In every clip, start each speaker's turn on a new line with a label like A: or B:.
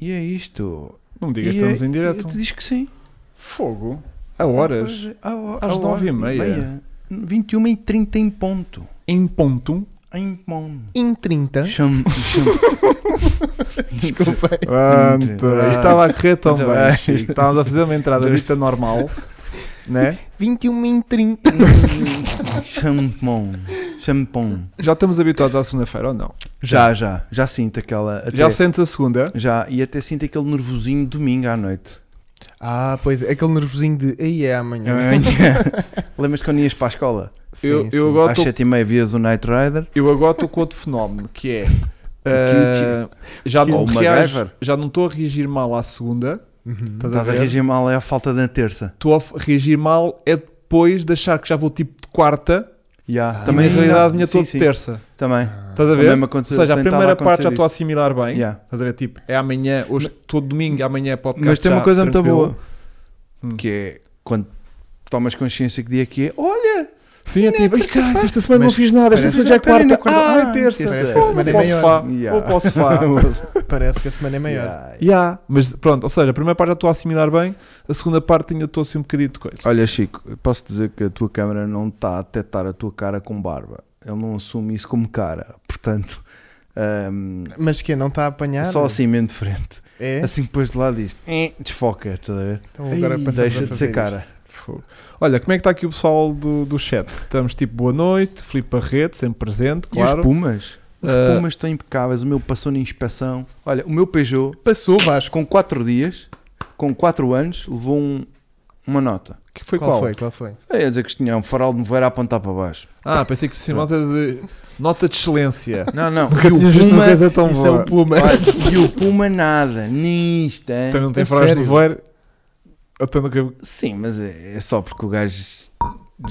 A: E é isto.
B: Não me digas
A: E
B: que estamos
A: é-
B: em direto.
A: Te diz que sim. é-
B: Fogo. A horas. Às nove e meia.
A: 21 e 30 em ponto.
B: Em
C: um.
B: ponto.
A: Em ponto.
C: Em 30.
A: Chamo.
C: Desculpa.
B: Pronto. Estava a correr tão
A: Muito
B: bem.
A: bem,
B: Chico.
A: Chico.
B: Estávamos a fazer uma entrada dita normal. Né?
C: 21 em 30.
A: Champon. Champon.
B: Já estamos habituados à segunda-feira ou não?
A: Já, já. Já sinto aquela. até-
B: Já sentes a segunda?
A: já. E até sinto aquele nervosinho de domingo à noite.
C: Ah, pois é. Aquele nervosinho de. Aí é amanhã.
A: Lembras-te quando ias para a escola?
C: Sim,
B: eu-
C: sim.
B: eu agora-
A: Às
B: tô-
A: 7h30 vias o Night Rider.
B: Eu agora estou com outro fenómeno que é. ah, já, não
A: tipo? Ou o
B: reajo-
A: MacGyver.
B: já não estou a reagir mal à segunda.
C: Uhum.
B: Estás,
A: Estás
B: a,
A: a
B: ver?
A: reagir mal é a falta da terça.
B: Estou a f- reagir mal é depois de achar que já vou tipo de quarta.
A: Yeah.
C: Ah.
A: Também
B: Também na realidade minha
A: sim,
B: estou de
A: sim, Ah.
B: terça.
A: Também.
B: Estás a ver?
A: Também me
B: Ou
A: aconteceu-
B: seja, a
A: tentava
B: primeira parte já
A: acontecer
B: estou a
A: isso.
B: assimilar bem.
A: Yeah.
B: Estás a ver? Tipo, é amanhã, hoje todo domingo, amanhã é podcast.
A: Mas tem uma
B: já,
A: coisa muito
B: tranquilo.
A: boa
B: Hum.
A: que é quando tomas consciência que dia que é. Olha!
B: Sim, é tipo, "Ai, caralho, esta semana
C: Mas
B: não fiz nada, esta
C: parece-
B: semana já é
A: Peraí,
B: quarta,
A: na
B: quarta,
A: quarta-
B: ah,
A: ah,
B: é terça,
C: terça.
B: Ah,
C: Parece que a
B: não
C: semana é
B: posso
C: maior.
B: fá,
A: Yeah.
B: ou posso fá.
C: Parece que a semana é maior.
B: Yeah, Mas pronto, ou seja, a primeira parte já estou a assimilar bem, a segunda parte ainda estou assim um bocadinho de coisa.
A: Olha, Chico, eu posso dizer que a tua câmera não está a detectar a tua cara com barba. Ele não assume isso como cara. Portanto, hum,
C: Mas que não está a
A: é
C: apanhar?
A: só assim mesmo de frente.
C: É?
A: Assim depois de lado diz, "Eh", desfoca, estás a ver?
C: Então agora
B: Ei,
C: passamos a
A: Deixa de
C: fazer
A: ser
C: isto.
A: cara.
B: Fogo. Olha, como é que está aqui o pessoal do, do chat? Estamos tipo, boa noite, Filipe Barreto, sempre presente,
A: E
B: claro.
A: os Pumas? Os
B: Ah.
A: Pumas estão impecáveis. O meu passou na inspeção. Olha, o meu Peugeot,
C: Passou, Vasco.
A: com 4 dias, com 4 anos, levou um- uma nota.
B: Que foi
C: qual,
B: qual?
C: foi? Qual foi?
A: Eu ia dizer que tinha um farol de nevoeiro a apontar para baixo.
B: Ah, pensei que isso é nota de, nota de excelência.
A: Não, não.
B: Nunca
A: E o
B: tinha visto uma
A: Puma-
B: coisa tão
C: Isso é
B: boa.
C: o Puma.
A: Olha, e o Puma nada, nem isto, hein?
B: Então não tem
C: É
B: faróis de
C: sério?
B: voeiro. Então nunca...
A: Sim, mas é, é só porque o gajo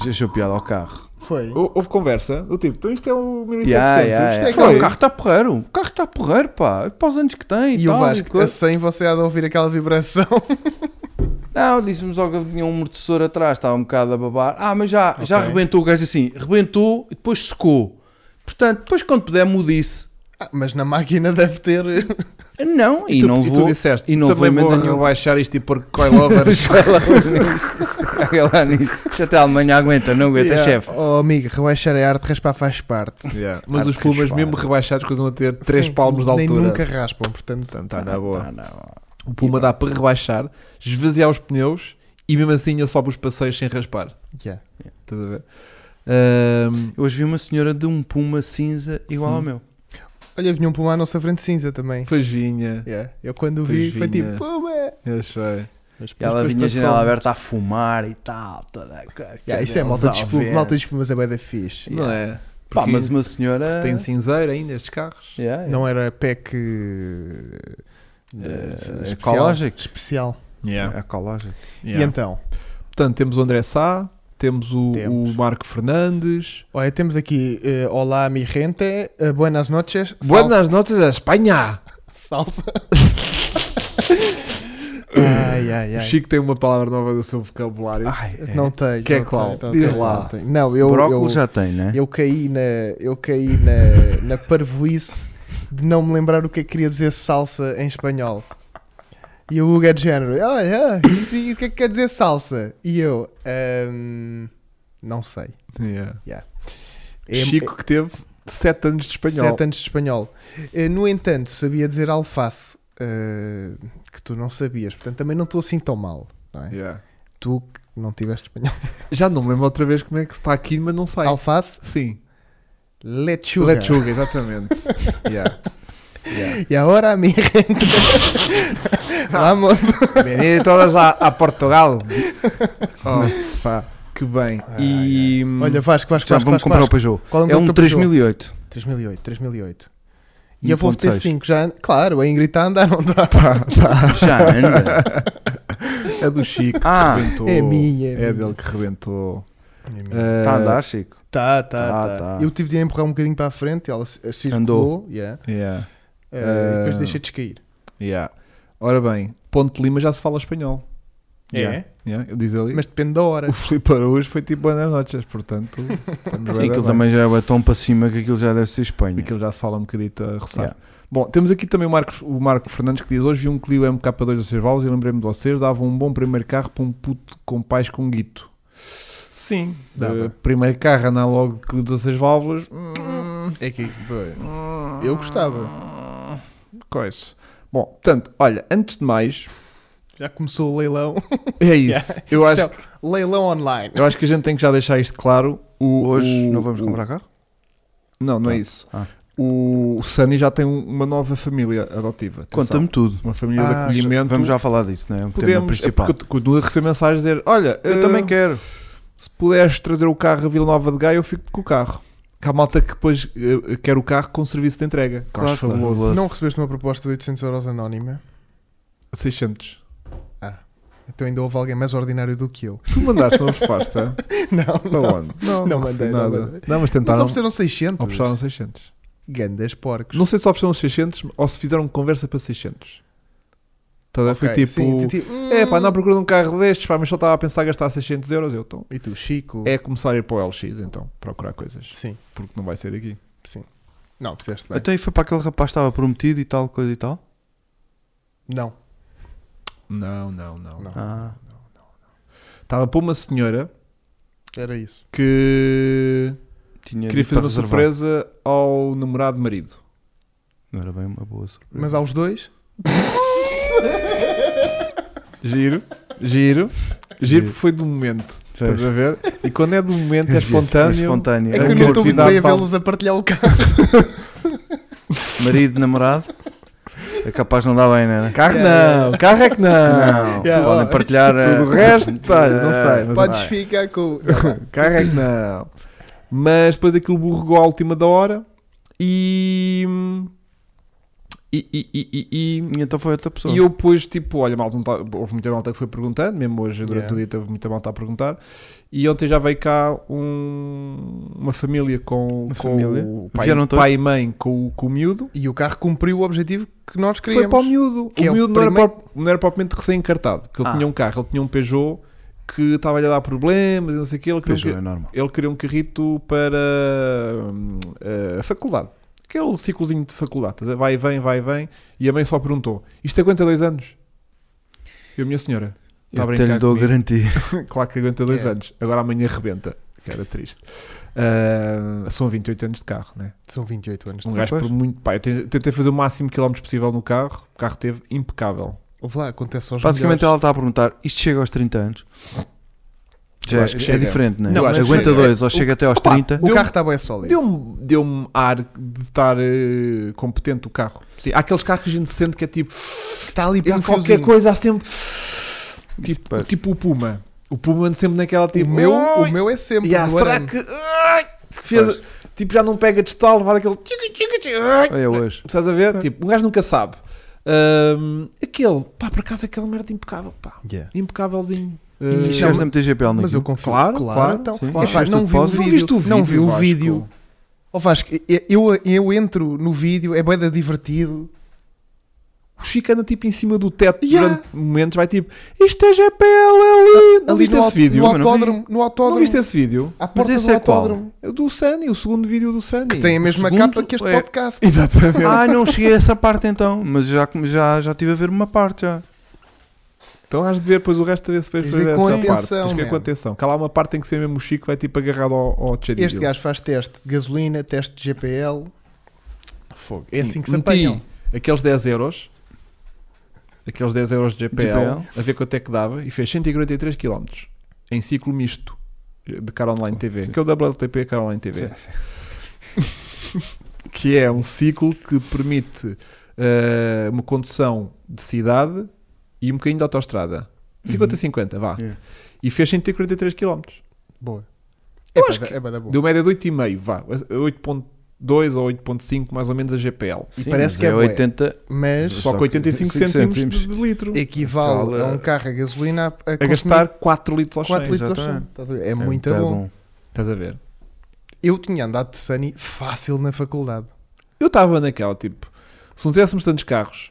A: achou piada ao carro.
C: Foi.
B: Hou- Houve conversa do tipo, então isto é o 1700.
A: Yeah, yeah,
B: isto
A: yeah.
B: é
A: Pá,
B: aquele
A: o carro está porreiro, o carro está porreiro, pá. Para os anos que tem e,
C: E o
A: tal. e
C: Vasco,
A: coisa.
C: assim você há de ouvir aquela vibração.
A: Não, disse-me só que tinha um amortecedor atrás, estava um bocado a babar. Ah, mas já, já
C: Ok.
A: rebentou o gajo assim, rebentou e depois secou. Portanto, depois quando puder, mude-se.
C: Ah, mas na máquina deve ter.
A: Não, e,
B: tu,
A: não
B: e tu
A: vou.
B: disseste,
A: e não vou
B: também vou
A: emenda nenhuma."
B: rebaixar isto e pôr coilovers.
A: Caga lá nisso. Isto até a Alemanha aguenta, não aguenta,
B: Yeah.
A: chefe.
C: Oh, amigo, rebaixar é arte, raspar faz parte.
B: Yeah. Mas
A: Ah,
B: os plumas,
A: raspado.
B: mesmo rebaixados, continuam a ter 3
C: Sim,
B: palmos de altura.
C: Nem nunca raspam, portanto.
B: Portanto, está na boa.
A: Tá na boa.
B: O puma dá para rebaixar, esvaziar os pneus e mesmo assim ainda sobe os passeios sem raspar.
C: Yeah.
B: Estás a ver? Ahm,
A: Eu hoje vi uma senhora de um puma cinza igual ao
B: Hum.
A: meu.
C: Olha, vinha um puma à nossa frente cinza também.
B: pois vinha.
C: Yeah. Eu quando o
B: Pois
C: vi foi
B: vinha.
C: tipo puma.
B: Achei.
A: E ela
B: Depois
A: vinha a
B: passou.
A: janela aberta a fumar e tal. Toda a coisa.
C: Yeah, isso é malta de espuma, malta de espumas é bué da fixe.
A: Yeah.
B: Não é?
A: Pá,
B: Porque
A: mas uma senhora.
B: tem cinzeiro ainda estes carros.
A: Yeah, yeah.
C: assim, Não era PEC. eh,
A: Eh,
C: especial.
A: ecológico.
C: Especial.
A: É ecológico.
C: E
B: Yeah.
C: então?
B: Portanto, temos o André Sá, temos o,
C: Temos.
B: o Marco Fernandes.
C: Olha, temos aqui eh, Olá, mi gente, eh, buenas noches.
B: Buenas noches a Espanha!
C: Salsa. ai, ai,
B: O
C: ai.
B: Chico tem uma palavra nova do seu vocabulário.
A: Ai, é.
C: Não tenho.
B: Que é
C: não
B: qual?
C: tenho, não
B: Diz
C: tenho,
B: lá.
C: Não, tenho. Não, eu, eu,
A: Brócolis já tem, né?
C: eu caí na, eu caí na, na parvoíce de não me lembrar o que é que queria dizer salsa em espanhol. E o Hugo é de género. Ah, é, isso, e o que é que quer dizer salsa? E eu, "Ahm, não sei.
B: Yeah.
C: É-
B: Chico que teve 7 anos de espanhol.
C: Sete anos de espanhol. Eh, no entanto, sabia dizer alface, eh, que tu não sabias. Portanto, também não estou assim tão mal. Não é?
B: Yeah.
C: Tu que não tiveste espanhol.
B: Já não me lembro outra vez como é que se está aqui, mas não sai.
C: Alface,
B: Sim.
C: lechuga.
B: Lechuga, exatamente. yeah. Yeah.
C: E agora a minha gente. Vamos.
B: Venid todas a, a Portugal. Oh, pá, que bem.
A: Ai,
B: e.
C: Olha, Vasco,
A: Hum.
C: Vasco,
A: Já vamos
C: Vasco, Vasco,
A: comprar o
C: Vasco.
A: Peugeot.
C: Qual
A: É
C: número
A: um
C: do teu Peugeot?
A: 3008.
C: 3008, 3008. E eu vou ter
A: 1.6.
C: 5 já. Claro, a Ingrid está a andar, não está?
A: Já anda.
B: é do Chico que
A: Ah,
B: rebentou.
C: é minha, é
B: É
C: minha. É
B: dele que rebentou.
A: Está Tá a andar, Chico.
C: Tá, tá,
A: Tá,
C: tá,
A: tá.
C: Eu tive de empurrar um bocadinho para a frente, ela c- circulou.
A: Andou.
C: yeah.
B: Yeah.
C: Eh,
B: Eh,
C: depois deixei descair.
B: Yeah. Ora bem, Ponte de Lima já se fala espanhol. Yeah.
C: É?
B: Yeah, eu diz ali.
C: Mas depende da hora.
B: o Filipe Araújo foi tipo Buenas noches, portanto. estamos
A: Sim,
B: bem
A: aquilo
B: bem.
A: também já vai tão para cima que aquilo já deve ser Espanha.
B: Aquilo já se fala um bocadito
C: é
B: a roçar.
A: Yeah.
B: Bom, temos aqui também o Marco, o Marco Fernandes que diz: Hoje vi um Clio MK2 a seus valves e lembrei-me de vocês, dava um bom primeiro carro para um puto com pais com guito. Sim,
C: Dava.
B: eh, primeiro carro análogo de Clio 16 válvulas. hum,
C: É que, bro, eu gostava.
B: hum, Coisa. Bom, portanto, olha, antes de mais,
C: Já começou o leilão.
B: é isso. Eu, acho,
C: leilão online.
B: eu acho que a gente tem que já deixar isto claro. O,
A: Hoje
B: o-
A: não vamos
B: o-
A: comprar carro?
B: Não, não é
A: Ah.
B: isso.
A: Ah.
B: O, o Sunny já tem um- uma nova família adotiva. Atenção.
A: Conta-me tudo.
B: Uma família de
C: Ah,
B: acolhimento.
A: Vamos já falar disso, não é? O tema
B: Podemos, é
A: principal.
B: porque eu continuo a receber mensagens a dizer: Olha,
A: Eu
B: eh,
A: também quero.
B: se puderes trazer o carro a Vila Nova de Gaia, eu fico com o carro. Que há malta que depois eh, quer o carro com serviço de entrega. Que eu acho
A: Claro,
B: fabuloso.
A: claro.
C: Não recebeste uma proposta de 800 euros anónima?
B: 600.
C: Então ainda houve alguém mais ordinário do que eu.
B: Tu mandaste uma resposta
C: não,
B: para
C: não.
B: onde?
C: não
B: recebi
C: mandei, não
B: nada.
C: mandei.
B: Não, mas
C: Mas
B: tentaram. um-
C: ofereceram 600.
B: Ofereceram 600.
C: Gandas porcos.
B: Não sei se ofereceram 600 ou se fizeram conversa para 600. Então
C: Ok,
B: foi tipo.
C: sim, ti- tipo,
B: É pá,
C: hum.
B: não procura um carro destes, pá, mas só estava a pensar em gastar 600 euros. Eu, então,
C: E tu, Chico?
B: é começar a ir para o LX, então, procurar coisas,
C: Sim,
B: porque não vai ser aqui.
C: sim. Não, fizeste bem.
A: Então e foi para aquele rapaz que estava prometido e tal, coisa e tal?
C: Não.
B: Não, não, não.
C: Não.
A: Ah,
B: Estava para uma senhora
C: Era isso.
B: que
A: tinha
B: queria
A: dito para
B: fazer uma
A: reservar.
B: surpresa ao namorado marido.
A: Não era bem uma boa surpresa.
B: Hum.
C: Mas
B: um
C: aos dois?
B: Giro, giro, giro,
A: Giro.
B: porque foi do momento.
A: Já
B: Estás a ver? E quando é do momento é espontâneo.
A: espontâneo.
C: É
B: Era
C: que eu
B: uma
C: não estou muito
B: criatividade
C: bem a
B: um tal.
A: um
C: vê-los a partilhar o carro.
A: Marido, namorado. É capaz de não dar bem, não é?
B: Carro
C: Yeah,
B: não, carro é que não.
A: Não,
C: Yeah,
A: podem
C: ó,
A: partilhar.
B: é Tudo o
A: eh,
B: resto, olha, não sei. É, Mas
C: Podes
B: vai.
C: ficar com.
B: Carro é que não. Mas depois aquilo borregou à última da hora e. E, e, e, e- e-
A: E então foi outra pessoa.
B: e eu depois, tipo, olha, malta, não tá- houve muita malta que foi perguntando, mesmo hoje durante
C: Yeah.
B: o dia teve muita malta a perguntar. E ontem já veio cá um- uma família com,
A: Uma
B: com
A: família?
B: o pai,
A: Vieram todos?
B: pai e mãe com, o- com o miúdo.
C: E o carro cumpriu o objetivo que nós
B: Foi
C: queríamos.
B: para o miúdo.
C: Que
B: o
C: é o
B: miúdo não, era
C: primeiro-
B: prop- não era propriamente recém-encartado, porque ele
A: Ah.
B: tinha um carro, ele tinha um Peugeot que estava-lhe a dar problemas e não sei o que. Ele queria um
A: Peugeot
B: que-
A: é normal.
B: ele queria um carrito para hum, a faculdade. Aquele ciclozinho de faculdade. estás a ver? Vai e vem, vai e vem. E a mãe só perguntou: Isto aguenta dois anos? Eu, minha senhora, Tá a
A: Eu até
B: brincar
A: lhe dou
B: comigo.
A: garantia.
B: claro que aguenta dois
C: É.
B: anos. Agora amanhã arrebenta. Que era triste. Ah, são 28 anos de carro, né?
C: São 28 anos.
B: Um
C: de
B: gajo
A: Pois.
B: por muito. Pá, eu te- tentei fazer o máximo de quilómetros possível no carro. O carro teve impecável.
C: Ouve lá, acontece aos
A: Basicamente
C: melhores.
A: ela está a perguntar: isto chega aos 30 anos? Já
B: Eu
A: é,
B: acho que chega.
A: é diferente, né?
C: Não,
A: não é?
B: mas-
A: Aguenta
C: mas-
A: dois,
C: é-
A: ou chega até aos
B: Opa,
A: 30.
B: ela-
C: O
B: Deu-
C: carro está bem sólido.
B: Deu-me deu ar de estar eh, competente o carro. Sim, há aqueles carros que a gente sente que é tipo.
C: Está ali
B: Há
C: para um
B: qualquer
C: fiozinho.
B: coisa há sempre. Tipo,
A: pá.
B: tipo o Puma. O Puma anda sempre naquela
C: O
B: tipo.
C: meu, o
B: "Ai,
C: meu é sempre.
B: yeah,
C: do
B: será
C: arame.
B: que. ai, que fez- tipo, já não pega de estalo, vai daquele. tchica, tchica, tchica, ai.
A: É hoje.
B: Estás a ver? Tipo, um gajo nunca sabe. Ahm, aquele, pá, por acaso aquela merda impecável, pá.
C: Yeah.
B: Impecávelzinho.
A: E
B: Ah,
A: chegaste a meter GPL
C: Mas eu
A: naquilo.
C: confio.
B: Claro, claro,
C: então.
A: é sim. um-
C: Epá,
A: Achaste
C: não
A: o
C: vi o
A: depósito?
B: não
C: vídeo.
B: viste o vídeo?
C: Não vi o
B: Vasco?
C: vídeo. Ó Vasco, eu, eu entro no vídeo, é boeda divertido.
B: O Chico anda tipo em cima do teto
C: Yeah.
B: durante momentos, vai tipo, isto é GPL ali. Não
C: Ali
B: viste
C: no,
B: esse
C: au-
B: vídeo?
C: no
A: Também não vi.
C: autódromo. No
B: Não
C: autódromo.
B: viste esse vídeo?
C: À porta
A: esse
C: do
A: é qual?
C: autódromo.
B: É O do Sunny, o segundo vídeo do Sunny.
C: Que tem a mesma
A: segundo
C: capa que este
A: é-
C: podcast.
B: Exatamente.
A: Ah, não cheguei a essa parte então, mas já, já, já estive a ver uma parte já.
B: Então has de ver depois o resto desse vez
C: Tens
B: para
C: de ir
B: ver
C: com
B: essa
C: atenção,
B: parte. Tens que ir com
C: man.
B: atenção. Que há lá uma parte em que ser mesmo o Chico vai tipo agarrado ao, ao Chad
C: Este
B: Hill.
C: gajo faz teste de gasolina, teste de GPL.
B: Ah, Fogo.
C: é assim que se
B: meti
C: apanham.
B: aqueles 10 euros, aqueles 10 euros de GPL,
A: GPL.
B: a ver quanto é que dava e fez 143 km em ciclo misto de Car Online TV, que é o WLTP Car Online TV. que é um ciclo que permite eh, uma condução de cidade e um bocadinho de autoestrada. 50-50, vá.
A: Yeah.
B: E fez 143 km.
C: Boa.
B: Eu
C: é
B: acho
C: bué da- é bué da boa.
B: Deu média de 8,5, vá. 8,2 ou 8,5 mais ou menos a GPL.
C: E parece
A: mas
C: que é
A: é
C: bué.
A: 80.
C: Mas
B: Só
A: Só
B: com 85
A: 85
B: cêntimos de,
A: cêntimos.
B: de litro.
C: equivale
A: Fala-
C: a um carro a gasolina a, a
B: A
C: consumir
B: gastar 4 litros aos 100.
C: 4 litros ao
A: exatamente.
C: cem. Estás a ver? É, muito bom.
B: Estás a ver?
C: Eu tinha andado de Sunny fácil na faculdade.
B: Eu estava naquela, tipo, se não tivéssemos tantos carros,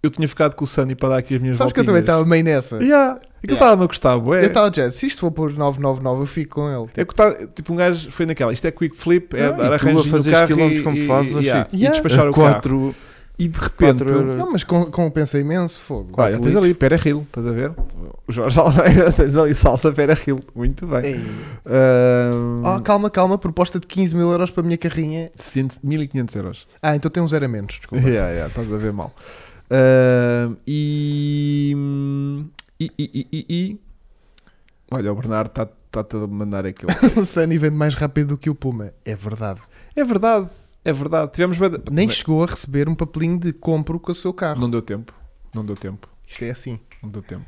B: eu tinha ficado com o Sunny para dar aqui as minhas
C: Sabes que eu também
B: voltinhas. é.
C: estava meio nessa.
B: Yeah. Aquilo
C: Yeah.
B: estava-me a gostar, bué.
C: Eu estava a dizer, se isto for por 999, eu fico com ele.
B: É que tá, tipo, um gajo foi naquela, isto é quick flip, é
A: Ah, e
B: dar
A: tu a
B: arranjo
A: fazer
B: no carro
A: quilómetros
B: e,
A: como
B: e,
A: fazes,
B: e, yeah,
A: Chico.
B: e
C: Yeah.
B: despachar o carro.
A: É quatro,
B: E de repente,
A: quatro euros.
C: Não, mas com- compensa imenso, fogo.
A: Quatro
B: olha, tens
A: litros.
B: ali Pera Hill, estás a ver? O Jorge Almeida, tens ali salsa Pera Hill, muito bem.
C: Ei.
B: Ahm,
C: Oh, calma, calma, proposta de 15 mil euros para a minha carrinha.
B: 100 1500 euros.
C: Ah, então tem um zero a menos, desculpa.
B: Yeah, yeah, estás a ver mal. Ahm, e, e, e, e, e- e- Olha, o Bernardo está-te a mandar aquilo.
C: o Sunny vende mais rápido do que o Puma. É verdade.
B: é verdade, é verdade. Tivemos. bué de-
C: Nem chegou a receber um papelinho de compro com o seu carro.
B: Não deu tempo, não deu tempo.
C: Isto é assim.
B: Não deu tempo.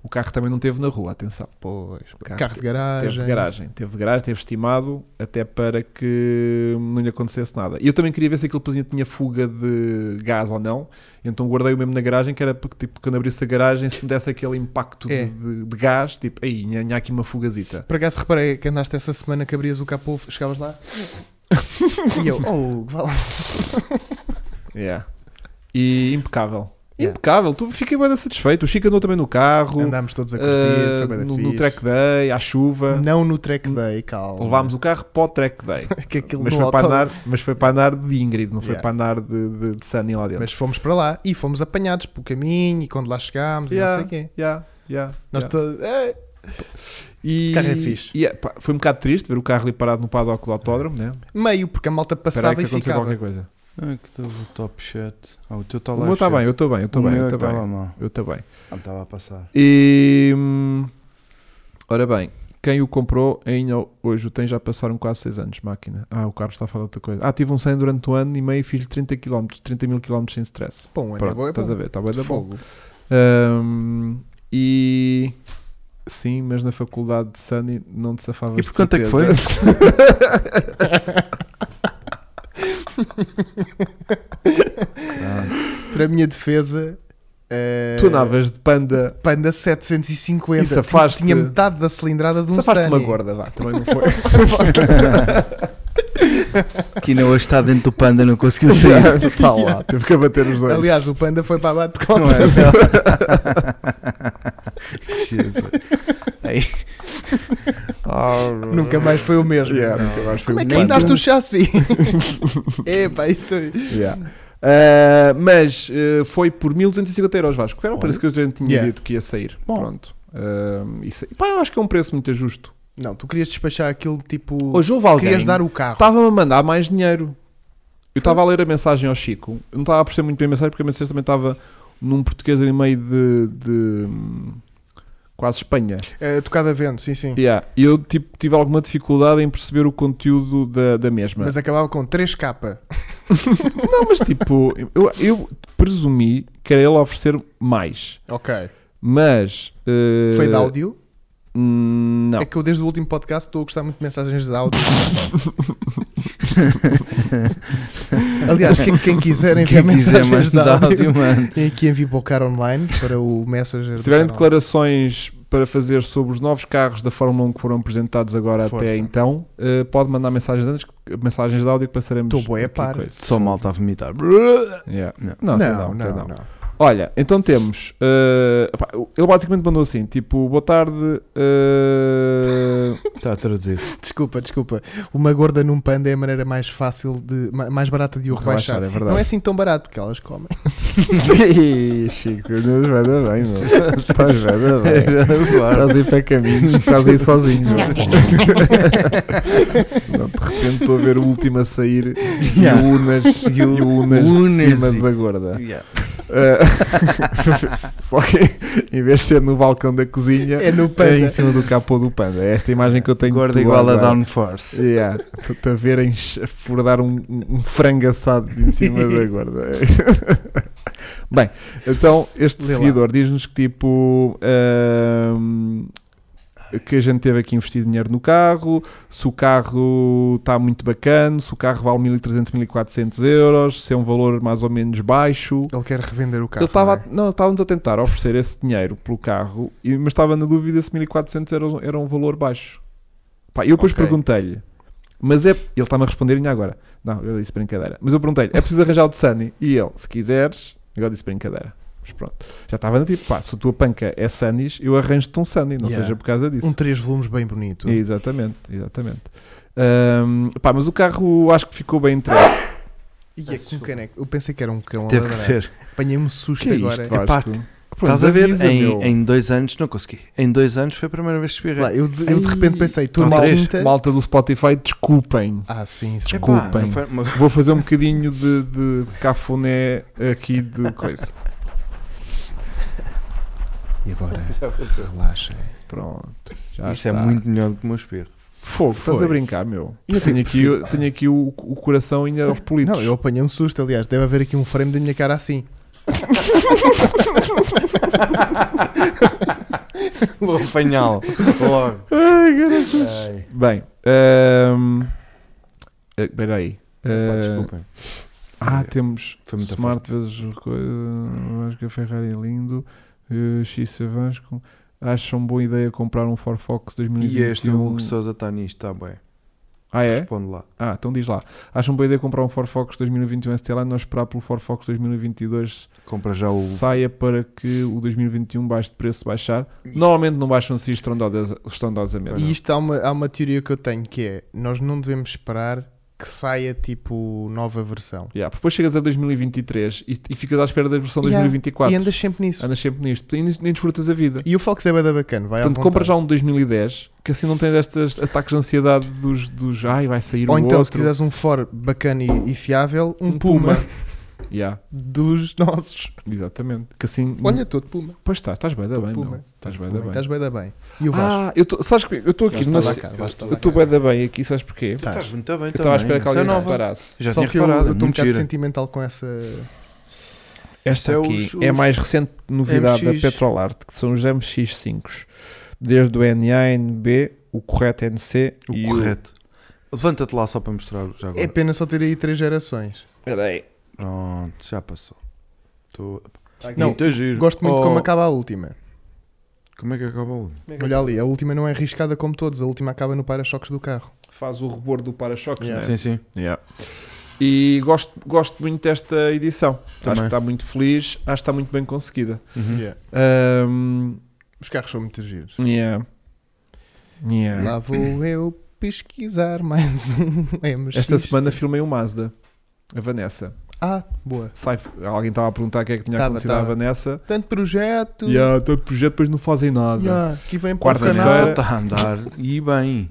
B: O carro também não teve na rua, atenção.
C: Pois,
B: carro
C: carro de garagem.
B: Teve de garagem, teve de garagem, teve estimado até para que não lhe acontecesse nada. E eu também queria ver se aquele pezinho tinha fuga de gás ou não, então guardei o mesmo na garagem, que era porque tipo, quando abrisse a garagem, se me desse aquele impacto de-
C: É.
B: de, de gás, tipo, aí, nha- nha aqui uma fugazita.
C: Por acaso reparei que andaste essa semana que abrias o capô, chegavas lá. e eu, oh, vá lá.
B: Yeah. E impecável.
C: Yeah.
B: Impecável, tu fiquei bem satisfeito. O Chico andou também no carro,
C: Andámos todos a curtir,
B: ah,
C: foi bem da
B: no, no
C: fixe.
B: track day, à chuva.
C: Não no track day, calma.
B: Levámos o carro para o track day.
C: que aquilo
B: mas
C: no
B: foi, para
C: autódromo.
B: andar, mas foi para andar de Ingrid, não foi
C: Yeah.
B: para andar de, de, de Sunny lá dentro.
C: Mas fomos para lá e fomos apanhados pelo caminho e quando lá chegámos e
B: Yeah,
C: não sei o quê.
B: yeah, yeah,
C: Nós
B: yeah.
C: to- é,
B: E-
C: O carro é fixe.
B: e, é, pá, foi um bocado triste ver o carro ali parado no paddock do autódromo, né?
C: meio, porque a malta
B: Espera aí
C: passava
B: que
C: e
B: aconteceu
C: ficava.
B: qualquer coisa.
A: Ah, que teve o top 7. Ah, o teu está
B: O
A: lá.
B: meu está
A: cheio.
B: bem, eu estou bem, eu estou
A: O
B: bem,
A: meu
B: eu
A: é que
B: estou
A: estava
B: bem.
A: mal.
B: Eu estou bem.
A: Ah, estava a passar.
B: E. hum, Ora bem, quem o comprou ainda hoje o tem já passaram quase 6 anos, máquina. Ah, o Carlos está a falar outra coisa. Ah, tive um 100 durante um ano e meio e fiz 30 km, 30 mil km sem stress.
C: Bom, é
B: Pronto,
C: bom, é
B: estás a
C: bom.
B: ver, está bem da bom.
C: Fogo.
B: Hum, e sim, mas na faculdade de Sunny não te safavas
A: E por quanto é que
B: de certeza.
A: Ah,
C: Para a minha defesa, eh,
B: Tu andavas de panda,
C: Panda 750.
B: E safaste-
C: tipo, Tinha metade da cilindrada de um
B: safaste uma
C: Sunny.
B: gorda, vá, também não foi.
A: que ainda hoje está dentro do panda, não conseguiu sair.
B: Está Tá lá, teve que abater os dois.
C: Aliás, o Panda foi para a bate
A: Não é?
B: é?
A: Jesus. Aí.
C: Nunca mais foi o mesmo.
B: Yeah, nunca mais foi
C: Como é
B: um
C: que
A: Nem
B: panda.
C: andaste o chassi? Epá, isso é-
B: Yeah. Uh, mas uh, foi por 1250 euros, Vasco. Era um
A: Olha.
B: preço que eu já tinha
C: Yeah.
B: dito que ia sair.
A: Bom.
B: Pronto. Um, isso, pá, eu acho que é um preço muito justo.
C: Não, tu querias despachar aquilo tipo.
B: Hoje houve alguém
C: querias dar o carro.
B: estava-me a mandar mais dinheiro. Eu estava a
C: Hum.
B: ler a mensagem ao Chico. Eu não estava a perceber muito bem a mensagem porque a mensagem também estava num português ali meio de, de, hum, quase Espanha.
C: Eh, tocado a vento, sim, sim.
B: Yeah. E eu tipo, tive alguma dificuldade em perceber o conteúdo da, da mesma.
C: Mas acabava com 3K.
B: não, mas tipo, eu, eu presumi que era ele a oferecer mais.
C: Ok.
B: Mas. eh,
C: Foi de áudio.
B: hum, Não.
C: É que eu desde o último podcast estou a gostar muito de mensagens de áudio. Aliás, quem, quem quiser enviar
A: Quem quiser
C: mensagens
A: mais
C: de áudio,
A: áudio, mano.
C: é aqui envio para o cara online para o Messenger.
B: Se
C: do
B: tiverem
C: canal.
B: declarações para fazer sobre os novos carros da Fórmula 1 que foram apresentados agora
C: Força.
B: até então, eh, pode mandar mensagens antes, mensagens de áudio que passaremos.
C: Tô bué
B: aqui
C: par.
B: coisa.
A: Só mal está a vomitar.
B: Yeah.
A: Não.
B: Não,
C: Não,
B: até
C: não,
B: até
C: não.
B: Olha, então temos. eh, pá, ele basicamente mandou assim: tipo, boa tarde. eh,
A: Está a traduzir.
C: Desculpa, desculpa. Uma gorda num panda é a maneira mais fácil de. ma- mais barata de o
B: relaxar,
C: rebaixar.
B: é verdade.
C: Não é assim tão barato porque elas comem.
B: Ih, Chico, não vai dar bem, meu. Estás vai dar
A: É,
B: bem. Estás aí para caminhos, estás aí sozinho. meu. Não, de repente estou a ver o último a sair
A: Yeah.
B: e o Unas, e o, Unas, de
A: Unas
B: cima
A: e-
B: da gorda.
A: Yeah.
B: Ah, Só que em vez de ser no balcão da cozinha,
C: É no
B: é
C: panda.
B: em cima do capô do panda. É esta imagem que eu tenho
A: Gorda
B: tua
A: igual a
B: agora.
A: downforce.
B: Yeah, é. estou a ver em ch- a furdar um, um um frango assado em cima da gorda. Bem, então este
C: Lê lá.
B: seguidor diz-nos que tipo. ahm, que a gente teve aqui investir dinheiro no carro, se o carro está muito bacana, se o carro vale 1300, 1400 euros, se é um valor mais ou menos baixo.
C: Ele quer revender o carro.
B: Ele estava,
C: não é?
B: não, estávamos a tentar oferecer esse dinheiro pelo carro, e- mas estava na dúvida se 1400 era, um- era um valor baixo. Pá, eu depois
C: Ok.
B: perguntei-lhe, mas é. Ele está-me a responder ainda agora. Não, eu disse brincadeira. Mas eu perguntei-lhe, é preciso arranjar o de Sunny? E ele, se quiseres, eu disse brincadeira. Mas pronto, já estava tipo, pá, se a tua panca é Sunnies, eu arranjo-te um Sunny, não
C: Yeah.
B: seja por causa disso.
C: Um 3 volumes bem bonito.
B: É, Exatamente, exatamente. Ahm, pá, mas o carro acho que ficou bem entregue.
C: E é com um caneco. Eu pensei que era um cão. a
A: Teve que
C: ladrar.
A: ser.
C: Apanhei-me um susto
B: Que é
C: agora.
B: isto,
A: É pá,
B: Vasco? Pronto,
A: Estás a ver?
B: avisa, meu.
A: Em, em dois anos não consegui. Em dois anos foi a primeira vez que espirrei.
C: Lá, eu, de, eu de repente
B: Ai,
C: pensei, estou
A: não,
C: na
A: três.
C: quinta.
B: Malta do Spotify, desculpem.
C: Ah, sim, sim.
A: Epá,
B: desculpem.
A: não foi uma-
B: Vou fazer um bocadinho de, de cafuné aqui de coisa.
C: E agora? Relaxa.
B: Pronto. já
A: Isso é
B: está.
A: muito melhor do que o meu espirro.
B: Fogo, estás
C: Foi.
B: a brincar, meu. E eu tenho aqui, eu tenho aqui o, o coração ainda aos politos.
C: Não, eu apanhei um susto, aliás. Deve haver aqui um frame da minha cara assim.
A: Vou apanhá-lo. Logo.
B: Ai, caralho.
A: Ai.
B: Bem, ahm, eh, peraí.
A: Pá,
B: Ah,
A: Desculpem.
B: Ah, temos
A: Foi muita
B: Smart vezes coisa. Vasco a Ferrari é lindo. eh, Xissa Vasco. Acham boa ideia comprar um Ford Focus
A: E
B: 2021?
A: este é o Hugo Sousa está nisto, está bem.
B: Ah, é?
A: Responde lá.
B: Ah, então diz lá. Acham boa ideia comprar um Ford Focus 2021 STL e não esperar pelo Ford Focus 2022
A: Compra já o.
B: saia para que o 2021 baixo um de preço baixar? Normalmente não baixam assim estrondosa- estrondosamente.
C: E isto há uma, há uma teoria que eu tenho que é: nós não devemos esperar que saia tipo nova versão.
B: Yeah, depois chegas a 2023 e, e ficas à espera da versão
C: Yeah.
B: 2024.
C: E andas sempre nisso.
B: Andas sempre nisto. E nem nem desfrutas a vida.
C: E o Fox é bada bacana, vai
B: Portanto,
C: à
B: compra
C: vontade.
B: já um 2010, que assim não tens estes ataques de ansiedade dos, dos ai, vai sair
C: Ou
B: o
C: então, se
B: outro.
C: quiseres um Ford bacana e, e fiável, um,
B: Um
C: Puma,
B: Puma. Yeah,
C: dos nossos.
B: exatamente. Que assim,
C: Olha, estou de Puma.
B: pois estás, estás bem, da
C: Tô
B: bem,
C: Puma.
B: meu. Estás bem, da
C: Também
B: bem.
C: Estás bem da bem. E o Vasco?
B: Ah, eu tô, sabes que eu estou aqui,
C: Basta
B: numa-
C: lá, cara, basta lá,
B: eu estou
C: cara.
B: bem da bem aqui, sabes porquê?
A: Tu estás muito bem
B: Eu estava à espera que
A: também.
B: alguém
A: Isso é nova.
B: reparasse.
A: Já
C: Só
A: tinha
C: que eu eu
A: reparado.
C: estou um bocado
A: Mentira.
C: sentimental com essa.
A: Este
B: Esta
A: é
B: aqui
A: os-
B: é a
A: os
B: mais recente novidade
A: MX.
B: da Petrolart, que são os MX5s. Desde o NA, NB, o correto NC e
A: O correto. Levanta-te lá só para mostrar já
C: É
A: agora.
C: pena só ter aí três gerações.
B: Peraí.
A: Pronto, já passou. Tô-
C: Não,
A: Muito giro.
C: Gosto muito
A: Oh,
C: como acaba a última.
A: Como é que acaba o olho?
C: Olha ali, a última não é arriscada como todos, a última acaba no para-choques do carro.
B: Faz o rebor do para-choques,
C: Yeah.
B: não é?
A: Sim, sim.
B: E gosto, gosto muito desta edição. Acho
A: Também.
B: que está muito feliz, acho que está muito bem conseguida.
A: Uhum.
C: Yeah.
B: Ahm,
C: Os carros são muito giros.
B: yeah. Yeah.
C: Lá vou eu pesquisar mais um MX.
B: Esta semana filmei um Mazda, a Vanessa.
C: Ah, boa.
B: Sai, alguém estava a perguntar o que é que tinha
C: Tava,
B: acontecido à
C: tava.
B: Vanessa.
C: Tanto projeto.
B: E yeah, tanto projeto, depois não fazem nada.
C: Yeah, que vem para o
A: A
B: Quarta-feira.
C: canal.
A: Vanessa está a andar e bem.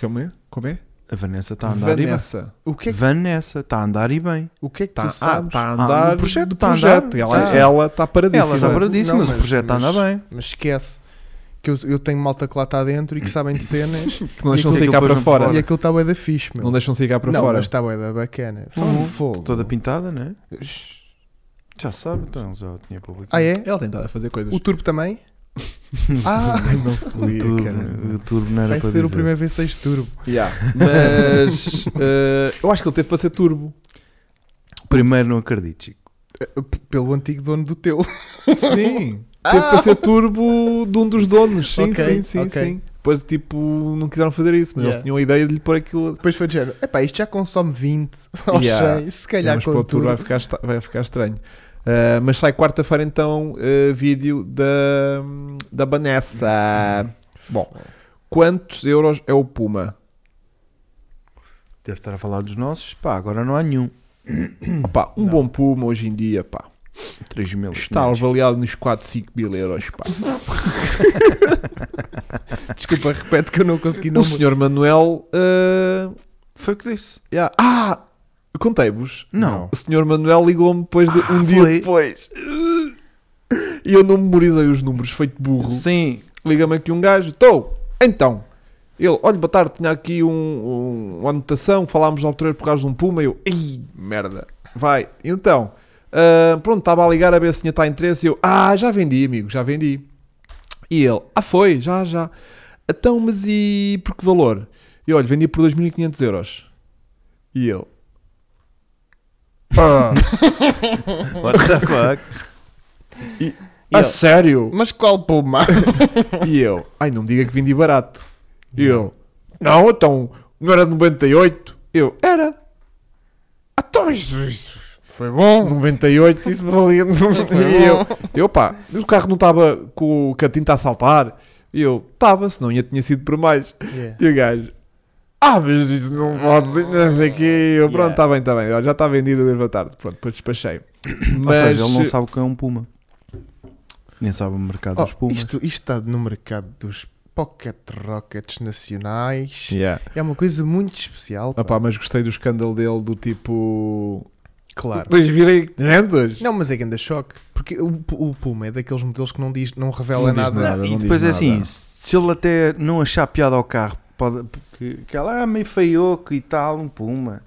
B: Como é? Como é?
A: A Vanessa está Tá a andar
B: Vanessa.
C: O que
A: e
C: é
A: bem.
C: que,
A: Vanessa está a andar e bem.
C: o que, é que
B: Tá,
C: tu sabes?
B: está a
A: Ah,
B: andar.
A: o projeto
B: do
A: tá a
B: projeto.
A: andar.
B: Ela
C: Ah.
B: ela está paradíssima.
A: Ela tá está paradíssima,
C: Não,
A: mas,
C: mas-
A: o projeto
C: mas-
A: anda bem.
C: Mas esquece que eu, eu tenho malta que lá está dentro e que sabem de cenas
B: Que não deixam
A: E
B: sair
A: aquilo
B: cá
A: depois
B: para
A: não
B: fora.
C: e aquilo está bué da fixe, meu.
B: Não deixam sair cá para
C: Não,
B: fora.
C: mas está bué da bacana.
A: Uhum.
C: Fogo.
A: Toda pintada, né? Já sabe, então ele já tinha publicado.
C: Ah é?
B: Ela tentava fazer coisas.
C: O turbo também? ah,
B: não se
A: O turbo, o turbo não era
C: vai
A: para
C: ser o
A: dizer.
C: primeiro V6 turbo.
B: Yeah. Mas eh, eu acho que ele teve para ser turbo.
A: Primeiro não acredito, Chico.
C: É, P- Pelo antigo dono do teu.
B: Sim. Teve para ser turbo de um dos donos. Sim,
C: Ah. Ok,
B: sim, sim,
C: ok.
B: sim. Depois, tipo, não quiseram fazer isso, mas
C: Yeah.
B: eles tinham a ideia de lhe pôr aquilo.
C: Depois foi de género. Epá, isto já consome 20 ou
B: Yeah.
C: 100. Se calhar
B: mas
C: com
B: para o
C: o
B: turbo vai
C: turbo.
B: ficar, esta- vai ficar estranho. Eh, mas sai quarta-feira então eh, vídeo da, da Vanessa. Bom, quantos euros é o Puma?
A: Deve estar a falar dos nossos. Pá, agora não há nenhum.
B: Opa, um
C: Hum. Não.
B: bom Puma hoje em dia, pá.
A: 3 mil.
B: Está avaliado nos 4, 5 mil euros, pá.
C: Desculpa, repete que eu não consegui. Não
B: o senhor Manuel. eh,
A: Foi o que disse.
B: yeah. Ah! Contei-vos.
A: Não.
B: O senhor Manuel ligou-me depois
C: Ah,
B: de um dia
A: foi?
B: depois. E eu não memorizei os números, feito burro.
A: Sim.
B: Liga-me aqui um gajo. Estou! Então! Ele, olha, boa tarde, tinha aqui um, um- uma anotação, falámos ao treino por causa de um puma, eu, ei, merda, vai. Então, ah, pronto, estava a ligar a ver se tinha tá interesse, e eu, ah, já vendi, amigo, já vendi. E ele, ah, foi, já, já. Então, mas e por que valor? E olha, vendi por 2.500 euros. E ele, ah,
A: What the fuck?
B: a
C: ele,
B: sério?
C: Mas qual puma?
B: E eu, ai, não me diga que vendi barato. E eu, não, então, não era de 98? Eu, era. Ah, Então, isso, isso.
C: Foi bom.
B: 98, isso valia. E eu, eu pá, mas o carro não estava com, o- com a tinta a saltar. E eu, estava, senão ia tinha sido por mais.
C: Yeah.
B: E o gajo, ah, mas isso não pode ser, não sei o quê. E eu, pronto,
C: Yeah.
B: está bem, está bem. Olha, Já está vendido a da tarde. Pronto, depois despachei.
A: Ou
B: Mas,
A: seja, ele não sabe o que é um puma. Nem sabe o mercado dos
C: Oh,
A: pumas.
C: isto, isto está no mercado dos pocket rockets nacionais.
B: Yeah.
C: É uma coisa muito especial. pá.
B: Ah, pá, mas gostei do escândalo dele, do tipo...
C: Claro.
B: 2500?
C: Não, mas é grande choque. Porque o, o Puma é daqueles modelos que não, diz, não revela
B: Não diz
C: nada.
B: nada.
A: Não, e
B: não
A: depois é
B: diz
A: assim,
B: nada.
A: se ele até não achar piada ao carro, pode, porque aquela ah, meio feioco e tal, um puma.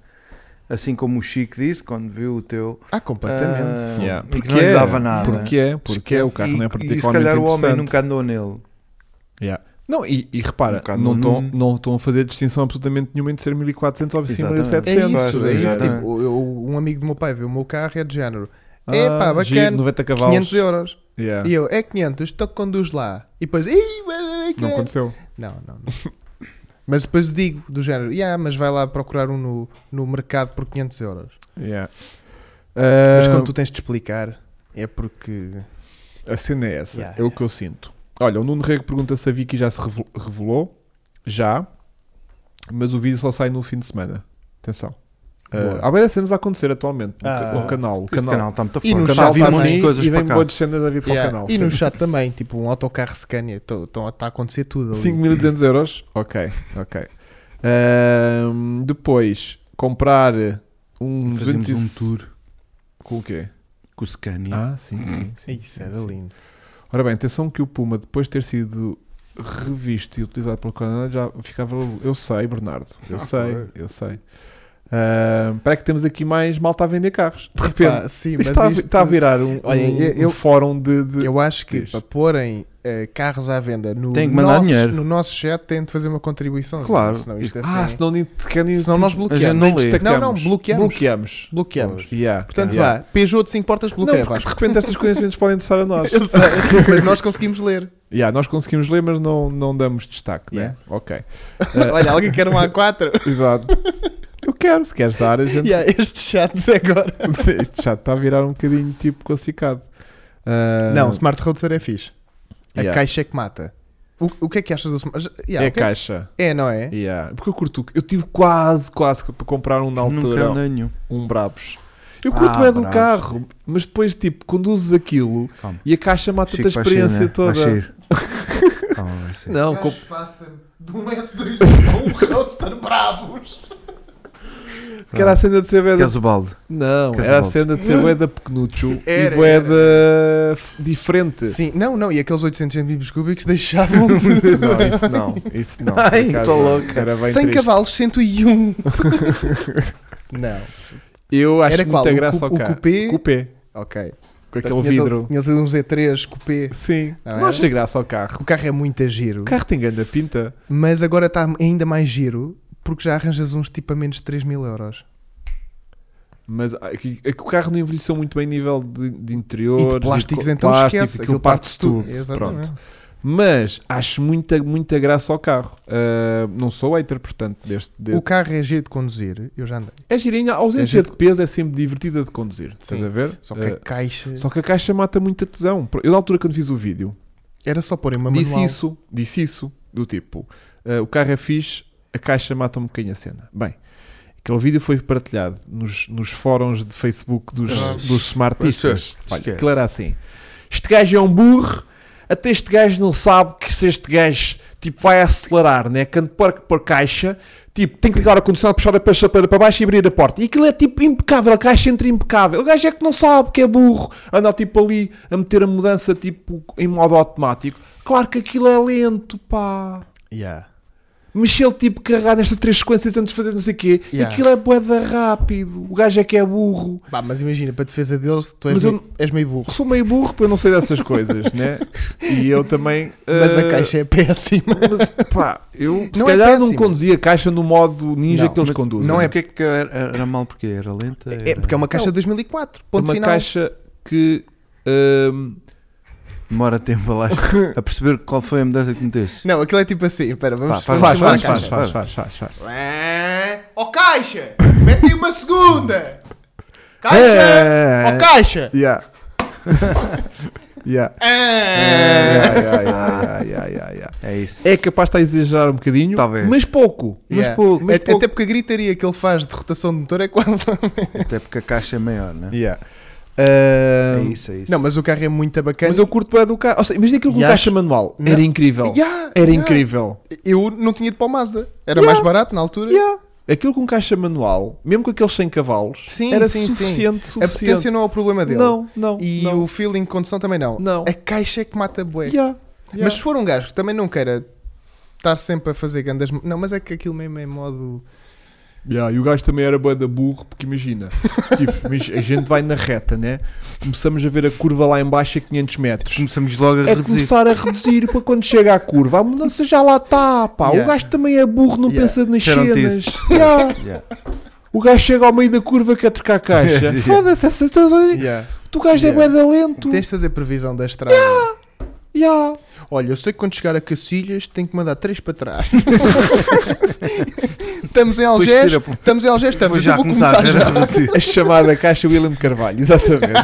A: Assim como o Chico disse quando viu o teu.
C: Ah, completamente.
A: ah,
C: Fogo.
B: Yeah.
A: E que não lhe dava nada.
B: Porque é, porque é, o
C: Esquece.
B: carro não é
A: e, e se calhar o
B: particularmente
A: homem
B: interessante.
A: nunca andou nele.
B: Yeah. Não, e, e
A: Um
B: repara,
A: bocado
B: não
A: no-
B: estão não estão a fazer distinção absolutamente nenhuma entre ser 1400 ou
A: Exatamente.
C: É
B: 5700.
C: isso, é isso.
A: Exatamente.
C: Tipo, eu- um amigo do meu pai viu o meu carro e é de género. É pá, bacana.
B: giro, 90 Ah, cavalos.
C: 500 euros.
B: Yeah.
C: E eu, é 500, então conduz lá. E depois, "Ih, ué, ué, que
B: Não
C: é?"
B: aconteceu.
C: não, não. não. mas depois digo, do género, yeah, mas vai lá procurar um no, no mercado por 500 euros.
B: Yeah.
C: Mas
B: Ah,
C: quando tu tens de explicar, é porque.
B: A cena é essa,
C: Yeah,
B: é o que eu sinto. Olha, o Nuno Rego pergunta se a Vicky já se revel- revelou. Já, mas o vídeo só sai no fim de semana. Atenção. Ah,
C: Boa.
B: há bem cenas a acontecer atualmente no, ca-
C: Ah.
B: no canal. O
A: Este canal
B: canal,
A: está muito
C: E no
A: forte.
B: o
A: Já
B: canal
A: vi
B: tá
A: um monte
B: assim
A: de coisas
B: e
A: para
B: vem
A: cá.
B: boas cenas a vir para
C: Yeah.
B: o canal.
C: e no
B: sim.
C: chat também, tipo, um autocarro Scania, está tá a acontecer tudo ali.
B: 5.200 euros? Ok, ok. Ahm, depois, comprar um
A: Fazemos
B: 200 e-
A: um tour
B: Com o quê?
A: com o Scania.
B: Ah, sim, sim. sim,
C: Uhum. É Isso
B: sim,
C: era
B: sim.
C: lindo.
B: Ora bem, atenção que o Puma, depois de ter sido revisto e utilizado pela Coronel, já ficava... Eu sei, Bernardo. Eu
A: Ah,
B: sei,
A: pois.
B: eu sei. Ahm, Espera que temos aqui mais malta a vender carros. De repente.
C: Pá, sim,
B: Isto
C: mas
B: está, a vi-
C: isto-
B: está a virar um,
C: Olha,
B: um-
C: eu-
B: um fórum de... de-
C: Eu acho que
B: Diz.
C: para porem eh, carros à venda no,
A: Tem que mandar
C: nosso,
A: dinheiro.
C: no nosso chat têm de fazer uma contribuição.
A: Claro.
C: Senão isto é
B: Ah,
C: assim.
B: senão nem... Senão tipo,
C: Senão nós
A: a gente
C: bloqueamos.
A: não
B: nem
A: lê.
B: destacamos.
C: Não, não, bloqueamos.
B: Bloqueamos.
C: Bloqueamos.
B: Yeah,
C: Portanto,
B: yeah.
C: vá, Peugeot de 5 portas bloqueia,
B: Não, porque
C: Vasco.
B: de repente estas coisas podem interessar a nós.
C: Eu sei, mas nós conseguimos ler.
B: Yeah, nós conseguimos ler, mas não, não damos destaque,
C: Yeah.
B: né? Ok.
C: Olha, alguém quer um A4?
B: Exato. Eu quero, se queres dar, a gente.
C: Yeah, este chat agora.
B: Isto já está a virar um bocadinho tipo classificado. Ah,
C: Não, Smart Roadster é fixe. A
B: yeah.
C: caixa é que mata. O, o que é que achas do Smart
B: É
C: yeah,
B: a
C: o que é-
B: caixa.
C: É, não é?
B: Yeah. Porque eu curto. Eu tive quase, quase que para comprar um na
A: Nunca
B: altura.
A: andei nenhum.
B: Um Brabos. Eu
A: Ah,
B: curto é do
A: Brabos.
B: carro, mas depois, tipo, conduzes aquilo
A: Calma.
B: e a caixa mata-te
A: Chico, vai
B: a
A: sair,
B: experiência
A: né?
B: toda.
A: Vai sair. Calma, vai sair.
B: Não, com-
C: passa de um S2 para um Roadster bravos.
B: que era a cena de ser bué da
A: Queres o balde?
B: Não,
A: Quer
B: era a
A: dizer,
B: cena de ser boeda pequenucho e
C: Era,
B: boeda diferente.
C: Sim, não, não, e aqueles 800 centímetros cúbicos deixavam de
B: Não, isso não, isso não.
A: Ai,
B: Por acaso,
A: tô louco.
B: Era bem
C: 100
B: triste.
C: cavalos, 101. não.
B: Eu acho
C: Era
B: muita
C: qual? O
B: graça ao
C: cu- o
B: carro.
C: coupé?
B: Coupé,
C: Ok.
B: com aquele
C: Tinhas ali-
B: vidro.
C: Tinhas ali um Z3 coupé.
B: Sim,
C: Não
B: não,
C: era?
B: achei graça ao carro.
C: O carro é muito giro,
B: O carro tem grande pinta.
C: mas agora está ainda mais giro porque já arranjas uns tipo a menos de 3 mil euros.
B: Mas é que é que o carro não envelheceu muito bem a nível de, de
C: E
B: interiores.
C: de plásticos,
B: co-
C: então
B: plásticos,
C: esquece.
B: Aquilo parte-se tudo. Pronto.
C: Exatamente.
B: Mas acho muita, muita graça ao carro. Ah, não sou hater, portanto, deste, deste-
C: O carro é giro de conduzir, eu já andei.
B: É girinha, a ausência
C: A gente-
B: de peso é sempre divertida de conduzir. Estás
C: Sim.
B: a ver?
C: Só que
B: Eh,
C: a caixa
B: só que a caixa mata muita tesão. Eu, na altura, quando fiz o vídeo,
C: era só pôr em uma
B: disse
C: manual.
B: isso, disse isso, do tipo, eh, o carro é fixe, a caixa mata um bocadinho a cena. Bem, aquele vídeo foi partilhado nos, nos fóruns de Facebook dos,
A: Ah,
B: dos smartistas.
A: esquece.
B: Olha,
A: Esquece.
B: aquilo era assim. Este gajo é um burro, até este gajo não sabe que se este gajo, tipo, vai acelerar, né? Quando pôr, pôr caixa, tipo, tem que ligar o ar-condicionado, puxar a chapada para baixo e abrir a porta. E aquilo é, tipo, impecável, a caixa entra impecável. O gajo é que não sabe, que é burro. Anda, tipo, ali a meter a mudança, tipo, em modo automático. Claro que aquilo é lento, pá.
C: Yeah.
B: Mexeu tipo carregar nestas três sequências antes de fazer não sei o quê.
C: Yeah.
B: Aquilo é boeda rápido. O gajo é que é burro.
C: Pá, mas imagina, para defesa deles, tu és,
B: Mas eu
C: meio, és meio burro.
B: Sou meio burro, porque eu não sei dessas coisas, né? E eu também.
C: Mas
B: eh,
C: a caixa é péssima.
B: Mas pá, eu se
C: Não é
B: calhar não
C: péssimo.
B: conduzia a caixa no modo ninja
C: Não,
B: que eles
A: mas
B: conduzem.
C: não
A: Mas
C: é-
A: O que é que era, era mal porque era lenta?
C: É porque é uma caixa de 2004, ponto
B: uma
C: final.
B: caixa que. ehm,
A: Demora tempo a, lá, a perceber qual foi a mudança que meteste.
C: Não, aquilo é tipo assim, espera, vamos,
A: Pá,
C: vamos
B: faz,
C: chamar
B: faz,
C: a
B: faz, faz,
C: caixa.
B: faz, faz, faz.
C: Ó caixa, mete aí uma segunda. Caixa!
B: É.
C: Ó caixa!
B: Yeah. yeah.
C: É.
B: Yeah, yeah, yeah, yeah, yeah, yeah.
A: É isso.
B: É capaz de estar a exagerar um bocadinho,
A: Talvez.
B: mas pouco. Mas
C: Yeah.
B: pouco, mas
C: É. Até-
B: pouco.
C: Até porque a gritaria que ele faz de rotação de motor é quase.
A: Até porque a caixa é maior, né?
B: Yeah. Ah,
A: É isso, é isso.
C: Não, mas o carro é muito bacana.
B: mas eu curto para do carro. Ou seja, imagina aquilo com
C: E
B: caixa manual.
C: Não.
B: Era incrível.
C: Yeah,
B: Era
C: yeah.
B: incrível.
C: Eu não tinha de para o Mazda. Era
B: Yeah.
C: mais barato na altura.
B: Yeah. Aquilo com caixa manual, mesmo com aqueles 100 cavalos,
C: Sim,
B: era
C: sim, sim.
B: suficiente,
C: A
B: suficiente.
C: potência não é o problema dele.
B: não, não,
C: E
B: não.
C: o feeling de condução também não.
B: Não.
C: A caixa é que mata bué.
B: Yeah, yeah.
C: Mas se for um gajo que também não queira estar sempre a fazer grandes... Não, mas é que aquilo mesmo é modo...
B: Yeah, e o gajo também era bué da burro, porque imagina, tipo, mas a gente vai na reta, né? Começamos a ver a curva lá em baixo a 500 metros.
A: Começamos logo a
B: É
A: reduzir.
B: começar a reduzir para quando chega à curva. A mudança já lá está, pá. O
C: Yeah.
B: gajo também é burro, não
C: Yeah.
B: pensa nas
A: Disseram-te
B: cenas.
A: isso.
B: Yeah.
A: Yeah.
B: O gajo chega ao meio da curva quer trocar a caixa.
A: Yeah.
B: Foda-se, essa...
C: Yeah.
B: tu gajo
C: Yeah.
B: é bué da lento.
C: Tens de fazer previsão da estrada.
B: Yeah.
C: Olha, eu sei que quando chegar a Cacilhas tenho que mandar três para trás. estamos em Algés,
A: tira, pô.
C: estamos em Algés, estamos.
A: Vou
C: então
A: já
C: vou
A: começar a
C: já.
A: reduzir.
B: A chamada caixa William Carvalho, exatamente.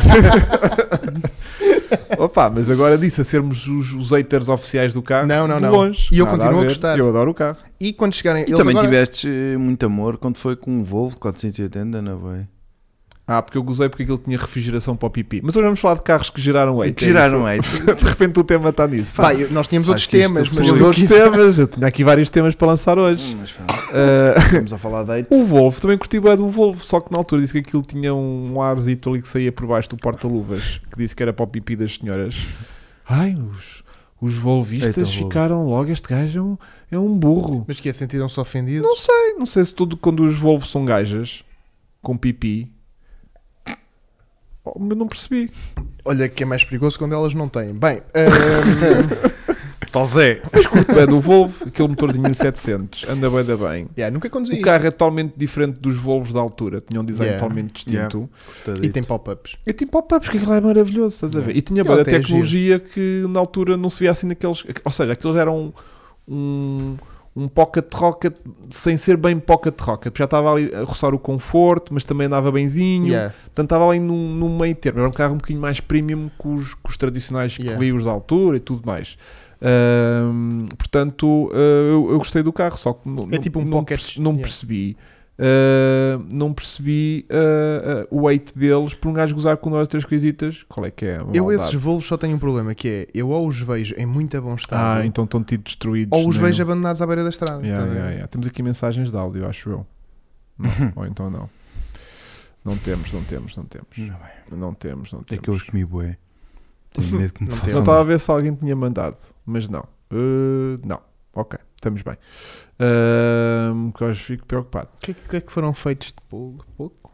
B: Opa, mas agora disso, a sermos os, os haters oficiais do carro,
C: Não, não,
B: de
C: não.
B: longe.
C: E eu
B: Nada
C: continuo a
B: ver.
C: gostar.
B: Eu adoro o carro.
C: E quando chegarem...
A: E
C: eles
A: também
C: agora...
A: tiveste eh, muito amor quando foi com o Volvo 480, não foi?
B: Ah, porque eu gozei porque aquilo tinha refrigeração para o pipi. Mas hoje vamos falar de carros que geraram hate.
A: Que geraram
B: é
A: hate.
B: isso? De repente o tema está nisso.
C: Pá, eu- nós tínhamos
A: Acho
C: outros
A: que isto
C: temas, mas
A: foi-
B: Temos
C: eu
B: outros temas, eu tinha aqui vários temas para lançar hoje.
A: Hum, mas pronto,
B: Ah,
A: Estamos a falar de hate.
B: o Volvo, também curti bem do Volvo, só que na altura disse que aquilo tinha um arzito ali que saía por baixo do porta-luvas, que disse que era para o pipi das senhoras. Ai, os, os Volvistas
A: Eita, Volvo.
B: ficaram logo, este gajo é um, é um burro.
C: Mas que é, sentiram-se ofendidos?
B: Não sei, não sei se tudo quando os Volvos são gajas, com pipi... Oh, mas não percebi.
C: Olha que é mais perigoso quando elas não têm. Bem, ehm, ahm,
A: Tosé.
B: É do Volvo, aquele motorzinho 700, anda bem, da bem.
C: yeah, nunca conduzi
B: O carro é totalmente diferente dos Volvos da altura, tinha um design
C: Yeah.
B: totalmente distinto.
C: isso. E tem pop-ups.
B: E tem pop-ups, que aquilo é maravilhoso, estás a ver? E tinha
C: Ele
B: bué da
C: tem
B: tecnologia que na altura não se via assim naqueles. Ou seja, aqueles eram um, um pocket rocket sem ser bem pocket rocket. Já estava ali a roçar o conforto, mas também andava benzinho.
C: Yeah.
B: Portanto, estava ali num, num meio termo. Era um carro um bocadinho mais premium que os, que os tradicionais
C: Yeah.
B: Clios da altura e tudo mais. Ahm, portanto, ah, eu, eu gostei do carro, só que não,
C: É tipo um
B: não,
C: pocket,
B: perce- não
C: yeah.
B: percebi. ah, não percebi ah, ah, o hate deles por um gajo gozar com nós três coisitas. Qual é que é? a
C: Eu
B: maldade?
C: esses voos só tenho um problema, que é, eu ou os vejo em muito bom estado,
B: Ah, então estão-te destruídos.
C: ou os
B: né?
C: vejo abandonados à beira da estrada.
B: Yeah,
C: tá a ver?
B: yeah, yeah. Temos aqui mensagens de áudio, acho eu. Não, ou então não. Não temos, não temos, não temos.
A: Não
B: Não temos, não
A: É
B: temos.
A: que eu os comi bué. Tenho medo que me
C: Não
B: Só
A: façam.
B: estava a ver se alguém tinha mandado, mas não. Uh, não. Ok, estamos bem. Uh, que hoje fico preocupado.
C: O que, é que- o que é que foram feitos de pouco? pouco?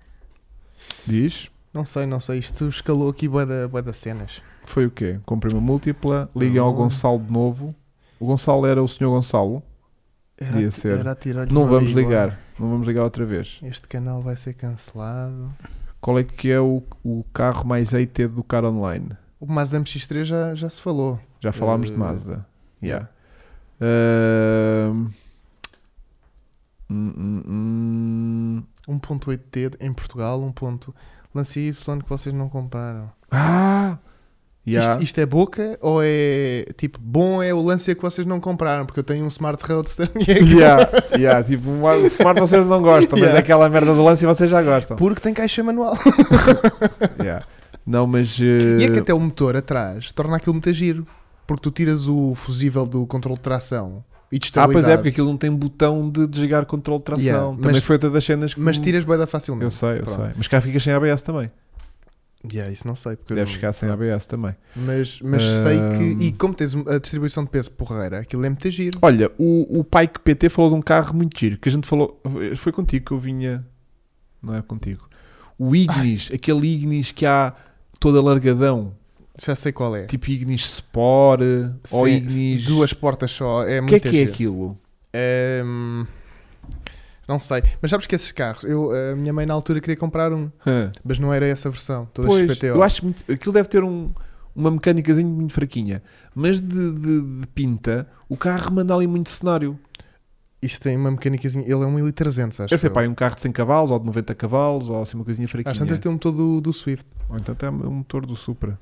B: Diz,
C: Não sei, não sei. Isto escalou aqui bué da, bué da cenas.
B: foi o quê? Comprei uma múltipla, liguem ao
C: Não.
B: Gonçalo de novo. O Gonçalo era o senhor Gonçalo.
C: Era,
B: Devia ser.
C: era tirar-lhes
B: Não
C: uma
B: vamos
C: bigorna.
B: ligar, não vamos ligar outra vez.
C: Este canal vai ser cancelado.
B: Qual é que é o, o carro mais AT do cara online?
C: O Mazda MX-3 já, já se falou.
B: Já falámos
C: Uh,
B: de Mazda.
C: yeah.
B: Yeah. Uh, hum, hum, hum.
C: 1.8T em Portugal, 1. Ponto... Lance Y que vocês não compraram.
B: Ah! Yeah.
C: Isto, isto é boca ou é tipo bom é o Lancia que vocês não compraram? Porque eu tenho um Smart Roadster e é aquilo.
B: Yeah, yeah, tipo, o Smart vocês não gostam, mas
C: Yeah.
B: aquela merda do lance vocês já gostam.
C: porque tem caixa manual.
B: Yeah. Não, mas. uh,
C: E é que até o motor atrás torna aquilo muito giro. Porque tu tiras o fusível do controle de tração e de
B: Ah, pois
C: estabilidade,
B: é, porque aquilo não tem botão de desligar controle de tração.
C: Yeah,
B: Também
C: mas-
B: foi outra das cenas que.
C: mas tiras boeda
B: Eu
C: facilmente.
B: sei, eu
C: Pronto.
B: sei. Mas cá ficas sem ABS também.
C: Yeah, isso não sei. Porque eu
B: Deves
C: não-
B: ficar sem ABS também.
C: Mas, mas
B: Ahm.
C: sei que. E como tens a distribuição de peso porreira, aquilo é muito giro.
B: Olha, o, o Pike PT falou de um carro muito giro que a gente falou. Foi contigo que eu vinha. Não é contigo. O Ignis, aquele Ignis que há todo alargadão,
C: Já sei qual é.
B: tipo Ignis Sport ou
C: Sim,
B: Ignis.
C: Duas portas só. É
B: O que é
C: muito
B: que é
C: giro.
B: aquilo?
C: Ahm, não sei. Mas sabes que esses carros. Eu, a minha mãe na altura queria comprar um.
B: Hã?
C: Mas não era essa versão, todas
B: Pois,
C: as PTO.
B: eu acho muito. Aquilo deve ter um, uma mecânicazinha muito fraquinha. Mas de, de- de pinta, o carro manda ali muito cenário.
C: Isto tem uma mecânicazinha. Ele é um 1300, acho
B: Eu sei,
C: eu.
B: pá, é um carro de 100 cavalos ou de 90 cavalos ou assim uma coisinha fraquinha.
C: Às tantas tem um motor do, do Swift.
B: Ou então até um motor do Supra.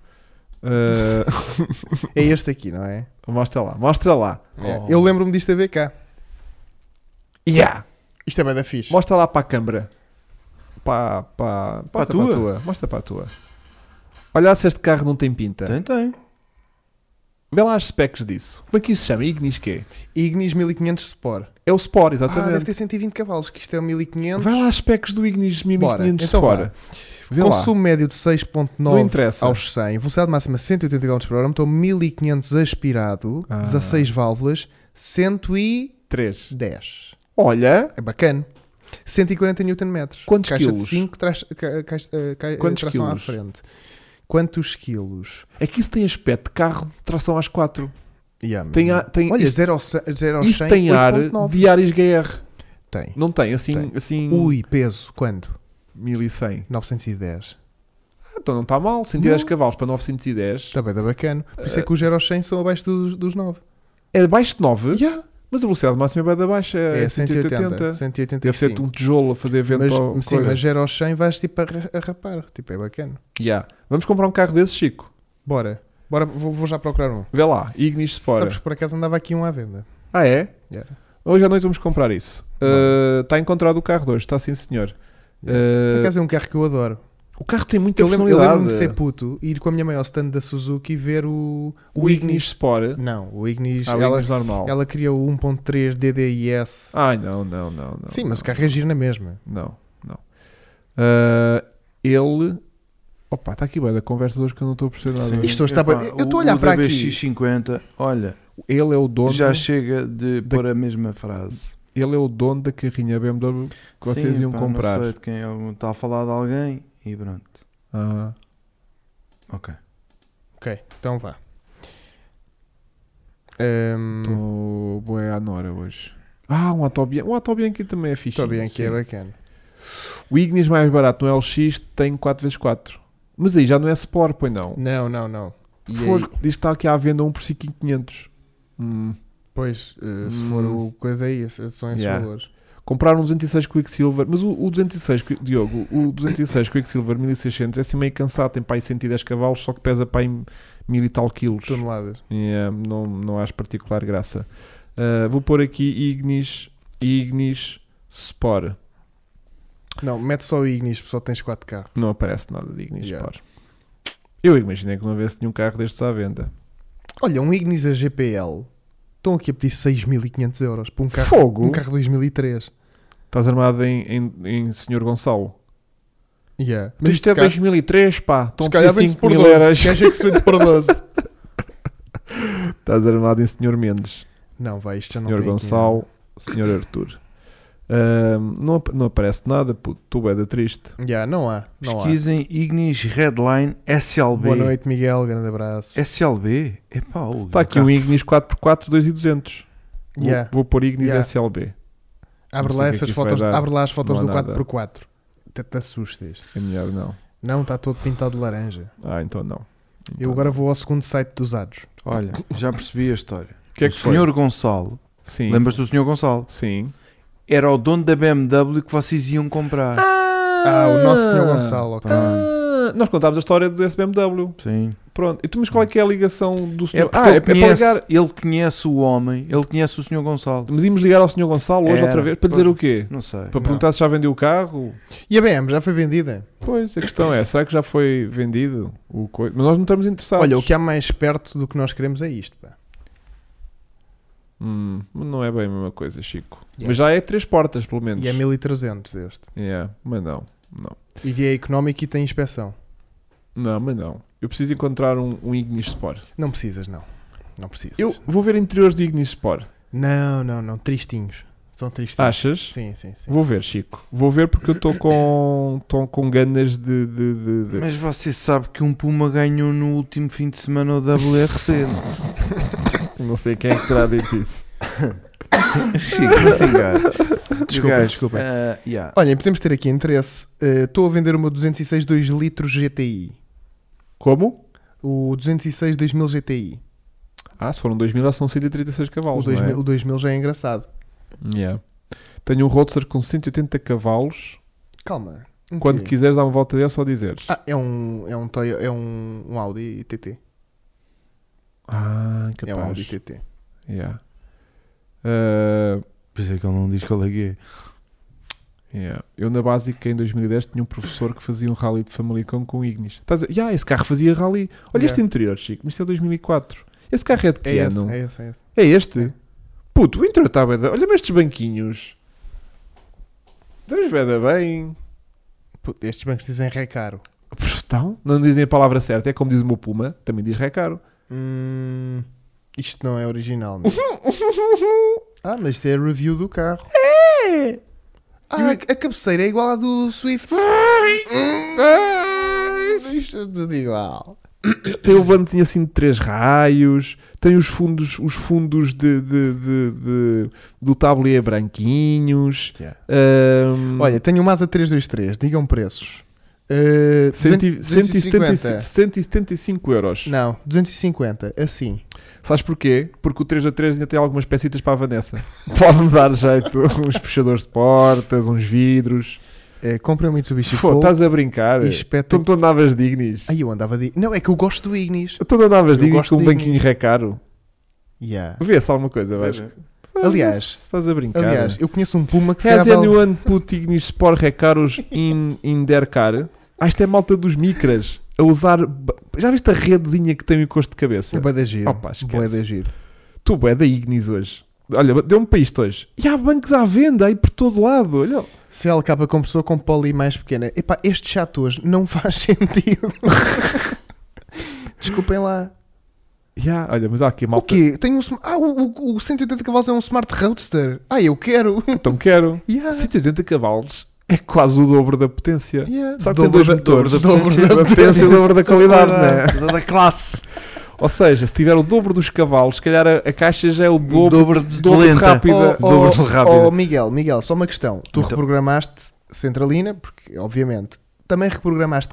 B: Ah,
C: É este aqui, não é?
B: mostra lá, mostra lá.
C: É.
B: Oh.
C: Eu lembro-me disto a ver cá.
B: Yeah!
C: Isto é bem da fixe.
B: Mostra lá para a câmara. Para, para,
A: Para a
B: mostra para a tua. Mostra para a tua. Olha lá se este carro não tem pinta.
A: Tem, tem.
B: Vê lá as specs disso. Como é que isso se chama? Ignis quê?
C: Ignis 1500 Sport.
B: É o Sport,
C: Ah, deve
B: exatamente.
C: ter 120 cavalos, que isto é o 1500.
B: Vai lá as specs do Ignis 1500
C: Bora, então
B: Sport.
C: vá.
B: Vê lá.
C: Consumo médio de
B: Não
C: 6.9
B: interessa.
C: aos 100, velocidade máxima 180 km por hora, motor 1500 aspirado,
B: Ah.
C: 16 válvulas, 110.
B: 3. Olha,
C: É bacana. 140 Nm.
B: Quantos
C: caixa
B: quilos?
C: de 5, traz, ca, caixa, eh, ca, eh,
B: Quantos
C: tração
B: quilos?
C: à frente. Quantos quilos?
B: é que isso tem aspecto de carro de tração às 4.
C: Yeah,
B: Tem,
C: man.
B: a- tem,
C: Olha,
B: isto,
C: 0 ao 100,
B: isto tem ar
C: 8.9.
B: de Ares GR.
C: Tem.
B: Não tem, assim,
C: Tem.
B: assim
C: Ui, peso, quando?
B: 1100.
C: 910.
B: Ah, então não está mal, 110 cavalos para 910.
C: Também dá bacana. Por isso é que os 0 aos 100 são abaixo dos, dos 9.
B: É abaixo de 9,
C: Yeah.
B: mas a velocidade máxima é bem da baixa, é,
C: É
B: 180.
C: 180. 185.
B: Deve ser um tijolo a fazer vento
C: mas,
B: ou
C: sim,
B: coisa.
C: mas 0 aos 100 vais tipo a, ra- a rapar. Tipo, é bacana.
B: Yeah. Vamos comprar um carro desse, Chico.
C: Bora. Bora, vou, vou já procurar um.
B: Vê lá, Ignis Sport.
C: Sabes que por acaso andava aqui um à venda.
B: Ah, é?
C: Yeah.
B: Hoje à noite vamos comprar isso. Uh, Está encontrado o carro de hoje, está sim, senhor. Uh,
C: Por acaso é um carro que eu adoro.
B: o carro tem muita
C: Eu lembro- eu
B: personalidade.
C: lembro-me de ser puto e ir com a minha mãe ao stand da Suzuki e ver o,
B: o Ignis Sport.
C: Não, o Ignis.
B: Ah, o
C: ela,
B: Ignis normal.
C: ela queria o 1.3 DDIS.
B: Ai, não, não, não. não
C: Sim,
B: não,
C: mas o carro é giro na mesma.
B: Não, não. Uh, ele. Opa, está aqui bem da conversa hoje que eu não estou a perceber nada.
A: Sim.
C: Isto hoje está
A: Epá,
C: bem- eu estou a
A: o-
C: olhar
A: o
C: para aqui.
A: DBX50, olha,
B: Ele é o dono.
A: já chega de
B: da-
A: pôr a mesma frase.
B: Ele é o dono da carrinha BMW que vocês
A: Sim,
B: iam
A: pá,
B: comprar.
A: Não sei de quem é, algum- está a falar de alguém e pronto.
B: Ah,
A: Ok.
C: Ok, então vá. Ahm,
B: Estou boé à Nora hoje. Ah, um Atobian. Um Atobian que também é fixe.
C: Estou bem aqui,
B: Sim.
C: é bacana.
B: O Ignis mais barato no LX tem 4x4. Mas aí já não é Sport, pois não.
C: Não, não, não. E
B: Fogo,
C: aí,
B: Diz que está aqui à venda um por 5,500. Hum.
C: pois, eh, se for
B: Hum.
C: o coisa aí, são esses
B: Yeah.
C: valores.
B: Compraram um 206 Quicksilver, mas o, o 206, Qui- Diogo, o 206 Quicksilver 1600 é assim meio cansado, tem para aí 110 cavalos, só que pesa para aí mil e tal quilos.
C: Toneladas.
B: Yeah, não, não acho particular graça. Ah, vou pôr aqui Ignis, Ignis Sport.
C: Não, mete só o Ignis, só tens 4 carros.
B: Não aparece nada de Ignis
C: Yeah.
B: Sport. Eu imaginei que não houvesse nenhum carro destes à venda.
C: Olha, um Ignis a GPL. Estão aqui a pedir 6.500 euros para um carro,
B: Fogo!
C: um carro 2003.
B: Estás armado em, em, em Senhor Gonçalo.
C: Yeah.
B: Mas isto é
C: se calhar-
B: 2003, pá. Estão
C: se
B: a
C: calhar é
B: pedir
C: vende-se
B: 5
C: por
B: mil
C: 12.
B: euros.
C: Queres ver que se vende por 12?
B: Estás armado em Senhor Mendes.
C: Não, vai, isto já não
B: Senhor
C: tem
B: Gonçalo, Senhor Arthur. Ahm, não, ap- não aparece nada, puto. Tu é da triste.
C: dinheiro. Yeah, não há, não há.
A: Pesquisem Ignis Redline SLB.
C: Boa noite, Miguel. Grande abraço.
B: É
A: SLB? Epá,
B: Está aqui um Ignis 4x4, 2 e 200. Vou,
C: tá. Yeah.
B: vou pôr Ignis
C: Yeah.
B: SLB.
C: Abre,
B: não sei o que
C: lá
B: é
C: essas
B: que isso vai
C: fotos,
B: dar.
C: abre lá as fotos
B: Não
C: do
B: há nada.
C: 4x4. Te, te assustas.
B: É melhor não.
C: Não, está todo pintado de laranja.
B: Ah, então não. Então
C: Eu agora vou ao segundo site dos usados.
A: Olha, já percebi a história.
B: não. O que é
A: o
B: que foi?
A: senhor Gonçalo,
B: Sim.
A: lembras do senhor Gonçalo?
B: Sim.
A: Era o dono da BMW que vocês iam comprar.
C: Ah, o nosso senhor Gonçalo. ok.
B: Ah, nós contámos a história do SBMW.
A: Sim.
B: Pronto. E tu, mas qual é que é a ligação do
A: É
B: senhor?
A: porque
B: ah, é, é
A: ele,
B: para
A: conhece,
B: ligar.
A: ele conhece o homem, ele conhece o senhor Gonçalo.
B: Mas íamos ligar ao senhor Gonçalo hoje
A: Era.
B: outra vez para dizer o quê?
A: Não sei.
B: Para
C: Não.
B: perguntar se já vendeu o carro?
C: E a BM já foi vendida?
B: Pois, a questão é, será que já foi vendido o coi- Mas nós não estamos interessados.
C: Olha, o que é- há mais perto do que nós queremos é isto. pá.
B: Hum, não é bem a mesma coisa, Chico.
C: Yeah.
B: Mas já é três portas, pelo menos.
C: E é 1300 este.
B: Yeah, mas não, não.
C: E é económico e tem inspeção.
B: Não, mas não. Eu preciso encontrar um, um Ignis Sport.
C: Não precisas, não. Não precisas.
B: Eu vou ver interiores do Ignis Sport.
C: Não, não, não. Tristinhos. São tristinhos.
B: Achas?
C: Sim, sim, sim.
B: Vou ver, Chico. Vou ver porque eu estou com, tô com ganas de... de, de- de-
A: Mas você sabe que um Puma ganhou no último fim de semana o WRC. não sei.
B: Não sei quem é que terá dito isso.
A: Chico, não te enganes.
C: Desculpem,
A: Gajo,
C: desculpem.
A: ah, yeah.
C: Olhem, podemos ter aqui interesse. Eh, Estou a vender o meu 206 2 litros GTI.
B: Como?
C: O 206 2000 GTI.
B: Ah, se foram 2000 já são 136
C: O Um
B: cavalos, não é?
C: 2000, o 2000 já é engraçado.
B: Yeah. Tenho um Roadster com 180 cavalos.
C: Calma. um
B: Quando
C: quê?
B: quiseres dar uma volta dele, só dizeres.
C: Ah, é um, é um, Toyo, é um, um Audi TT.
B: Ah,
C: É um Audi
B: capaz.
C: TT.
B: Yeah. Ah,
A: Por isso é que ele não diz qual é que é.
B: yeah. Eu na básica em 2010 tinha um professor que fazia um rally de Famalicão com Ignis. Estás a dizer, yeah, esse carro fazia rally. Olha este
C: Yeah.
B: interior, Chico, mas isto é 2004. Esse carro é de que
C: É esse,
B: ano?
C: é esse, é esse.
B: É este?
C: É.
B: Puto, o intro está bué da... Olha-me estes banquinhos. Estamos bem bem.
C: Puto, estes bancos dizem recaro.
B: Estão? Não dizem a palavra certa. É como diz o meu Puma. Também diz é recaro.
C: Hum, isto não é original, meu. Ah, mas isto é a review do carro.
B: É.
C: Ah, a, a cabeceira é igual à do Swift. Isto é tudo igual.
B: Tem o vantinho assim de três raios. Tem os fundos, os fundos de, de- de- de- do tablier branquinhos.
C: Yeah.
B: Ahm,
C: Olha, tenho um Mazda 323, digam preços. Uh,
B: 100
C: 250.
B: 175 175 euros.
C: Não, 250, assim.
B: Sabes porquê? Porque o 3 a 3 ainda tem algumas peçitas para a Vanessa. Pode dar jeito. uns puxadores de portas, uns vidros.
C: Uh, comprei um Mitsubishi
B: Fô,
C: Colt
B: estás a brincar?
C: e
B: Tu,
C: espeto...
B: tu andavas dignis.
C: Aí eu andava de... Não, é que eu gosto do Ignis.
B: Tu não andavas
C: Eu
B: dignis
C: gosto
B: com um
C: de
B: banquinho
C: Ignis.
B: recaro.
C: Yeah.
B: Vê-se alguma coisa, Vasco.
C: Aliás-
B: Estás a brincar. né?
C: Aliás, eu conheço um Puma que se
B: Has
C: calhar vale-
B: anyone put Ignis Sport Recaros in, in their car? Ah, isto é malta dos micras. A usar. ba- Já viste a redezinha que tem o costo de cabeça?
C: Bué da giro.
B: Opa, esquece.
C: Bué da giro.
B: Tu é da Ignis hoje. Olha, deu-me para isto hoje. E há bancos à venda aí por todo lado. Olha.
C: CLK compressor com poli mais pequena. Epá, este chato hoje não faz sentido. Desculpem lá.
B: Ya, olha, mas há aqui
C: O
B: malta.
C: quê? Tenho um sm- Ah, o, o- o 180 cavalos é um Smart Roadster. Ah, eu quero.
B: Então quero.
C: Yeah.
B: 180 cavalos é quase o dobro da potência.
C: Yeah.
B: Só que tem dois
C: da-
B: motores.
C: dobro da
B: Dobro da potência e o dobro da qualidade, né?
A: Da, da classe.
B: Ou seja, se tiver o dobro dos cavalos, se calhar a, a caixa já é o
A: Tipo, Dobro,
B: dobro.
A: de
B: dobro
A: lenta.
B: rápido.
C: Oh, oh,
A: Dobro de rápida.
C: oh, Miguel, Miguel, só uma questão. Tu
A: Então.
C: reprogramaste Centralina, porque obviamente também reprogramaste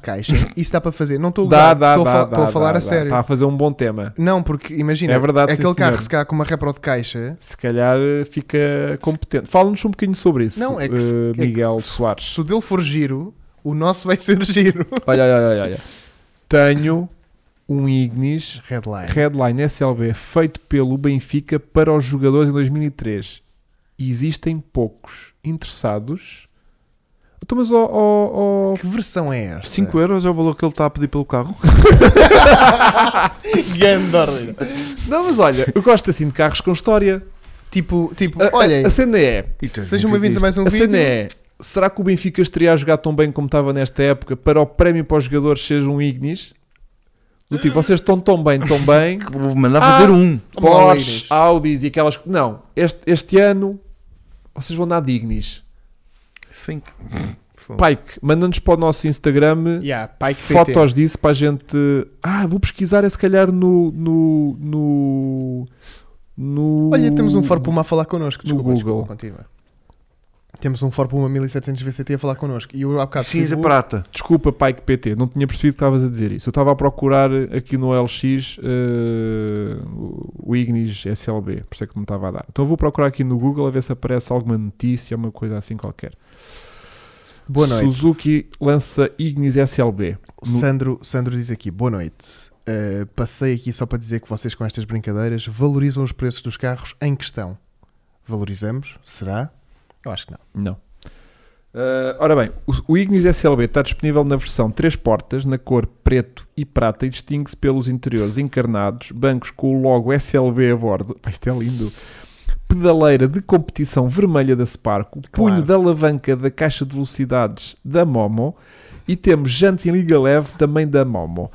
C: caixa. Isso dá para fazer. Não estou a
B: Dá,
C: gozar,
B: dá,
C: estou a
B: dá,
C: fa-
B: dá,
C: estou a falar
B: dá,
C: a
B: dá.
C: sério.
B: Está a fazer um bom tema.
C: Não, porque imagina,
B: É verdade, sim,
C: aquele carro
B: senhor.
C: se calhar com uma repro de caixa,
B: Se calhar eh, fica competente. Fala-nos um bocadinho sobre isso,
C: Não, é que se-
B: eh,
C: é que
B: Miguel
C: se-
B: Soares.
C: se o dele for giro, o nosso vai ser giro.
B: Olha, olha, olha, olha. Tenho um Ignis
C: Redline.
B: Redline SLB feito pelo Benfica para os jogadores em 2003. Existem poucos interessados. Então, mas ó, ó, ó,
C: Que versão é esta?
A: 5 euros é o valor que ele está a pedir pelo carro.
C: Gandor.
B: Não, mas olha, eu gosto assim de carros com história.
C: Tipo, tipo,
B: A- a-
C: olhem,
B: a, cena é.
C: sejam bem-vindos a mais um
B: a
C: vídeo.
B: cena é. Será que o Benfica estaria a jogar tão bem como estava nesta época para o prémio para os jogadores seja um Ignis? Do tipo, vocês estão tão bem, tão bem.
A: Vou mandar
B: Ah.
A: fazer um.
C: Vamos lá,
B: Porsche,
C: Ignis.
B: Audis e aquelas. Não, este, este ano vocês vão dar de Ignis.
A: Sim.
B: Pike, manda-nos para o nosso Instagram
C: Yeah, Pike PT.
B: fotos disso para a gente. Ah, vou pesquisar é se calhar no. no, no, no-
C: Olha, temos um For Puma a falar connosco.
B: No
C: Desculpa, desculpa,
B: Google.
C: continua. Temos um For Puma 1700 VCT a falar connosco. E eu há bocado
A: Cinza
C: fui-
A: prata.
B: Desculpa, Pike PT, não tinha percebido que estavas a dizer isso. Eu estava a procurar aqui no LX eh, o Ignis SLB, por isso é que não estava a dar. Então vou procurar aqui no Google a ver se aparece alguma notícia, uma coisa assim qualquer.
C: Boa noite.
B: Suzuki lança Ignis SLB.
C: O Sandro, Sandro diz aqui, boa noite. Uh, passei aqui só para dizer que vocês com estas brincadeiras valorizam os preços dos carros em questão. Valorizamos? Será? Eu acho que não.
B: Não. Ah, ora bem, o, o Ignis SLB está disponível na versão 3 portas, na cor preto e prata, e distingue-se pelos interiores encarnados, bancos com o logo SLB a bordo. Pá, isto é lindo. Pedaleira de competição vermelha da Sparco, punho
C: Claro.
B: da alavanca da caixa de velocidades da Momo e temos jantes em liga leve também da Momo.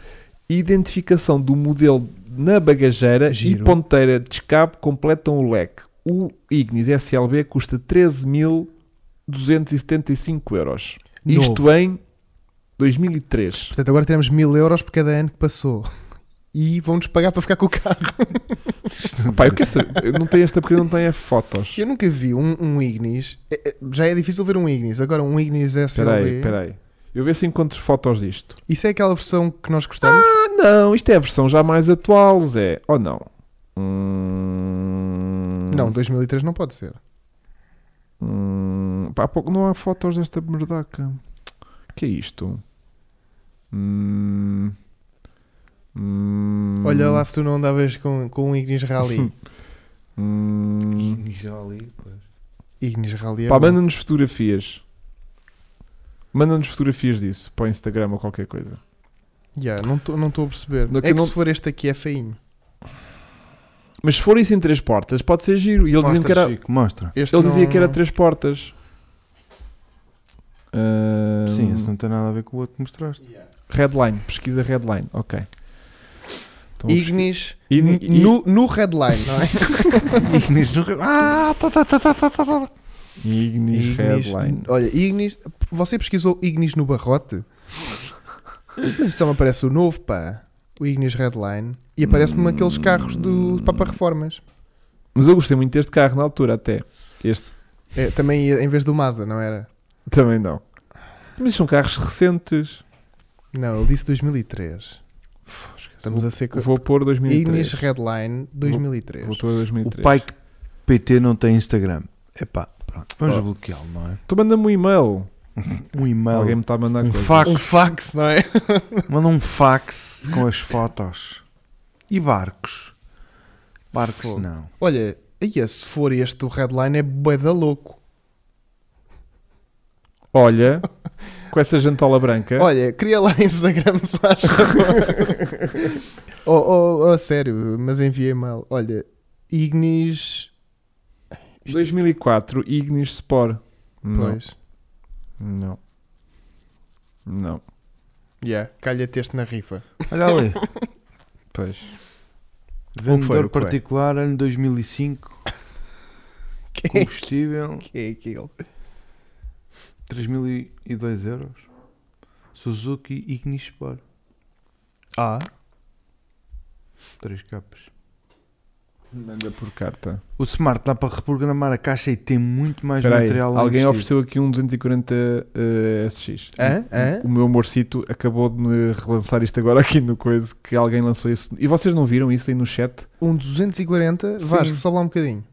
B: Identificação do modelo na bagageira e
C: Giro.
B: ponteira de escape completam o leque. O Ignis SLB custa 13.275 euros.
C: Novo.
B: Isto em 2003.
C: Portanto, agora teremos mil euros por cada ano que passou. E vão-nos pagar para ficar com o carro.
B: Pá, eu quero saber. Eu não tenho esta porque eu não tenho é fotos.
C: Eu nunca vi um, um Ignis. É- é- Já é difícil ver um Ignis. Agora um Ignis SLB.
B: Espera aí, espera aí. Eu ver se encontro fotos disto.
C: Isso é aquela versão que nós gostamos?
B: Ah, não. Isto é a versão já mais atual, Zé. Ou não? Hum...
C: Não, 2003 não pode ser.
B: Hum, pá, há pouco não há fotos desta merdaca. que é isto? Hum, hum,
C: Olha lá se tu não andavas com, com um Ignis Rally.
B: hum.
A: Já ali, pois.
C: Ignis Rally é
B: Pá,
C: bom.
B: manda-nos fotografias. Manda-nos fotografias disso para o Instagram ou qualquer coisa.
C: Ya, não estou não tô a perceber.
B: Não, que
C: é que
B: não-
C: se for este aqui é feinho.
B: Mas se for isso em três portas, pode ser giro. E ele, dizia que
A: Mostra,
B: era,
A: Chico, mostra.
C: Este
B: ele dizia
C: não-
B: que era três portas. Ah,
A: Sim, isso não tem nada a ver com o outro que mostraste.
B: Redline, pesquisa Redline, ok. Então,
C: Ignis
B: pesqui- Igni-
C: n- no, no headline, não é?
A: Ignis no... Ah, tá, tá, tá, tá, tá, tá, tá.
B: Ignis, Redline.
C: Olha, Ignis. Você pesquisou Ignis no barrote? Mas isto também aparece o novo, pá. O Ignis Redline. E
B: Hum.
C: aparece-me aqueles carros do Papa Reformas.
B: Mas eu gostei muito deste carro na altura, até. Este
C: É, também ia- em vez do Mazda, não era?
B: também não. Mas são carros recentes.
C: Não, ele disse 2003. Estamos a ser. co-
B: Vou pôr 2003.
C: Ignis Redline 2003.
B: Vou pôr 2003.
A: O pai que PT não tem Instagram. Epá, pronto. Vamos
B: Oh.
A: bloqueá-lo, não é?
B: Tu manda-me um e-mail.
A: Um e-mail.
B: Alguém me está a mandar
A: Um
B: coisas.
A: fax.
C: Um fax, não é?
A: Manda um fax com as fotos. E barcos? Barcos
C: Fogo.
A: não.
C: Olha, aí, se for este o Redline é bué da louco.
B: Olha, com essa jantola branca.
C: Olha, cria lá Instagram, se faz favor. oh, oh, oh, sério, mas enviei mal. Olha, Ignis.
B: 2004 Ignis Sport. Não.
C: Pois.
B: Não. Não.
C: Yeah, calha-te este na rifa.
A: Olha ali.
B: Pois.
C: foi, o
A: Vendedor
C: que foi?
A: particular, ano 2005.
C: Que é,
A: Combustível,
C: que é aquilo?
A: 3.002 euros. Suzuki Ignis Sport.
C: Ah,
A: 3 capos.
B: Manda por carta.
A: O Smart dá para reprogramar a caixa e tem muito mais
B: Espera aí,
A: material
B: alguém
A: investido.
B: ofereceu aqui um 240 eh, SX.
C: Hã? Hã?
B: O meu amorcito acabou de me relançar isto agora aqui no coisa que alguém lançou isso. E vocês não viram isso aí no chat?
C: um 240.
B: Sim.
C: Vasco, sobe lá um bocadinho.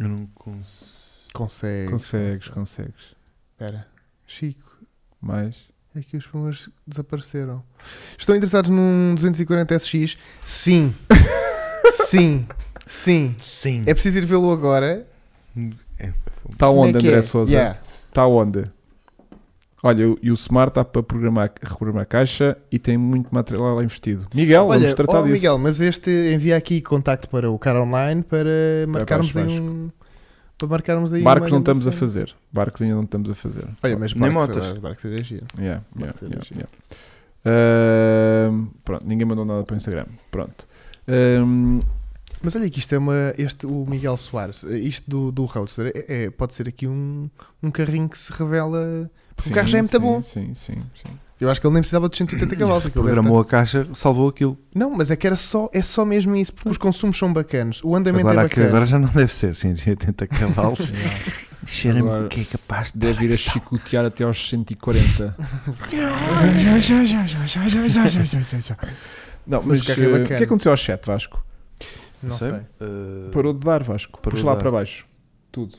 A: Eu não consigo.
C: Consegue. é
B: Consegues, consegues.
C: Espera. Chico,
B: Mais.
C: é que os pulmões desapareceram. Estão interessados num 240 SX? Sim. Sim. Sim.
A: Sim. É
C: É preciso ir vê-lo agora.
B: Está
C: Como
B: tá onde,
C: é que
B: André
C: é?
B: Souza?
C: Yeah.
B: Está onde? Olha, o- e o Smart está para programar, reprogramar a caixa e tem muito material lá investido. Miguel,
C: Olha,
B: vamos tratar
C: ó,
B: disso.
C: Miguel, mas este envia aqui contacto para o cara online para marcarmos aí
B: Vasco.
C: um. Para marcarmos aí
B: Barcos
C: uma
B: não estamos a
C: grande cena.
B: fazer. Barcos ainda não estamos a fazer.
C: Olha, mas
A: Nem
C: barcos,
A: motas.
C: ah, Barcos era giro.
B: Yeah, yeah,
C: ser
B: yeah,
C: giro.
B: yeah. Ahm, pronto, ninguém mandou nada para o Instagram. Pronto. Ahm,
C: Mas olha que isto é uma. Este, o Miguel Soares, eh, isto do, do Roadster, é, é- pode ser aqui um, um carrinho que se revela. Porque o carro já é muito
B: sim,
C: bom.
B: Sim, sim, sim.
C: Eu acho que ele nem precisava de 180 cavalos. aquilo deve
A: Programou a caixa, salvou aquilo.
C: estar- Não, mas é que era só, é só mesmo isso, porque os consumos são bacanos, o andamento
A: Agora,
C: é
A: aqui-
C: bacana.
A: agora já não deve ser, sim, de 80 cavalos.
B: Agora-
A: Cheira-me que é capaz de
B: Deve vir a chicotear até aos 140. já, já, já, já, já, já, já, já, já, já, já. Não,
C: Mas
B: mas,
C: o carro é
B: eh, o
C: bacana.
B: que é que aconteceu ao chat, Vasco?
C: Não sei.
A: Uh,
B: Parou de dar, Vasco.
A: Parou
B: Puxa
A: de
B: lá
A: dar.
B: para baixo. Tudo.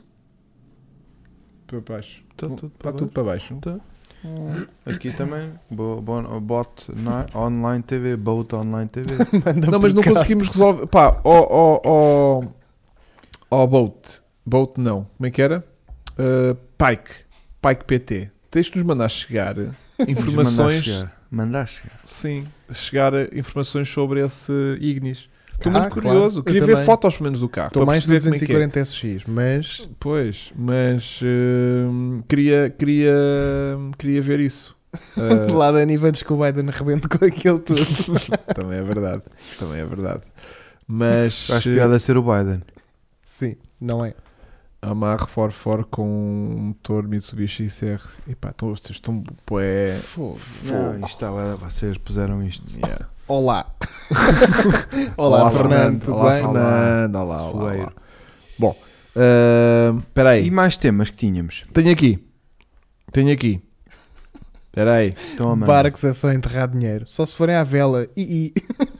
B: Para baixo.
A: tá
B: Bom,
A: tudo
B: Está
A: para
B: tudo para baixo.
A: Tá. Aqui também, bo, bo, bot na- online TV, bot online TV.
C: Manda
B: Não, mas não
C: por cá.
B: conseguimos resolver. Pá, ó, ó, ó. Ó, Boat. Boat não. Como é que era? Eh, Pike. Pike PT. Tens de nos mandar chegar informações.
A: Mandar chegar.
B: Sim, chegar a informações sobre esse Ignis. Estou
C: Ah,
B: muito
C: claro.
B: curioso.
C: Eu
B: Queria ver
C: também.
B: fotos, pelo menos, do carro.
C: Estou
B: para
C: mais no
B: perceber como é que é.
C: 240 SX, mas
B: Pois, mas hum, queria, queria, um, queria ver isso. Ah,
C: de lá da Nivantes que o Biden rebente com aquilo tudo.
B: também é verdade. Também é verdade. Mas
A: Acho piada a ser o Biden.
C: Sim, não é?
B: amarre for for com um motor Mitsubishi CR. Epá, estão, vocês estão bué.
C: Fogo.
A: Não, isto está, bué- vocês puseram isto.
B: Yeah.
C: Olá. Olá, Fernando, tudo
B: Olá,
C: bem?
B: Fernando. Olá, olá, olá.
A: Sueiro.
B: Bom, ah, espera aí.
A: E mais temas que tínhamos.
B: Tenho aqui. Tenho aqui. Espera aí.
A: Toma.
B: Oh,
C: Barcos é só enterrar dinheiro. Só se forem à vela. I, I.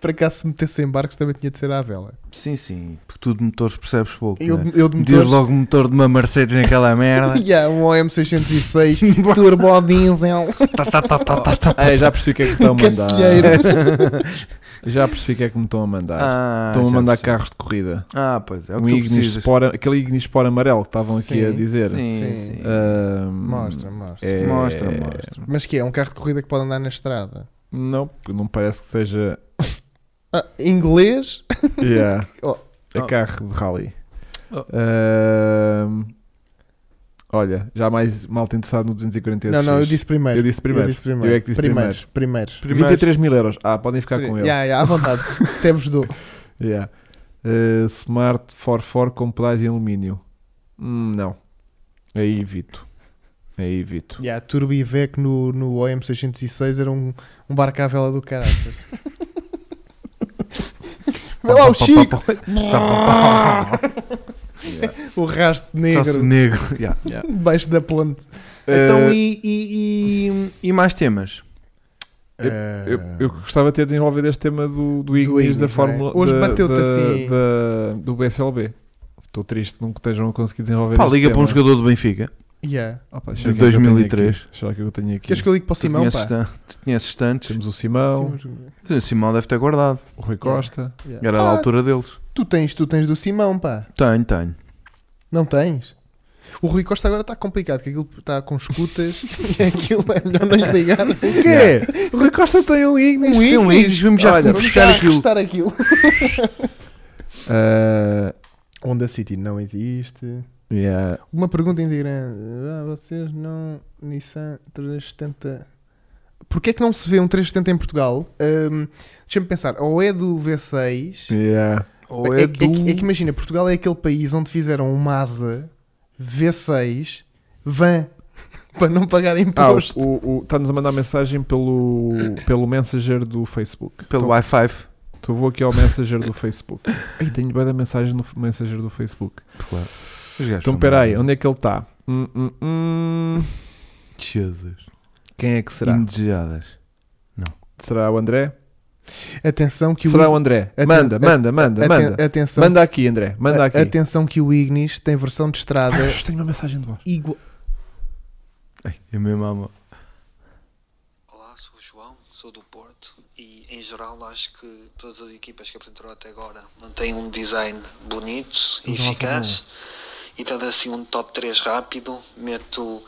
C: Para cá, se metesse em barcos, também tinha de ser à vela.
A: Sim, sim. Porque tu de motores percebes
B: É.
A: pouco.
C: Eu,
A: né?
C: eu de
A: Diz
C: motores...
A: logo o motor de uma Mercedes naquela merda.
C: Yeah, um OM606 turbo diesel.
A: Tá, tá, tá, tá, tá, tá.
B: Ah, já percebi o que é que estão a mandar.
C: Cacilheiro.
B: Já percebi o que é que me estão a mandar.
A: Ah,
B: estão a
A: já
B: mandar
A: percebi.
B: carros de corrida.
A: Ah, pois é. O
B: um
A: que tu
B: Ignis
A: precisas.
B: Sport, aquele Ignis Sport amarelo que estavam aqui a
C: Sim,
B: dizer.
A: Sim,
B: Ehm,
C: Sim.
A: sim.
B: Ahm,
C: Mostra, mostra.
B: é-
A: Mostra, mostra.
C: Mas que é? Um carro de corrida que pode andar na estrada.
B: Não, porque não parece que seja.
C: Ah, inglês?
B: Yeah.
C: Oh.
B: É carro de rally.
A: Oh.
B: Ahm, olha, já mais malta interessado no 246.
C: Não, não, eu disse primeiro.
B: Eu disse primeiro.
C: Eu disse primeiro.
B: Eu é que disse
C: primeiros, primeiros.
B: 23 mil euros. Ah, podem ficar com ele.
C: Yeah, yeah, à vontade. Até vos dou.
B: Yeah. Uh, Smart 44 com pedais em alumínio. Hum, não. Aí evito. Aí evito.
C: Yeah, Turbo Ivec no, no OM606 era um, um barco à vela do caraças. Vê lá o Chico!
B: Yeah.
C: o rasto
A: Negro.
C: negro
A: negro. Yeah.
C: debaixo da ponte.
A: Então,
C: Ah,
B: Uh,
A: e, e, e- e mais temas?
C: Eh,
B: eu, eu gostava de ter desenvolvido este tema do, do Ignis
C: Ignis,
B: da
C: não é?
B: Fórmula
C: Hoje
B: da-
C: bateu-te
B: da-
C: assim.
B: da- do BSLB. Estou triste, nunca estejam a conseguir desenvolver
A: Pá,
B: este
A: liga
B: tema.
A: para um jogador do Benfica.
C: Yeah.
B: Opa,
A: de
B: deixa eu ver o que eu tenho
A: 2003.
B: aqui. Deixa eu ver o que eu tenho aqui.
C: Queres que eu ligo para o
A: Tu
C: Simão?
A: conheces
C: Pá?
A: tan- tu conheces tantos.
B: Temos o Simão,
C: Simão,
A: O Simão deve ter guardado.
B: o Rui Costa.
C: yeah.
A: Era da
C: Ah,
A: altura deles.
C: tu, tens, tu tens do Simão, pá.
A: Tenho, tenho.
C: Não tens? O Rui Costa agora está complicado, que aquilo está com escutas e aquilo é melhor não lhe ligar.
B: O quê? é? O Rui Costa tem um Ignis.
A: Tem um Ignis, vamos já
B: Olha,
A: Vamos buscar aquilo.
C: Estar aquilo.
B: Ah,
C: Onda City não existe.
B: yeah.
C: Uma pergunta integrante. Ah, vocês não. Nissan 370. Porquê é que não se vê um 370 em Portugal? Ahm, Deixa-me pensar. Ou é do V6.
B: Yeah.
A: Ou
C: é,
A: é,
C: é
A: do...
C: que, é que imagina, Portugal é aquele país onde fizeram um Mazda V6 van para não pagar
B: Ah,
C: imposto.
B: o- o- está-nos a mandar mensagem pelo, pelo Messenger do Facebook.
A: Pelo
B: então,
A: Wi-Fi.
B: então vou aqui ao Messenger do Facebook. Ai, tenho bem da mensagem no Messenger do Facebook. Então espera aí, onde é que ele está? Hum, hum, hum.
A: Jesus.
B: Quem é que será?
A: Indesejadas.
B: Será o André?
C: Atenção que
B: será
C: o
B: o André?
C: Aten-
B: Manda,
C: a-
B: manda, manda,
C: Aten-
B: manda.
C: Atenção,
B: Manda aqui, André. Manda
C: a-
B: aqui.
C: atenção que o Ignis tem versão de estrada
B: Ah, tenho uma mensagem de voz.
C: igual.
A: Ai, é mesmo amor.
D: Olá, sou o João, sou do Porto e em geral acho que todas as equipas que apresentaram até agora mantêm um design bonito e
B: Mas não
D: eficaz e dando assim um top 3 rápido, meto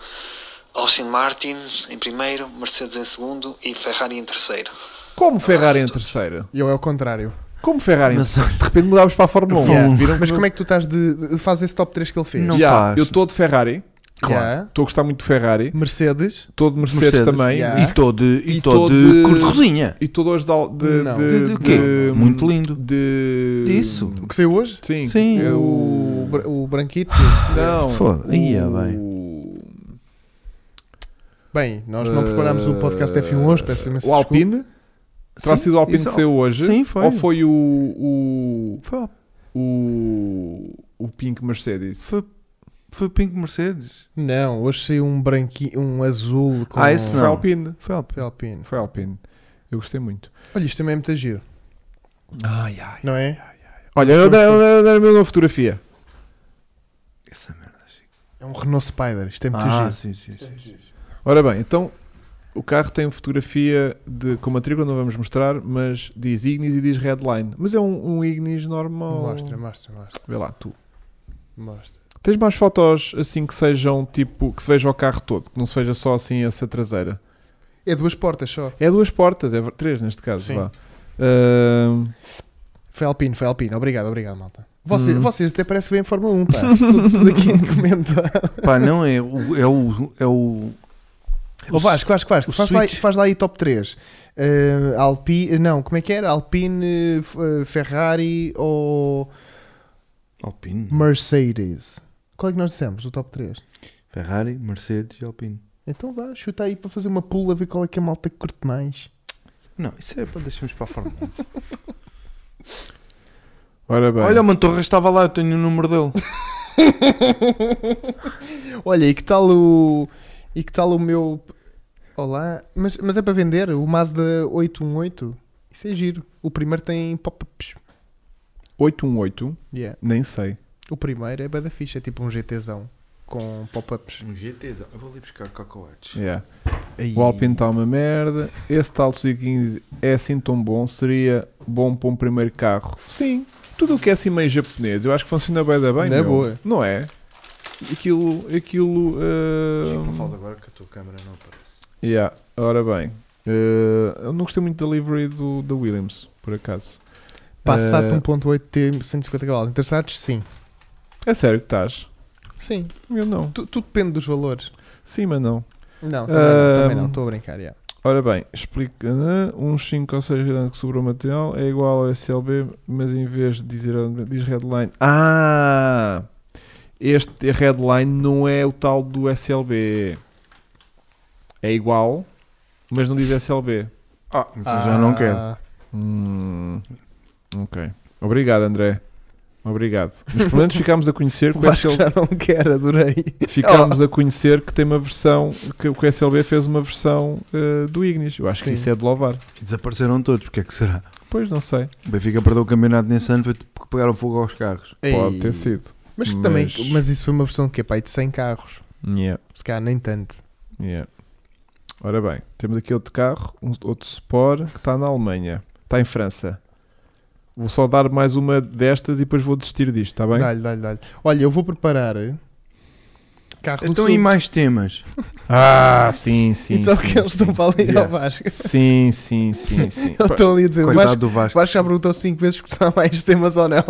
D: Austin Martin em primeiro, Mercedes em segundo e Ferrari em terceiro.
B: Como Ferrari em terceiro?
C: Eu é o contrário.
B: Como Ferrari em
A: Mas-
B: terceiro? De repente mudámos para a Fórmula 1.
C: Yeah.
B: Viram
C: Mas como é que tu estás de. de- Faz esse top 3 que ele fez?
A: Não. faz.
B: Eu estou de Ferrari.
C: Yeah.
B: Estou a gostar muito de Ferrari.
C: Mercedes.
B: Estou de Mercedes,
A: Mercedes.
B: também.
C: Yeah.
A: E estou de, Ah. e
B: E
A: tô
B: tô
A: de
B: de-
A: cor de rosinha.
B: E tu hoje de, de,
C: Não.
B: de,
A: De- de quê?
B: de-
A: Muito lindo.
B: De.
A: Disso.
C: O que saiu hoje?
B: Sim.
A: Sim.
B: Eu,
C: O, bra- o Branquito.
B: não.
A: Foda- Ia bem.
B: O-
C: Bem, nós não
B: Eh,
C: preparámos o podcast F1 hoje, peço imensa
B: O Alpine? Terá
A: Sim,
B: sido o Alpine
A: isso-
B: que saiu hoje?
A: Sim, foi.
B: Ou foi o. O.
A: Foi,
B: O, o Pink Mercedes?
A: foi, foi o Pink Mercedes.
C: desculpa. Não, hoje saiu um branquinho, um azul com.
A: Ah, esse
B: Foi
A: não.
B: Alpine.
A: Foi Alpine.
C: Foi Alpine.
B: Foi Alpine. Eu gostei muito.
C: Olha, isto também é muito giro,
B: Ai, ai.
C: não é?
B: Olha, eu dar a minha fotografia.
A: Essa merda, Chico.
C: É um Renault Spider, isto é muito
A: Ah,
C: giro.
A: sim, sim, sim. sim.
B: Ora bem, então. O carro tem fotografia de, com matrícula, não vamos mostrar, mas diz Ignis e diz Redline. Mas é um, um Ignis normal.
C: Mostra, mostra, mostra.
B: Vê lá, tu.
C: mostra.
B: Tens mais fotos assim que sejam tipo. que se veja o carro todo, que não seja só assim essa traseira.
C: É duas portas só.
B: É duas portas, é ver- três neste caso.
C: Sim.
B: Vá. Ahm,
C: Foi Alpine, foi Alpine. Obrigado, obrigado, malta. Vocês,
B: Hum.
C: vocês até parece que vêm Fórmula 1, pá. tudo, tudo aqui a comentar.
A: Pá, não é o. É o, é o
C: Ô Vasco, Vasco, Vasco,
A: o
C: faz lá,
A: switch.
C: faz lá aí top 3. Alpine, não, como é que era? Alpine, F- eh, Ferrari ou
A: Alpine.
C: Mercedes? Qual é que nós dissemos? O top 3?
A: Ferrari, Mercedes e Alpine.
C: Então vá, chuta aí para fazer uma pula, ver qual é que é a malta que curte mais.
A: Não, isso é para deixarmos para a Fórmula 1.
B: ora bem.
A: Olha, o Mantorra estava lá, eu tenho o número dele.
C: Olha, e que tal o. E que tal o meu. Olá, mas, mas é para vender? O Mazda 818? Isso é giro. O primeiro tem pop-ups.
B: 818,
C: Yeah.
B: nem sei.
C: O primeiro é bué da ficha, é tipo um GTzão com pop-ups.
A: Um GTzão. Eu vou ali buscar cacahuetes.
B: Yeah.
C: Aí.
B: O Alpine está uma merda. Esse tal de 15 é assim tão bom. Seria bom para um primeiro carro. Sim, tudo o que é assim meio japonês. Eu acho que funciona bem da bem.
C: Na
B: meu.
C: boa.
B: Não é? Aquilo. aquilo
A: Chico,
B: uh...
A: faz agora que Tipo a tua câmera não aparece.
B: yeah. Ora bem, uh, eu não gostei muito da livery do, da Williams, por acaso.
C: Passado
B: Eh,
C: 1.8T 150 cavalos. Interessados? Sim.
B: É sério que estás?
C: Sim.
B: Eu não.
C: Tu- Tudo depende dos valores. Eh,
B: Sim, mas não.
C: Não, também não, também não.
B: Ahm.
C: Estou a brincar, yeah.
B: Ora bem, explica né? uns 5 ou 6 gramas que sobrou material é igual ao SLB, mas em vez de dizer diz headline. Ah! Este headline não é o tal do SLB. É igual, mas não diz SLB.
A: Ah, então já não quero.
C: Ah,
B: Hum, ok. Obrigado, André. Obrigado. Mas pelo menos ficámos a conhecer
C: O
B: que o
C: Vasco
B: SLB,
C: já não quer, adorei.
B: ficámos a conhecer que tem uma versão que o SLB fez uma versão eh, do Ignis. Eu acho que
C: Sim.
B: isso é de louvar.
A: Desapareceram todos, porque é que será?
B: Pois não sei.
A: O Benfica perdeu o campeonato nesse ano foi porque pegaram fogo aos carros.
B: Pode
C: Ei.
B: ter sido.
C: Mas, que também,
B: Mas-
C: mas isso foi uma versão que é pai de 100 carros.
B: Yeah,
C: Se calhar nem tanto.
B: yeah. Ora bem, temos aqui outro carro, um- outro Sport que está na Alemanha, está em França. Vou só dar mais uma destas e depois vou desistir disto, está bem?
C: Dá-lhe, dá-lhe, dá-lhe. Olha, eu vou preparar eh, carro
A: Então,
C: do
A: e
C: sul.
A: mais temas?
B: Ah, sim, sim.
C: Isso é o
B: sim,
C: que eles
B: sim.
C: estão para ali ao
B: Yeah.
C: Vasco. Eles
B: Sim, sim, sim, sim. Pá,
C: estão ali a dizer, o
A: Coitado
C: Vasco,
A: do
C: o
A: Vasco.
C: Vasco já perguntou 5 vezes que se há mais temas ou não.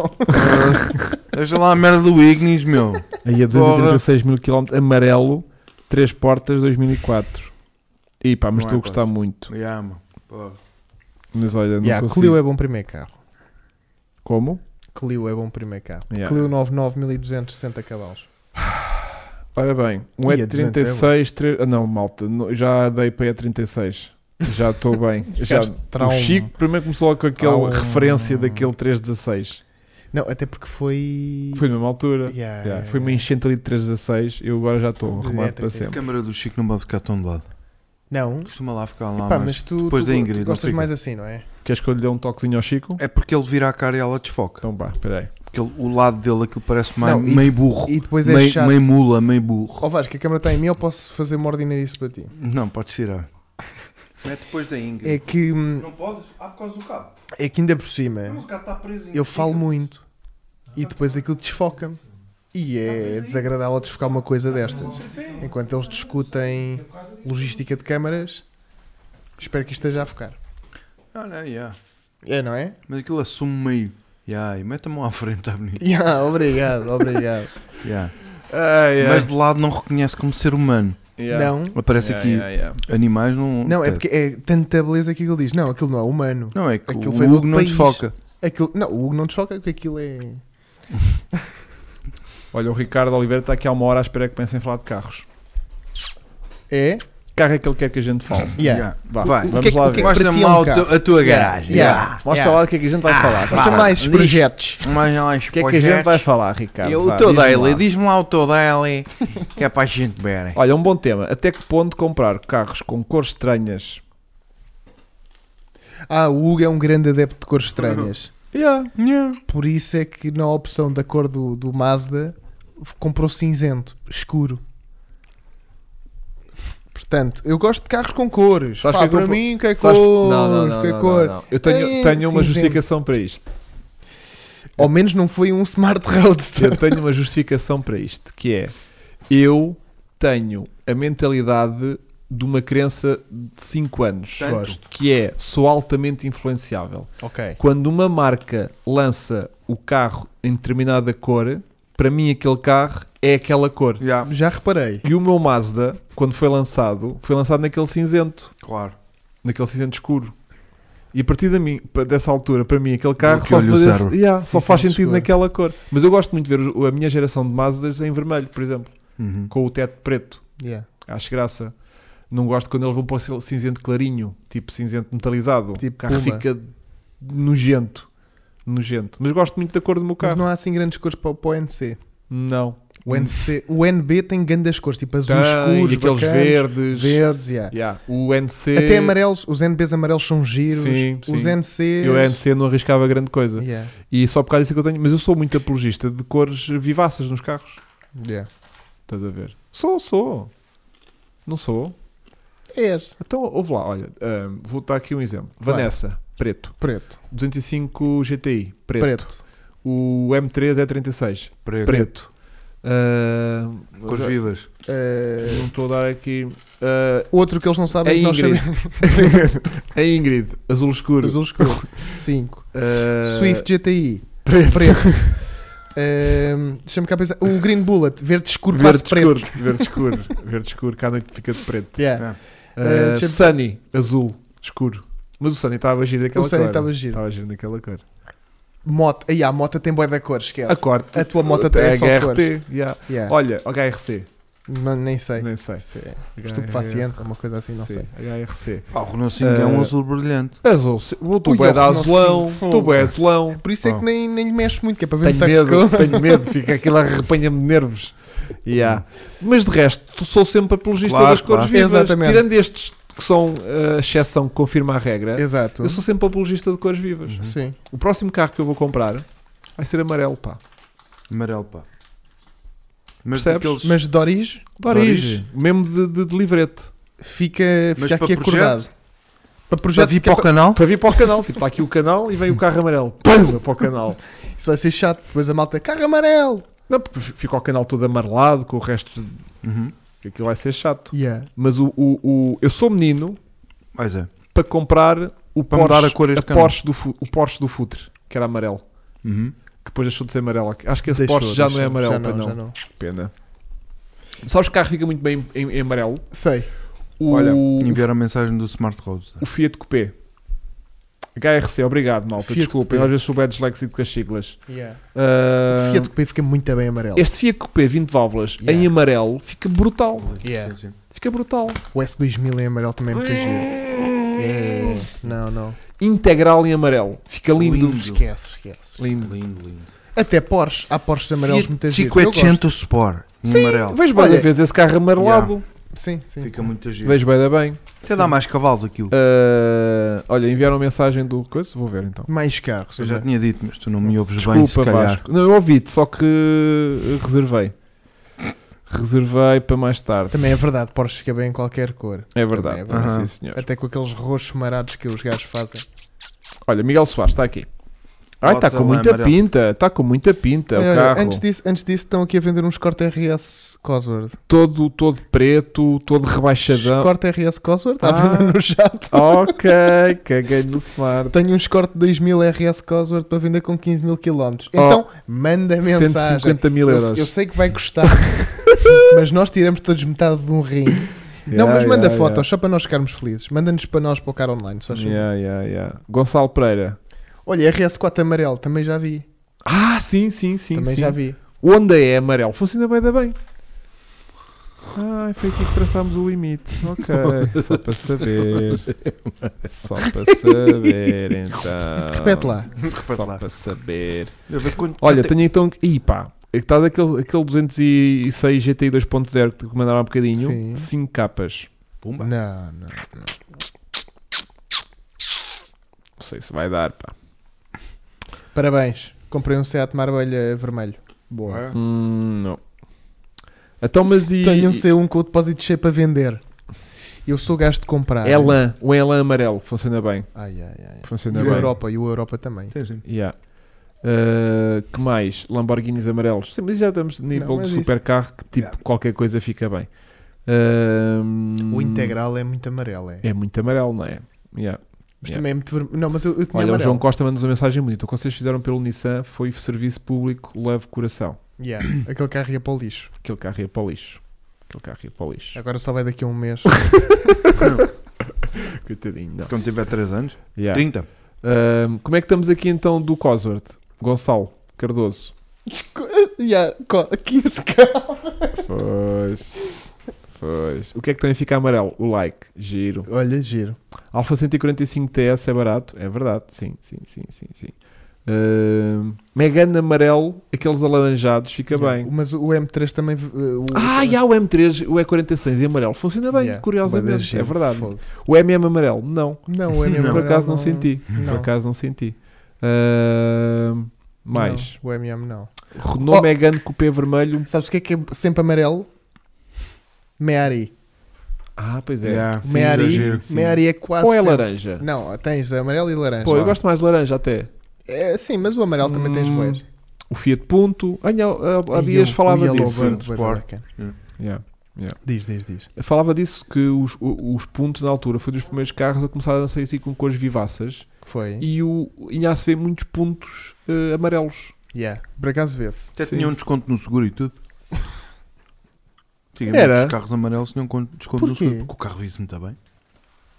A: Deixa lá a merda do Ignis, meu.
B: Aí a 236 mil km, amarelo, 3 portas, 2004. E pá, mas
A: Não
B: estou
A: é
B: a gostar
A: fácil.
B: muito.
A: yeah, meu. Pô.
B: Mas olha, não
C: Yeah,
B: consigo.
C: Clio é bom primeiro carro.
B: Como?
C: Clio é bom primeiro carro.
B: Yeah.
C: Clio 99 1260 cavalos.
B: Ora bem, um
A: Ih, a
C: é
B: 36 tre- ah, não, malta, não- já dei para E36. Já estou bem. já,
C: Ficaste trauma.
B: o Chico primeiro começou com aquela
C: Trauma.
B: referência daquele 316.
C: Não, até porque foi.
B: Foi na mesma altura.
C: Yeah,
B: Já,
C: yeah,
B: foi uma
C: yeah.
B: enchente ali de 316. Eu agora já estou
C: De é
B: arrumado para
C: E36.
A: A
B: sempre.
A: câmera do Chico não pode ficar tão de lado.
C: Não.
A: Costuma lá ficar lá,
C: Epá,
A: mas...
C: mas tu,
A: depois
C: tu,
A: da Ingrid, não
C: tu gostas
A: fica.
C: mais assim, não é?
B: Queres que eu lhe dê um toquezinho ao Chico?
A: É porque ele vira a cara e ela desfoca.
B: Então vá, espera aí.
A: Porque ele- o lado dele, aquilo parece mais,
C: Não, e-
A: meio burro.
C: E depois é
A: Meio,
C: chato.
A: meio mula, meio burro.
C: Ó Vasco, a câmera está em mim, eu posso fazer uma ordinarice para ti.
A: Não, podes tirar. É depois da Ingrid.
C: É que, hum,
A: Não podes? Ah, por causa do cabo.
C: é que ainda por cima
A: Mas o cabo está preso.
C: eu falo muito e depois aquilo desfoca-me. E é desagradável desfocar uma coisa destas. Enquanto eles discutem logística de câmaras, espero que isto esteja a focar.
A: Ah, não, yeah.
C: É, não é?
A: Mas aquilo assume meio. Yeah, e mete a mão à frente, está bonito.
C: Yeah, obrigado, obrigado.
A: Yeah.
C: É.
B: Ai, ai.
A: Mas de lado não reconhece como ser humano.
B: Yeah.
C: Não,
A: Aparece
B: Yeah,
A: aqui
B: yeah, yeah.
A: animais
B: Um
A: não.
C: não, é porque é tanta beleza que ele diz. Não, aquilo não é humano.
A: Não, é que
C: Aquilo
A: o
C: foi do
A: Hugo não
C: país.
A: desfoca.
C: Aquilo, não, o Hugo não desfoca porque aquilo é.
B: Olha, o Ricardo Oliveira está aqui há uma hora à espera que pensem em falar de carros.
C: É?
B: Que carro é que ele quer que a gente fale?
C: Yeah.
B: Vá,
A: Vai.
B: vamos
C: que é que-
B: lá
C: o que
B: ver.
C: é que-
A: Mostra-me
C: Para ti é um
A: lá o
C: carro.
A: teu- a tua
C: Yeah,
A: garagem.
C: yeah. Ah,
A: yeah.
B: Mostra
C: Yeah.
B: lá o que é que a gente vai falar.
A: Vá,
C: Mostra mais
A: diz.
C: projetos.
A: Mais lá os
B: O que é que a gente
A: projetos.
B: vai falar, Ricardo?
A: E
B: Vá,
A: o teu
B: diz-me lá.
A: daily, diz-me lá o teu daily, que é para a gente verem.
B: Olha, um bom tema. Até que ponto comprar carros com cores estranhas?
C: Ah, o Hugo é um grande adepto de cores estranhas.
B: Yeah.
C: Por isso é que na opção da cor do, do Mazda f- comprou cinzento, escuro. Portanto, eu gosto de carros com cores.
B: Sabes
C: Pá,
B: que eu
C: para
B: compro-
C: mim, o que é cor?
B: Sabes- Não, não, não,
C: que é
B: não,
C: cor?
B: não, não. Eu tenho,
C: É,
B: tenho uma
C: cinzento.
B: justificação para isto.
C: Ao menos não foi um Smart Roadster.
B: Eu tenho uma justificação para isto, que é eu tenho a mentalidade de uma criança de 5 anos,
A: Tanto.
C: Gosto.
B: que é sou altamente influenciável.
C: Ok.
B: Quando uma marca lança o carro em determinada cor, para mim aquele carro é aquela cor.
A: Yeah,
C: Já reparei.
B: E o meu Mazda, quando foi lançado, foi lançado naquele cinzento.
A: claro.
B: naquele cinzento escuro. E a partir da mim, pa- dessa altura, para mim, aquele carro só,
A: Bloqueou-lhe o
B: fazia-
A: cérebro.
B: Yeah, só
C: Cinzento
B: faz sentido
C: escuro.
B: naquela cor. Mas eu gosto muito de ver o- a minha geração de Mazdas em vermelho, por exemplo,
A: Uhum.
B: com o teto preto.
C: Yeah.
B: Acho graça. Não gosto quando eles vão para o cil- cinzento clarinho, tipo cinzento metalizado.
C: Tipo
B: o carro
C: Puma.
B: fica nojento. Nojento. Mas gosto muito da cor do meu
C: Mas
B: carro.
C: não há assim grandes cores para, para o NC.
B: Não.
C: O, NC, o NB tem grandes cores, tipo azuis
B: Tem,
C: escuros,
B: e aqueles
C: bacanas,
B: verdes.
C: verdes, yeah.
B: Yeah. O NC.
C: Até amarelos, os NBs amarelos são giros,
B: Sim,
C: os
B: sim.
C: NCs...
B: Eu NC não arriscava grande coisa.
C: Yeah,
B: E só por causa disso é que eu tenho. Mas eu sou muito apologista de cores vivaças nos carros.
C: yeah.
B: Estás a ver? Sou, sou. Não sou.
C: És
B: Então, ouve lá, olha. ahm, vou dar aqui um exemplo.
C: Vai.
B: Vanessa, preto.
C: preto,
B: 205 GTI, preto.
C: preto,
B: O M3 é 36,
A: Preto.
B: preto. Ahm,
C: Uhum.
A: Cores vivas.
C: Eh,
B: não estou a dar aqui. ah,
C: outro que eles não sabem
B: É
C: que nós
B: Ingrid.
C: sabemos.
B: a Ingrid, azul escuro.
C: Azul escuro. 5.
B: Ah,
C: Swift GTI.
B: preto.
C: Preto. Ehm, Deixa-me cá pensar. O Green Bullet, verde escuro,
B: Verde
C: quase preto.
B: escuro, verde escuro, verde escuro, que à noite fica de preto.
C: Yeah.
B: Ah,
C: Ah, deixa-me-
B: Sunny, azul, escuro. Mas o Sunny estava giro daquela
C: O Sunny
B: cor.
C: estava giro.
B: Estava giro daquela cor.
C: Moto. Aí a moto tem boia da cor, esquece.
B: A cor.
C: A tua moto
B: até
C: até é só É.
B: HRT. yeah.
C: Yeah.
B: Olha, HRC.
C: Não- nem sei.
B: Nem sei.
C: Isso é Estupefaciente, uma coisa assim, não
B: Sim,
C: sei.
B: HRC.
A: Ah, o Renault 5 é
C: Uh,
A: um
B: Eh,
A: azul brilhante.
B: Azul. se- O
C: Ui,
B: tubo é
C: eu
B: da
C: não sei.
B: azulão.
C: Fogo.
B: O tubo é azulão.
C: Por isso é que
A: Bom.
C: nem, nem mexe muito, que é para ver
B: Tenho
C: muita
B: medo,
C: cor.
B: tenho meilo, fica aquilo arrepanha-me de nervos. Yeah. Mas de resto, sou sempre apologista
A: Claro,
B: das cores
A: claro.
B: vivas.
C: Exatamente.
B: Tirando estes que são a exceção que confirma a regra,
C: Exato.
B: É. eu sou Uhum. sempre apologista de cores vivas.
C: Sim.
B: O próximo carro que eu vou comprar vai ser amarelo, pá.
A: Amarelo, pá. Mas
B: Percebes?
A: daqueles-
C: Mas de origem
B: De origem. Mesmo de, de, de livrete.
C: fica,
A: Mas
C: fica
A: para
C: aqui
A: projeto?
C: acordado. é Para
A: Já
C: projeto
A: vi
C: fica
A: para o canal?
B: Para vir para o canal. Tipo, está aqui o canal e vem o carro amarelo. Pum! Para o canal.
C: Isso vai ser chato, depois a malta, carro amarelo!
B: Não, porque fica o canal todo amarelado com o resto. de-
A: Uhum.
B: Aquilo vai ser chato.
C: Yeah.
B: Mas o, o, o- eu sou menino
A: Pois é.
B: para comprar o
A: Para
B: Porsche,
A: mudar a cor a este canal.
B: Porsche do, fu- o Porsche do Futre, que era amarelo.
A: Uhum.
B: Que depois deixou de ser amarelo. Acho que esse
C: Deixou,
B: Porsche já não é amarelo.
C: deixou. Já
B: pá,
C: não,
B: não.
C: já não.
B: Pena. Sabes que o carro fica muito bem em, em amarelo?
C: Sei.
B: O,
A: Olha, enviaram a mensagem do Smart Roadster.
B: o Fiat Coupé. HRC, obrigado, malta.
C: Fiat
B: Desculpem,
C: Coupé.
B: às vezes sou bad disléxico com as siglas.
C: Yeah.
B: Ah,
C: Fiat Coupé fica muito bem amarelo.
B: este Fiat Coupé 20 válvulas em
C: Yeah.
B: amarelo fica brutal.
A: É.
C: Yeah.
B: Fica brutal.
C: O S2000 em amarelo também é muito giro. É. Yeah. Não, não.
B: É. Integral em amarelo. Fica lindo.
A: Lindo.
C: Esquece, esquece.
B: Lindo.
A: Lindo, lindo.
C: Até Porsche. Há Porsches amarelos muito
A: Fiat
C: giro. Eu
A: 500 Sport, em
B: Sim,
A: amarelo.
B: vejo bem da
C: Olha.
B: vez esse carro amarelado.
C: gosto. Sim, sim.
A: Fica
C: sim.
A: muito giro.
B: Vejo É. bem da bem.
A: Até dá mais cavalos aquilo.
B: Ah, olha, enviaram mensagem do coisa. Vou ver então.
C: Mais carros.
A: Eu
C: olha.
A: já tinha dito, mas tu não me ouves bem, se
B: Desculpa,
A: calhar.
B: Vasco. Não, eu ouvi-te, só que eh, reservei. Reservei para mais tarde.
C: Também é verdade, Porsche fica bem em qualquer cor.
B: É verdade,
C: é verdade.
B: sim,
A: Aham.
B: senhor.
C: Até com aqueles roxos marados que os gajos fazem.
B: Olha, Miguel Soares está aqui. Ai, está
A: Nossa,
B: com
A: lá,
B: muita
A: amarelo.
B: pinta, está com muita pinta é o
C: Eh,
B: carro.
C: antes, disso, antes disso, estão aqui a vender uns Corte RS Cosworth.
B: Todo, todo preto, todo rebaixadão.
C: Corte RS Cosworth, à
B: Ah.
C: venda no chat.
B: Ok, caguei no smart.
C: Tenho um Escort 2000 RS Cosworth para vender com 15 mil km.
B: Oh,
C: Então, manda mensagem.
B: 150 mil
C: Eu-
B: euros.
C: Eu, sei que vai custar, mas nós tiramos todos metade de um rim. não,
B: Yeah,
C: mas manda
B: yeah,
C: fotos só para nós ficarmos felizes. Manda-nos para nós para o cara online. Só assim.
B: Yeah, yeah, yeah. Gonçalo Pereira.
C: Olha, RS4 amarelo, também já vi.
B: Ah, sim, sim, sim.
C: também
B: sim.
C: já vi.
B: O Honda é amarelo. Funciona bem, da bem. Ai, foi aqui que traçámos o limite. Ok, só para saber. Só para saber, então.
C: Repete lá.
B: Só
A: Repete lá.
B: para saber.
A: Eu vejo quanto-
B: Olha,
A: quanto- é-
B: tenho então. que- Ih, pá. é que Está daquele, aquele 206 GTI 2.0 que te mandaram há
C: Sim.
B: bocadinho. 5 capas.
A: Pumba.
C: Não, não.
B: Não sei se vai dar, pá.
C: Parabéns. Comprei um Seat Marbelha vermelho.
A: Boa.
B: Hum, não. Então, mas e.
C: Tenho um C1 com o depósito cheio para vender. Eu sou gajo de comprar.
B: é lã. O é lã amarelo. Funciona bem.
C: Ai, ai, ai. E
B: Funciona
C: o
B: bem.
C: Europa, e o Europa também.
A: Sim, sim.
B: Yeah. Uh, que mais? Lamborghinis amarelos. Sim, mas já estamos de nível
C: Não,
B: de
C: mas
B: supercarro que tipo
A: Yeah.
B: qualquer coisa fica bem. Um,
C: O integral é muito amarelo, é.
B: é muito amarelo, não é? Yeah.
C: Mas
B: yeah.
C: também é muito vermelho. Não, mas eu, eu tinha
B: Olha, o
C: amarelo.
B: João Costa manda-nos uma mensagem bonita. O que vocês fizeram pelo Nissan foi serviço público, leve coração.
C: Yeah, Aquele carro ia para o lixo.
B: Aquele carro ia para o lixo. Aquele carro ia para o lixo.
C: Agora só vai daqui a um mês.
B: Coitadinho, não.
A: Quando tiver 3 anos,
B: Yeah.
A: 30.
B: Um, como é que estamos aqui então do Cosworth? Gonçalo Cardoso.
C: yeah, co- 15 carros.
B: Pois. Pois. O que é que também fica amarelo? O like. Giro.
C: Olha, giro.
B: Alfa 145 TS é barato? É verdade, sim, sim, sim, sim, sim. Uh, Megane amarelo, aqueles alaranjados, fica bem.
C: Mas o M3 também. uh, o-
B: Ah, e há o M3, o E46 e amarelo. Funciona bem,
C: Yeah, bué de
B: curiosamente.
C: giro,
B: É verdade.
C: fogo.
B: O MM amarelo, não.
C: Não, o MM
B: Por
C: amarelo
B: acaso não, senti. Por
C: não.
B: acaso não senti. Ahm, mais. é
C: Não, o MM não.
B: Renault
C: Oh.
B: Megane Coupé Vermelho.
C: Sabes o que é que é sempre amarelo? Meari.
B: Ah, pois é.
A: Yeah, sim,
C: Meari,
A: exagero.
C: Meari é quase.
B: Ou é
C: sempre-
B: laranja?
C: Não, tens amarelo e laranja.
B: Pô, eu gosto mais de laranja até.
C: É, sim, mas o amarelo também tens
B: Hum,
C: boés.
B: O Fiat Punto. Ah, não, há- há dias falava disso.
A: Bird.
B: Yeah.
C: Diz, diz, diz.
B: Falava disso que os, o- os Puntos na altura foi dos primeiros carros a começar a sair assim com cores vivaças
C: Que foi?
B: e o ainda se vê muitos pontos eh, amarelos.
C: Yeah. Por acaso vê-se.
A: Até
B: Sim.
A: tinha um desconto no seguro e tudo. Tinha
B: Era?
A: Os carros amarelos tinham um con- desconto no
C: Porquê?
A: seguro porque o carro via-se muito bem.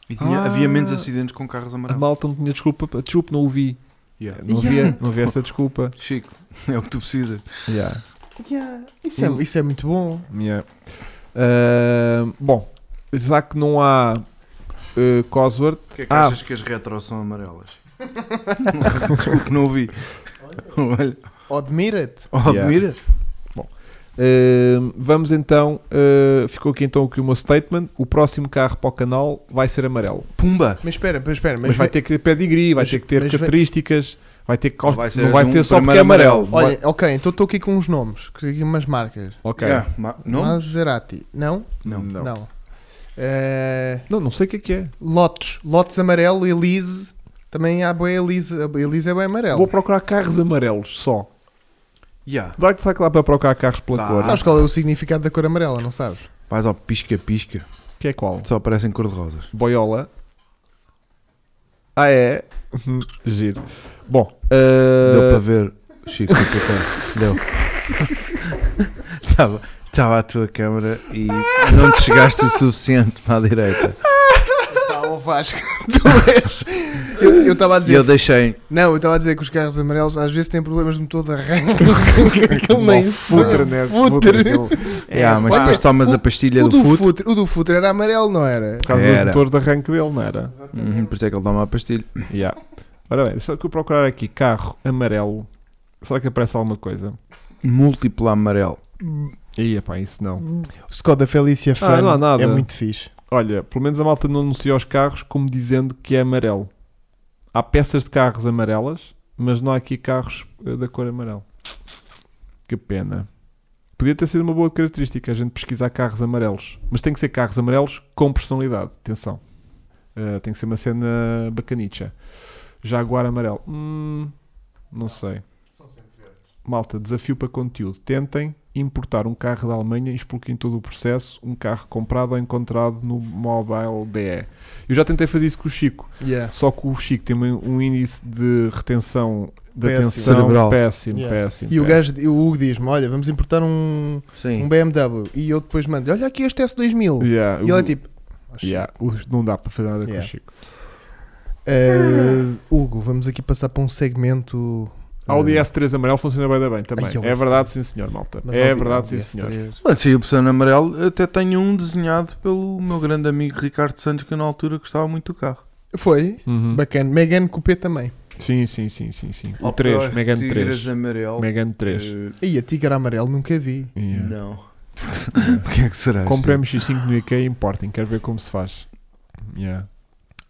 A: E tinha-
B: Ah.
A: havia menos acidentes com carros
B: A
A: amarelos.
B: malta não tinha desculpa. pa- Desculpe, não o vi.
A: Yeah.
B: Não, havia, não havia essa desculpa.
A: Chico, é o que tu precisas.
B: Yeah.
C: Isso,
B: Hum.
C: é, isso é muito bom.
B: Yeah. Ah, bom, já que não há eh, Cosworth,
A: O que é que
B: Ah.
A: achas que as retro são amarelas? Desculpe, não ouvi. Olha,
C: Admira-te.
A: oh,
B: Yeah.
A: admira.
B: Ahm, vamos então. ah, ficou aqui então aqui o meu statement. O próximo carro para o canal vai ser amarelo.
A: Pumba!
C: Mas espera, mas espera.
B: Mas,
C: Mas,
B: vai ter que ter pedigree, vai
C: mas-
B: ter que ter
C: mas vai-
B: características, vai ter que.
A: Não vai ser
B: não vai
A: um
B: ser só porque é
A: primeiro
B: amarelo.
A: amarelo.
C: Olha, ok, então estou aqui com uns nomes, que- aqui umas marcas.
B: Ok.
A: Yeah, ma- não?
C: Maserati. Não?
A: Não.
B: Não. não.
C: Não. Eh,
B: Não, sei o que é que é.
C: Lotus. Lotus amarelo, Elise. Também há boa Elise. A Elise é bem amarelo.
B: Vou procurar carros amarelos só.
A: Yeah.
B: Dá que lá para procurar carros pela
A: Dá.
B: cor.
C: Sabes qual é o significado da cor amarela, não sabes?
A: Vais ao pisca-pisca,
B: Que é qual?
A: só aparecem cor-de-rosas.
B: Boiola. Ah, é? Giro. Bom. ah,
A: Deu para ver, Chico, o que eu tenho. Deu. Estava estava a tua câmara e não te chegaste o suficiente para a direita.
C: Pá, Tá, o Vasco, tu és. Eu- Eu estava a
A: E
C: dizer.
A: eu deixei.
C: Não, eu estava a dizer que os carros amarelos às vezes têm problemas de motor de arranque. é que Aquilo nem
B: Futre,
C: sabe.
B: né?
C: Futre.
B: Futre, aquilo.
A: É, ah, mas
C: Olha,
A: depois tomas
C: o-
A: a
B: é
A: pastilha
C: O
A: do
C: do
A: fute.
C: futre, o do futre era amarelo, não era?
B: Por causa
A: Era.
B: dos motores de arranque dele, não era?
A: Uhum, por isso é que ele toma a pastilha.
B: Yeah. Ora bem, só que eu procurar aqui carro amarelo. Será que aparece alguma coisa?
A: Múltiplo amarelo.
B: Ih, epá, isso não.
C: O Skoda Felicia Fan
B: Ah, não há nada.
C: é muito fixe.
B: Olha, pelo menos a malta não anuncia os carros como dizendo que é amarelo. Há peças de carros amarelas, mas não há aqui carros eh, da cor amarelo. Que pena. Podia ter sido uma boa característica a gente pesquisar carros amarelos. Mas tem que ser carros amarelos com personalidade. Atenção. Eh, tem que ser uma cena bacanicha. Jaguar amarelo. Hum, não sei. Malta, desafio para conteúdo. Tentem importar um carro da Alemanha e expliquem todo o processo. Um carro comprado ou encontrado no Mobile DE. Eu já tentei fazer isso com o Chico.
C: Yeah.
B: Só que o Chico tem um um índice de retenção de
C: Péssimo.
B: atenção
A: Cerebral.
B: péssimo,
C: Yeah.
B: péssimo.
C: E o
B: péssimo.
C: gajo, o Hugo diz-me: Olha, vamos importar um, um
A: Sim.
C: BMW. E eu depois mando: Olha aqui este S2000.
B: Yeah,
C: E ele é
B: o-
C: tipo: "Oh, shit."
B: yeah, o- não dá para fazer nada com
C: Yeah.
B: o Chico.
C: Eh, Hugo, vamos aqui passar para um segmento.
B: Audi
C: eh,
B: S3 amarelo funciona bem, bem também.
C: Ai, o
B: é
C: S3.
B: verdade, sim senhor, malta.
C: mas
B: é
C: Audi-
B: verdade,
C: Audi
B: sim senhor.
C: S3.
A: Mas sim, Assim, o Pessano Amarelo até tenho um desenhado pelo meu grande amigo Ricardo Santos, que eu na altura gostava muito do carro.
C: Foi.
B: Uhum.
C: Bacana. Megan Coupé também.
B: Sim, sim, sim, sim, sim. O 3, Megane 3.
A: amarelo. Eh,
B: Megane 3.
C: E a Tigre Amarelo nunca vi.
B: Yeah.
A: Não. o que é que será?
B: Compre MX5 no IKEA e importem, quero ver como se faz. Yeah,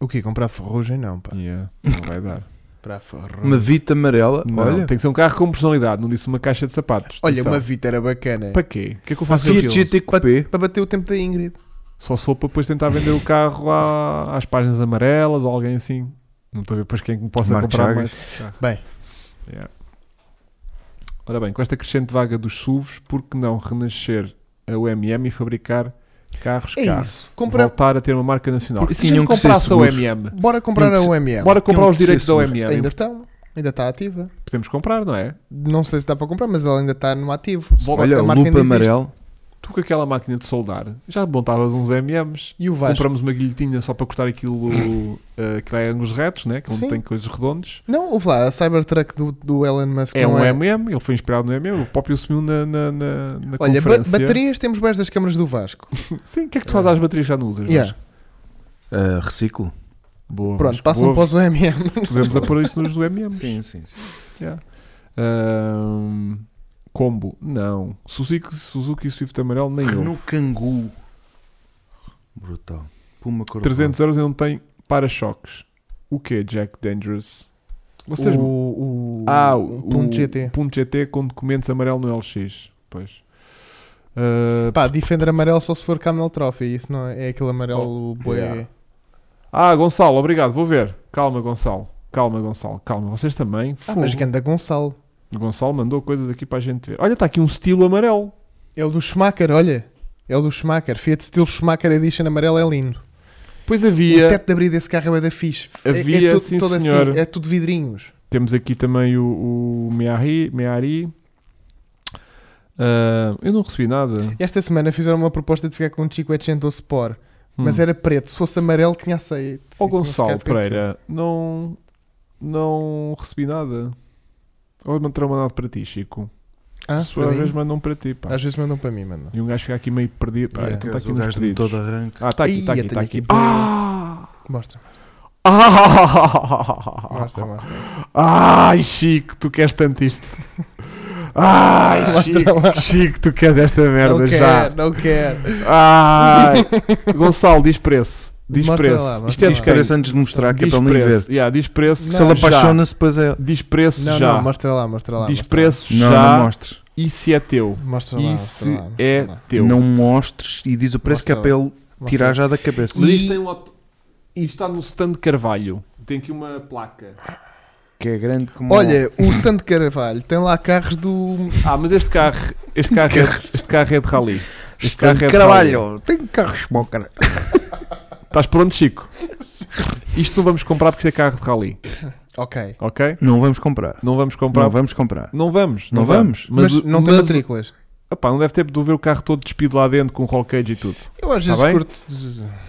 C: O que? Comprar ferrugem? Não, pá.
B: yeah, não vai dar.
C: Comprar ferrugem.
A: Uma Vita amarela.
B: Não,
A: Olha.
B: Tem que ser um carro com personalidade, não disse uma caixa de sapatos.
C: Olha,
B: Atenção.
C: uma Vita era bacana.
B: Para quê? O que é que eu faço
A: Fiat
B: aquilo?
A: GT Coupé.
C: Para bater o tempo da Ingrid.
B: Só se for para depois tentar vender o carro à- às páginas amarelas ou alguém assim. Não estou a ver depois quem é que me possa
A: Marco
B: comprar
A: Chagas.
B: mais. Ah.
C: Bem.
B: Yeah. Ora bem, com esta crescente vaga dos SUVs, por que não renascer a UMM e fabricar carros
C: É
B: carros?
C: isso. Comprar...
B: Voltar a ter uma marca nacional.
A: Porque
B: E se a
A: tinham
B: gente
A: que ser
B: comprasse a
A: seguros.
B: UMM?
C: Bora comprar a
A: Tinham que
C: UMM.
B: Bora comprar
A: Tinham
B: os
A: que ser
B: direitos da
A: seguros.
B: UMM.
C: Ainda estão. Ainda está ativa.
B: Podemos comprar, não é?
C: Não sei se dá para comprar, mas ela ainda está no ativo. Se
B: Volta-
C: bem que
A: Olha,
C: a
A: o
C: marca ainda
A: Lupa
C: existe.
A: Amarelo.
B: Tu com aquela máquina de soldar já montavas uns MMs.
C: E o Vasco.
B: Compramos uma guilhotina só para cortar aquilo eh, que é ângulos retos, né? que não
C: Sim.
B: tem coisas redondos.
C: Não, ouve lá, a Cybertruck do, do Elon Musk
B: É
C: não
B: um
C: é...
B: MM, ele foi inspirado no MM, o próprio assumiu na, na, na, na
C: Olha, ba-
B: conferência.
C: baterias temos mais das câmaras do Vasco. É.
B: Sim, o que é que tu fazes às baterias que já não usas?
C: Yeah.
B: Vasco?
A: Ah, eh, reciclo.
B: Boa. mas
C: Pronto, um
B: que
C: passam
B: boa.
C: para os OMM.
B: Podemos a pôr isso nos UMMs.
A: Sim, sim, sim.
B: Yeah. Ahm, combo, não. Suzuki, Suzuki e Swift amarelo, nem
C: Ah,
B: eu.
A: No cangu. um. Brutal. Puma cor
B: 300 euros ele não tem para-choques. O que Jack Dangerous? Vocês...
C: O, o,
B: ah,
C: o
B: o,
C: Um, ponto GT.
B: o Punto GT com documentos amarelo no LX. Pois. Ah,
C: Pá, defender amarelo só se for Camel Trophy. Isso não é, é aquele amarelo boi.
B: Oh, yeah. ah, Gonçalo, obrigado. Vou ver. Calma, Gonçalo. Calma, Gonçalo. Calma. Vocês também.
C: Ah, mas
B: Fogo.
C: ganda Gonçalo.
B: O Gonçalo mandou coisas aqui para a gente ver. Olha, está aqui um estilo amarelo.
C: É o do Schumacher, olha. É o do Schumacher. Fiat Steel Schumacher Edition amarelo é lindo.
B: Pois
C: O
B: havia.
C: teto de abrir desse carro é bué da fixe. É-
B: Havia,
C: é, tudo,
B: sim,
C: todo
B: senhor.
C: assim, é tudo vidrinhos.
B: Temos aqui também o, o Meari. Meari. Ah, eu não recebi nada.
C: Esta semana fizeram uma proposta de ficar com um Chico Echento Sport, mas
B: Hum.
C: era preto. Se fosse amarelo, tinha aceito.
B: Ó
C: Sim, tinha
B: Gonçalo
C: ficado com aquilo.
B: Pereira, não, não recebi nada. Ou me terão mandado para ti, Chico.
C: Ah,
B: Se for às
C: para mim?
B: vezes mandam para ti, pá.
C: Às vezes mandam para mim, mano.
B: E um gajo fica aqui meio perdido. Pá,
C: Yeah. um
B: então está aqui
A: o
B: nos
A: gajo de
B: pedidos.
A: todo arranque.
B: Ah, está aqui, está
C: Ai,
B: aqui,
C: eu
B: está
C: tenho
B: aqui.
C: aqui-
B: Ah!
C: Mostra,
B: Ah!
C: mostra, mostra.
B: Ai, Chico, tu queres tanto isto. Ai,
C: Mostra lá.
B: Chico, Chico, tu queres esta merda
C: não
B: já.
C: quero, não quero.
B: Ai. Gonçalo, diz preço. Diz
C: Mostra
B: preço.
C: lá,
B: Isto é
C: mostra
B: dos
C: lá.
B: caras.
A: Parece antes de mostrar que é
B: Diz
A: para ele nem ver.
B: preço. Yeah, diz preço.
A: Se ele
B: já.
A: apaixona-se, depois é.
B: Diz preço
C: Não,
B: já.
C: não, mostra lá, mostra lá.
B: diz
C: mostra
B: preço
A: Não,
B: já.
A: não mostres.
B: e se é teu?
C: lá. Mostra lá,
B: E
C: mostra
B: se
C: lá, mostra
B: é
C: lá.
B: teu?
A: Não mostres e diz o preço que é para
C: Mostra
A: ele tirar já da cabeça.
B: Mas
C: E-
B: isto tem um auto- isto está no stand Carvalho. Tem aqui uma placa.
A: Que é grande como.
C: Olha, o Santo Carvalho tem lá carros do.
B: Ah, mas este carro, este carro, é, este carro é de rally. Este
A: Está
B: carro é
A: de
B: de rally.
A: carvalho. Tem carros bom, cara.
B: Estás pronto, Chico? Isto não vamos comprar porque isto é carro de rally,
C: Ok.
B: ok?
A: Não vamos comprar.
B: Não vamos comprar.
A: Não vamos comprar.
B: Não vamos,
A: Não
B: não vamos.
C: Mas,
B: o-
C: não tem
B: mas-
C: matrículas.
B: Epá, não deve ter de ver o carro todo despido lá dentro com roll cage e tudo.
C: Eu às
B: Tá
C: vezes
B: bem?
C: curto.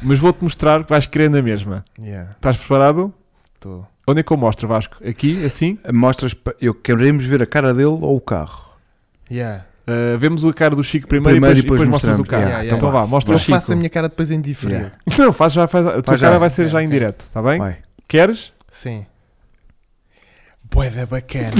B: Mas vou-te mostrar, vais querer na mesma.
C: Yeah,
B: Estás preparado?
C: tô.
B: Onde é que eu mostro, Vasco? Aqui, assim?
A: Mostras. pa- Eu queremos ver a cara dele ou o carro.
C: Yeah.
B: Uh, vemos a cara do Chico primeiro,
A: Primeiro
B: e depois, e depois mostras o
A: mostramos.
B: carro.
C: Yeah, yeah,
B: então
C: yeah.
B: vá, mostra
C: Eu
B: o Chico.
C: faço a minha cara depois em diferido.
A: Yeah.
B: Não, faz já, faz. A tua
A: Faz já.
B: cara vai ser
C: É,
B: já em
C: ok.
B: direto, está bem?
A: Vai.
B: Queres?
C: Sim. Boeda bacana.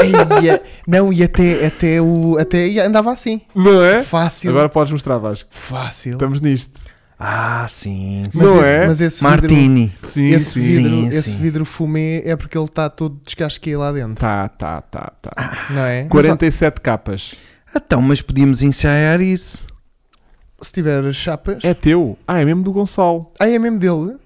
C: Ei, a- não, e até, até o. Até e andava assim.
B: Não é?
C: Fácil.
B: Agora podes mostrar, Vasco.
C: Fácil.
B: Estamos nisto.
A: Ah, sim.
C: Mas
B: Não
C: esse,
B: é?
C: Mas esse vidro,
A: Martini.
B: Sim,
C: esse, vidro
A: Sim,
C: esse
A: sim.
C: vidro fumê é porque ele está todo descasqueado lá dentro.
B: Tá, tá, tá, tá.
C: Não é?
B: 47 capas.
A: Então, mas podíamos ensaiar isso.
C: Se tiver chapas.
B: É teu. Ah, é mesmo do Gonçalo.
C: Ah, é mesmo dele?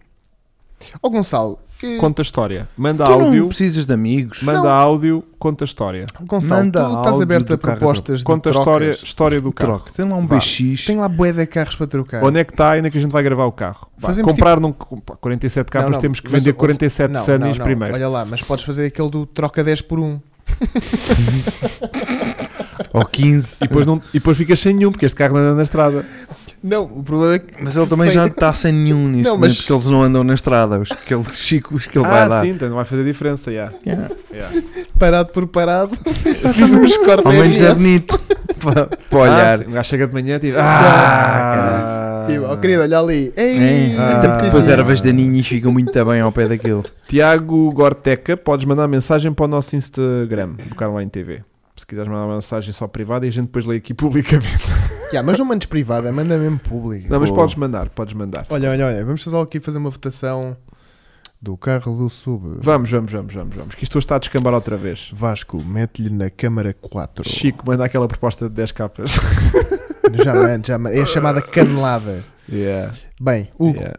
C: Ó Gonçalo. eh,
B: Conta a história. Manda
A: tu
B: áudio.
A: não precisas de amigos.
B: Manda
C: Não.
B: áudio, conta a história.
C: Gonçalo,
A: Manda
C: tu estás
A: áudio
C: aberto a
A: do carro
C: propostas de
B: Conta a
C: trocas?
B: história, história do carro.
A: Troca. Tem lá um
B: Vá.
A: BX.
C: Tem lá bué de carros para trocar.
B: Onde é que está e onde é que a gente vai gravar o carro? Vá,
C: Fazemos tipo-
B: comprar num, pá, 47 capas,
C: Não, não,
B: temos que
C: mas
B: vender
C: ouve-
B: 47
C: Não,
B: sunnies
C: não, não.
B: primeiro.
C: Olha lá, mas podes fazer aquele do troca 10 por 1.
A: Ou 15.
B: E depois, não, e depois ficas sem nenhum, porque este carro não anda na estrada.
C: Não, o problema é que.
A: Mas ele também
C: Sei.
A: já está sem nenhum nisto,
C: Não,
A: não,
C: mas-
A: mas... que eles não andam na estrada, os que ele, Chico, os que ele vai
B: ah,
A: dar.
B: sim, então não vai fazer diferença, já.
A: Yeah.
C: Parado por parado. Os cortes
A: Ao menos é
C: esse.
A: bonito para,
B: Olhar.
A: olhar.
B: o Ah, gajo chega de manhã e tipo...
A: Ah,
B: Ah,
C: Tipo, ó querido, olha ali. Ei, então
A: É,
B: Ah.
A: até porque depois
B: Ah.
A: ervas daninhas ficam muito bem ao pé daquilo.
B: Tiago Gorteca, podes mandar mensagem para o nosso Instagram, do Caroline TV. Se quiseres mandar uma mensagem só privada e a gente depois lê aqui publicamente.
C: Yeah, mas não mandes privada, é manda mesmo público.
B: Não, mas
A: Pô.
B: podes mandar, podes mandar.
C: Olha, olha, olha, vamos só aqui fazer uma votação do carro do sub.
B: Vamos, vamos, vamos, vamos, vamos, que isto hoje está a descambar outra vez.
C: Vasco, mete-lhe na câmara 4.
B: Chico, manda aquela proposta de 10 capas.
C: Já mando, já mando. É a chamada canelada.
B: Yeah.
C: Bem, Hugo,
B: Yeah.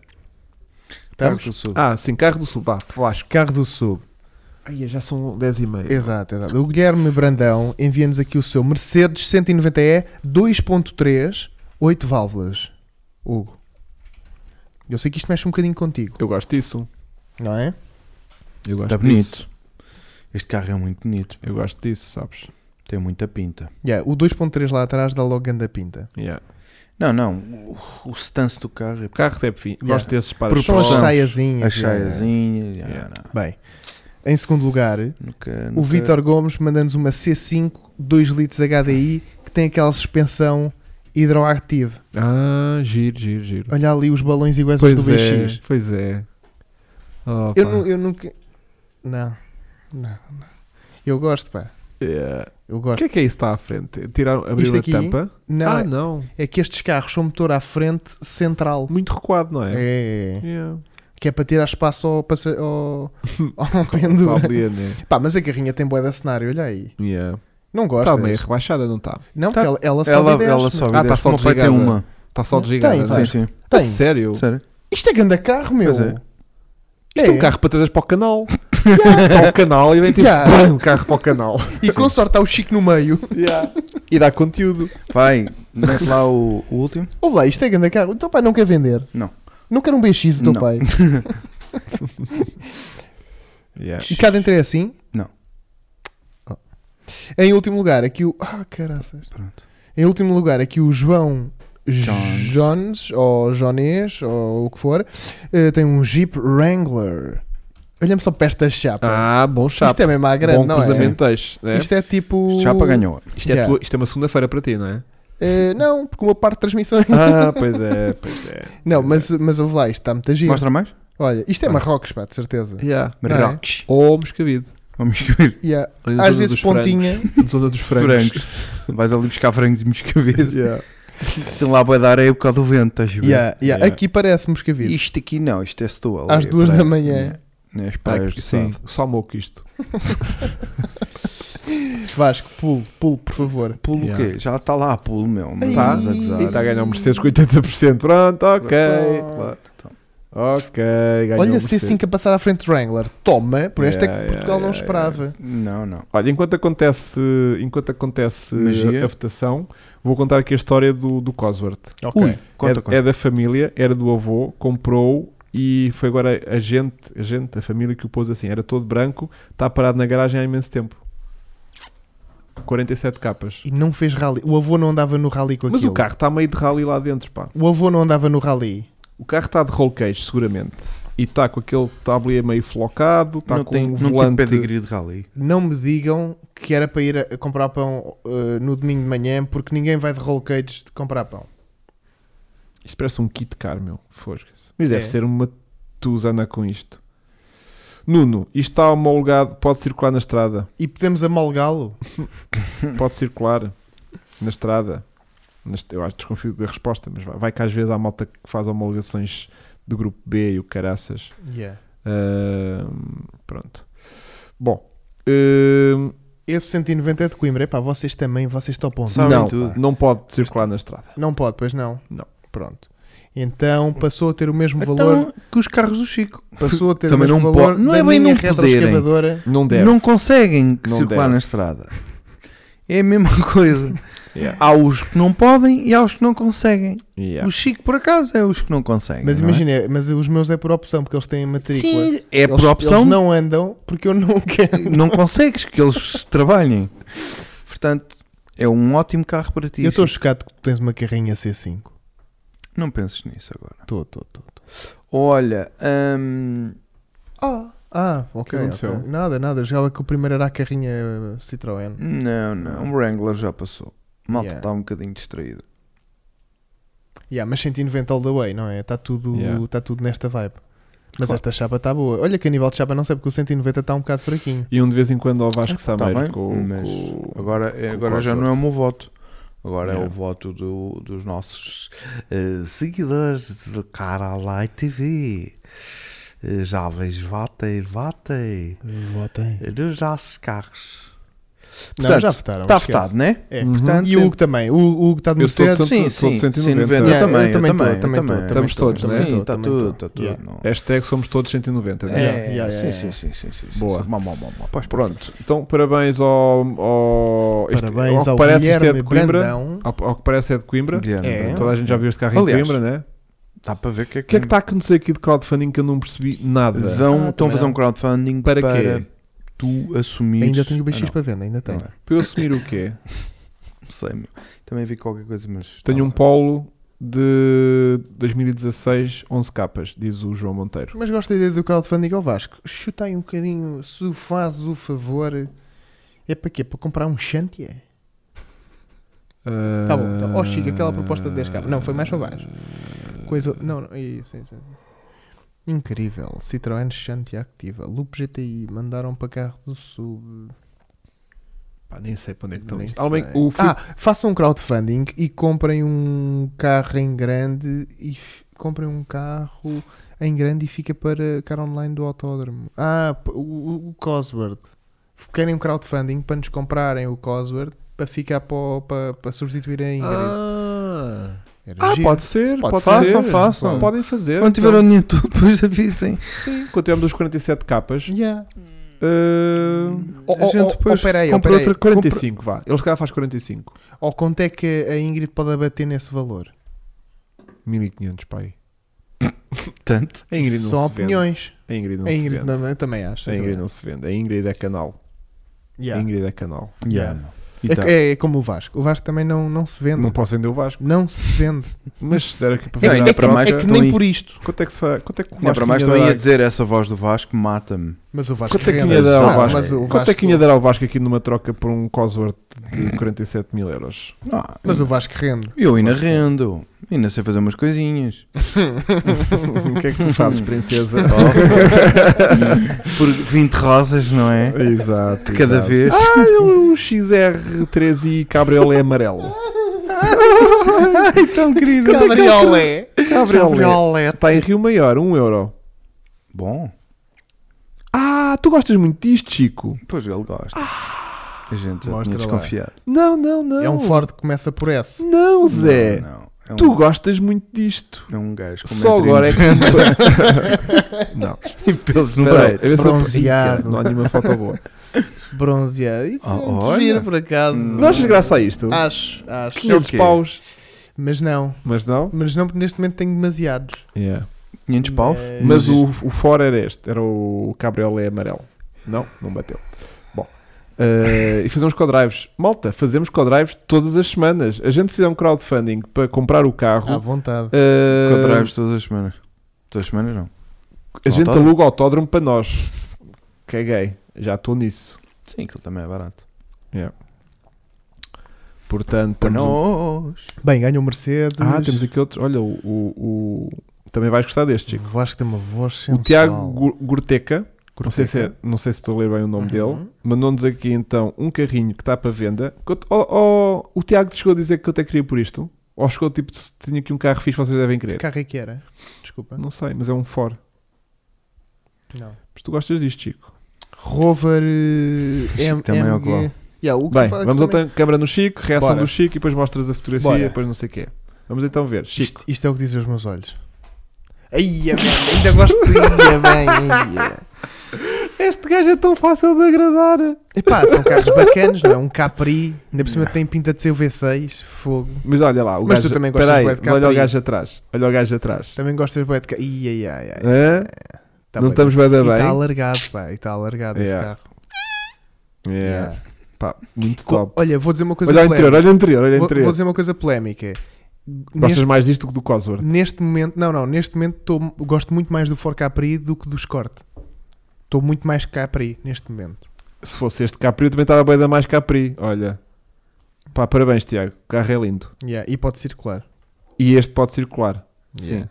C: estamos?
B: Ah, sim, carro do sul, vá, flasco.
C: Carro do Sub.
B: Ai, já são 10 e meia.
C: Exato, exato. O Guilherme Brandão envia-nos aqui o seu Mercedes 190E 2.3, 8 válvulas. Hugo. Eu sei que isto mexe um bocadinho contigo,
B: Eu gosto disso.
C: não é?
B: Eu gosto
A: Está
B: disso.
A: bonito. Este carro é muito bonito,
B: Eu gosto disso, sabes?
A: tem muita pinta.
C: Yeah, o 2.3 lá atrás dá logo ganda pinta.
B: Yeah.
A: Não, não, o, o stance do carro é
B: O carro é fim.
C: Yeah.
B: Gosto desses para
A: Porque
C: São as
A: Proporção.
C: saiazinhas.
A: as
C: yeah.
A: saiazinhas.
B: Yeah.
A: ah, não,
C: Bem, em segundo lugar,
A: nunca-
C: o
A: nunca-
C: Vitor Gomes manda-nos uma C5 2 litros HDI que tem aquela suspensão hidroactiva.
B: Ah, giro, giro, giro.
C: Olha ali os balões iguais aos do
B: Pois é,
C: BX.
B: pois é. Oh,
C: Eu,
B: pá.
C: nu- eu nunca. Não. Não, não. Eu gosto, pá.
B: Yeah.
C: Eu
B: O
C: gosto.
B: que é que é isso que está à frente? Tiraram, abriram
C: Isto
B: a
C: aqui?
B: tampa?
C: Não,
B: ah,
C: é-
B: não.
C: é que estes carros são motor à frente central.
B: Muito recuado, não é?
C: É.
B: Yeah.
C: Que é para tirar espaço ao, passe- ao, ao
B: Está
C: pendura.
B: ali, né?
C: Pá, mas a carrinha tem boa de cenário, olha aí.
B: Yeah.
C: Não
B: Está
C: gostas?
B: meio rebaixada, não está?
C: Não,
B: Tá.
C: porque ela, ela sobe
A: Ela,
C: e desce,
A: ela
C: mano.
A: sobe
B: Ah,
A: ah,
B: tá
A: desce.
B: só
A: O meu pai tem
B: desligada.
A: uma.
B: Está só
C: Não,
B: desligada.
C: tem,
B: não
A: Sim,
B: é?
C: vai.
A: sim.
B: A
C: Tem.
B: sério?
A: Sério?
C: Isto é grande carro, meu.
A: Pois é.
B: Isto é um
C: É.
B: carro para trazer para o canal. Para o canal e vem tipo
C: Yeah.
B: pum, um carro para o canal.
C: E com sorte está o Chico no meio.
B: E dá conteúdo.
A: Vai, mete lá o, o último.
C: Ouve lá, isto é grande carro. O teu pai não quer vender.
A: Não.
C: Não quer um BX do teu
A: Não.
C: pai.
B: Yeah.
C: E cá dentro é assim?
A: Não.
C: Oh. Em último lugar, aqui o. Ah, caraças.
A: Pronto.
C: Em último lugar, aqui o João
A: Jones.
C: Jones, ou Jones, ou o que for, eh, tem um Jeep Wrangler. Olha-me só para esta chapa.
B: Ah, bom chapa.
C: Isto é mesmo à grande,
B: bom
C: não
B: cruzamento de eixos, né?
C: é? Isto é tipo.
A: Chapa ganhou.
B: Isto é,
C: Yeah.
B: tua- isto é uma segunda-feira para ti, não é?
C: Eh, não, porque uma parte de transmissão.
B: Ah, pois é, pois é.
C: não, mas, mas ouve lá, isto está muito giro.
A: Mostra mais?
C: Olha, isto é
A: Ah.
C: Marrocos, pá, de certeza.
B: Yeah.
C: Não é?
A: Rocks.
B: Ou moscavido.
A: Vamos escrever.
C: Yeah.
B: Ali Oh, na
C: Às
B: zona
C: vezes
B: dos frangos.
C: pontinha.
B: Na zona dos frangos.
A: Vais ali buscar frangos e moscavidos.
B: Yeah.
A: Tem lá vai dar areia por causa do vento, estás a ver?
C: Yeah, yeah.
B: Yeah.
C: Aqui parece Moscavide.
A: Isto aqui não, isto é Setúbal.
C: Às
A: é
C: duas
A: praia,
C: da manhã.
A: né? Nas
B: Ah,
A: praias do
B: sim,
A: Sado.
B: só moco isto.
C: Vasco, pulo, pulo, por favor.
A: Pulo
B: Yeah.
A: o quê? Já está lá a pulo, meu. Não
C: Ai. tá
A: estás a
B: E está a
A: gozar.
B: ganhar um Mercedes com 80%. Pronto, ok.
A: Claro, então.
B: Ok, ganhou um
C: Olha,
B: Mercedes.
C: C5 a passar à frente do Wrangler. Toma, por esta é
B: Yeah,
C: que Portugal
B: yeah,
C: não
B: yeah,
C: esperava.
A: Não, não.
B: Olha, enquanto acontece, enquanto acontece
A: Magia.
B: a votação, vou contar aqui a história do, do Cosworth.
A: Ui, conta,
B: é,
A: conta.
B: é da família, era do avô, comprou e foi agora a gente, a gente, a família que o pôs assim. Era todo branco, está parado na garagem há imenso tempo. 47 capas.
C: E não fez rally. O avô não andava no rally com aquilo.
B: Mas o carro está meio de rally lá dentro, pá.
C: O avô não andava no rally.
B: O carro está de roll cage, seguramente. E está com aquele tablier meio flocado, está
A: não
B: com
A: tem,
B: um
A: Tá não tem
B: volante...
A: pedigree de rally.
C: Não me digam que era para ir a- a comprar pão eh, no domingo de manhã, porque ninguém vai de roll cage de comprar pão.
B: Isto parece um kit car, meu. Fosca-se. Mas deve
C: É.
B: ser uma tuzana com isto. Nuno, isto está homologado, pode circular na estrada.
C: E podemos amalgá-lo?
A: Hum.
B: Pode circular na estrada. Nas- Eu acho desconfio da resposta, mas vai, vai que às vezes há malta que faz homologações do grupo B e o caraças.
C: Yeah.
B: Ahm, pronto. Bom, ahm,
C: Esse 190 é de Coimbra. Epá, vocês também, vocês topam.
A: Sabem
B: não,
A: tudo.
B: não pode circular na estrada.
C: Não pode, pois não?
B: Não.
C: Pronto. Então passou a ter o mesmo valor.
A: Então, que os carros do Chico.
C: Passou a ter
A: Também
C: o mesmo
A: não
C: valor.
A: pode- não
C: da
A: é bem
C: minha
A: não
C: retroescavadora.
B: Não deve.
A: Não conseguem
B: Não
A: circular
B: deve.
A: na estrada. É a mesma coisa.
B: Yeah.
A: Há os que não podem e há os que não conseguem.
B: Yeah.
A: O Chico, por acaso, é os que não conseguem.
C: Mas
A: não é?
C: imagina, mas os meus é por opção, porque eles têm matrícula.
A: Sim, é
C: Eles-
A: por opção,
C: Eles
A: não...
C: não andam porque eu não quero.
A: consegues que eles trabalhem. Portanto, é um ótimo carro para ti.
C: Eu estou
A: Chico.
C: chocado que tu tens uma carrinha C5.
A: Não penses nisso agora.
C: Estou, estou, estou.
A: Olha, hum,
C: Ah, ah, ok.
B: que aconteceu?
C: ok. Nada, nada. Eu jogava que o primeiro era a carrinha eh, Citroën.
A: não, não, o Wrangler já passou. Malta
C: Yeah.
A: está um bocadinho distraída.
C: Yeah, mas 190 all the way, não é? Está tudo,
B: Yeah.
C: tá tudo nesta vibe. Mas
B: Claro.
C: esta chapa está boa. Olha que a nível de chapa não sei porque o 190 está um bocado fraquinho.
B: E um de vez em quando ao Vasco
A: Está
B: Sameiro
A: Tá bem,
B: com,
A: mas
B: com-
A: agora, é-
B: com
A: agora já
B: consorte.
A: não é o meu voto. Agora é o
B: Yeah.
A: voto do- dos nossos eh, seguidores do Caralai TV. Eh, jovens, votem, votem
C: Votem.
A: eh, nos nossos carros.
C: Não,
A: Portanto,
C: já votaram.
A: Está
C: esquece.
A: votado, não é?
C: É.
B: Uhum.
A: Portanto,
C: E o Hugo também. O o Hugo está de
B: Eu sou de Santo-
C: Mercedes.
A: Sim,
B: sou
A: sim,
B: de
A: 190.
B: 190.
A: Eu
C: Yeah,
A: também,
C: eu também tô,
A: eu
C: também tô,
A: também.
B: Estamos
C: tô,
B: todos,
C: também
B: né?
C: tô,
A: Sim, está
C: também
A: Tá tudo,
C: tô.
A: está tudo.
C: Yeah.
A: não-
B: Hashtag somos todos 190, não é?
C: Yeah,
A: É,
C: yeah,
A: sim,
C: yeah,
A: sim,
C: yeah.
A: sim, sim, sim, sim.
B: Boa.
A: Bom, bom, bom, bom.
B: Pois pronto. Então, parabéns ao. ao este-
C: Parabéns ao
B: que parece, isto é
C: Guilherme
B: de Coimbra.
C: Brandão.
B: Ao, ao que parece, é de Coimbra.
A: Guilherme,
C: É.
A: então,
B: Toda a gente já viu este carro
A: Aliás,
B: em Coimbra, né?
A: Dá para ver que é
B: O que é que está a acontecer aqui de crowdfunding que eu não percebi nada?
A: Vão,
C: Ah,
A: estão a fazer
C: também.
A: um crowdfunding
B: Para
A: para,
B: quê?
A: tu assumires.
C: Ainda tenho o
A: Ah,
C: BX
A: não,
C: para venda, ainda tenho.
A: não é.
B: Para eu assumir o quê?
A: Não sei, meu. Também vi qualquer coisa, mas.
B: Tenho um
A: pó
B: Polo de 2016, 11 capas, diz o João Monteiro.
C: Mas gosto da ideia do crowdfunding ao Vasco. Chuta aí um bocadinho, se fazes o favor. É para quê? Para comprar um shanty? Tá bom, tá bom. Oh, Chico, aquela proposta de 10 capas. Não, foi mais para baixo. Coisa. Não, não. Aí, sim, sim. Incrível. Citroën Xantia Activa. Loop GTI. Mandaram para carro do sub.
B: Pá, nem sei para onde é que estão
C: Nem
B: isto. Alguém,
C: sei.
B: o Filipe-
C: Ah, façam um crowdfunding e comprem um carro em grande e f- comprem um carro em grande e fica para cara online do autódromo. Ah, p- o, o- o Cosworth. Querem um crowdfunding para nos comprarem o Cosworth para ficar para, o- para, para substituir a Ingrid.
B: Ah,
C: Era
B: Ah,
C: giro.
B: pode ser,
C: Pode
B: pode,
A: ser.
B: ser.
A: Façam, façam.
B: Podem fazer.
A: Quando tiver o dinheiro tudo, depois avisem.
B: então. Sim, quando tivermos os 47 capas.
C: Yeah.
B: ah,
C: Ou-
A: a
C: ou-
A: gente
C: ou-
A: depois
C: ou peraí, ou
B: compra
C: peraí.
B: outra 45, vá. Eles cá faz 45.
C: Ou quanto é que a Ingrid pode abater nesse valor?
B: 1500, pai.
A: Tanto.
B: A Ingrid não
C: São
B: se
C: opiniões.
B: vende. A Ingrid não
C: a
B: se
C: Ingrid
B: vende.
C: também, eu também acho.
B: A
C: eu
B: Ingrid
C: também
B: não se vende. A Ingrid é canal.
C: acho. Yeah.
B: A Ingrid é canal.
A: Yeah.
B: E
C: É-
B: tá.
C: É, é como o Vasco. O Vasco também não, não se vende.
B: Não
C: Não,
B: posso vender o Vasco.
C: se vende.
B: Mas se der aqui para
A: É-
B: virar
A: é
B: a
A: que-
B: troca-
A: mais
C: é que
A: estão
C: nem
A: aí.
C: por isto.
B: Quanto é que se fa- Quanto é que o
A: Ainda para
B: Vasco
A: mais
B: ia
A: estão aí
B: dar-
A: a dizer essa voz do Vasco mata-me.
C: Mas o Vasco
B: Quanto é que
C: rende.
B: ia dar
A: ao
C: Ah,
A: Vasco?
C: Mas o
B: Quanto é que
C: Vasco,
B: ia dar ao Vasco aqui numa troca por um Cosworth de 47 mil euros?
A: Ah,
C: mas o Vasco rende.
A: eu ainda rendo. Ainda sei fazer umas coisinhas.
B: o que é que tu fazes, princesa?
A: Por 20 rosas, não é?
B: exato.
A: De cada
B: exato.
A: vez.
B: Ah, é um XR3 e cabriolé amarelo.
C: é
A: então, querido.
C: Cabriolé.
B: Cabriolé.
C: Cabriolé.
B: Está Tá em Rio Maior, 1 euro.
A: Bom,
B: Ah, tu gostas muito disto, Chico?
A: pois ele gosta.
B: Ah,
A: A gente já
C: Mostra
A: tinha
C: lá.
A: desconfiado.
B: Não, não, não.
C: É um Ford que começa por S.
B: Não, Zé.
A: Não, não. É um,
B: Tu gostas muito disto.
A: é um gajo com
B: Só agora é que. não.
A: que pelos no
B: Espera aí,
A: peito.
B: eu sou
C: Bronzeado.
B: Não há nenhuma foto boa.
C: Bronzeado. Isso
A: Ah,
C: é muito
A: olha.
C: giro, por acaso.
B: Não achas graça a isto?
A: Ah.
C: Acho, acho.
B: 500
A: É o quê?
B: paus.
C: Mas não.
B: Mas não?
C: Mas não, porque neste momento tenho demasiados.
A: 500 paus?
B: Mas o, o fora era este, era o cabriolé amarelo. Não, não bateu. Bom, eh, e fazemos co-drives. Malta, fazemos co-drives todas as semanas. A gente fizer um crowdfunding para comprar o
C: À
A: Ah,
B: carro.
C: vontade.
B: eh,
A: Contrarios todas as semanas. Todas as semanas não.
B: a gente
A: autódromo.
B: aluga o autódromo para nós. Caguei, já estou nisso.
A: Sim, aquilo também é barato.
B: Portanto,
A: Para
B: temos um-
A: nós.
C: Bem, ganha o Mercedes.
B: Ah, temos aqui outros. Olha, o, o- o- também vais gostar deste, Chico.
C: O Vasco tem uma voz sensual.
B: O Tiago Gur- Gurteca, não sei, se é-
C: Corteca.
B: não sei se estou a ler bem o nome
C: Uhum.
B: dele, mandou-nos aqui então um carrinho que está para venda. Que eu te- oh, oh, o Tiago chegou a dizer que eu até queria por isto? Ou chegou tipo, se tinha aqui um carro fixe, vocês devem
C: Que
B: querer?
C: carro é que era? Desculpa.
B: Não sei, mas é um Ford.
C: Não.
B: Mas tu gostas disto, Chico?
C: Rover eh, M.
A: também é o
C: MG.
A: qual.
C: Yeah, o que
B: Bem,
C: tu fala-
B: vamos
C: também-
B: à câmara no Chico, reação
C: Bora.
B: do Chico e depois mostras a fotografia
C: Bora.
B: e depois não sei o que é. Vamos então ver. Chico,
C: Isto, isto é o que dizem os meus olhos. Ai, bem, ainda gosto de ia bem. ia.
B: este gajo é tão fácil de agradar.
C: Epá, são carros bacanas, não é? Um Capri, ainda por cima tem pinta de ser o V6, fogo.
B: Mas olha lá, o
C: Mas
B: gajo.
C: tu também gostas
B: peraí,
C: bué de
B: olha o
C: Capri.
B: gajo atrás. Olha o gajo atrás.
C: Também gostas bem de carro. Ai, ai, ai, ai.
B: Hã?
C: Tá
B: não
C: bem.
B: estamos bem da
C: E
B: bem.
C: está alargado, pá, e está alargado
B: Yeah.
C: esse carro.
B: É.
C: Yeah.
B: Pá, muito
C: Co-
B: top.
C: Olha, vou dizer uma coisa
B: Olha o interior,
C: polémica.
B: olha o interior, olha o
C: Vou, vou
B: interior.
C: dizer uma coisa polémica.
B: Gostas
C: Neste,
B: mais disto que do Cosworth?
C: neste momento, não, não, neste momento tô, gosto muito mais do Ford Capri do que do Escort. Estou muito mais Capri neste momento.
B: Se fosse este Capri, eu também estava bem da mais Capri. Olha. Pá, parabéns, Tiago. O carro é lindo.
C: Yeah, e pode circular.
B: E este pode circular.
C: Yeah.
B: Sim.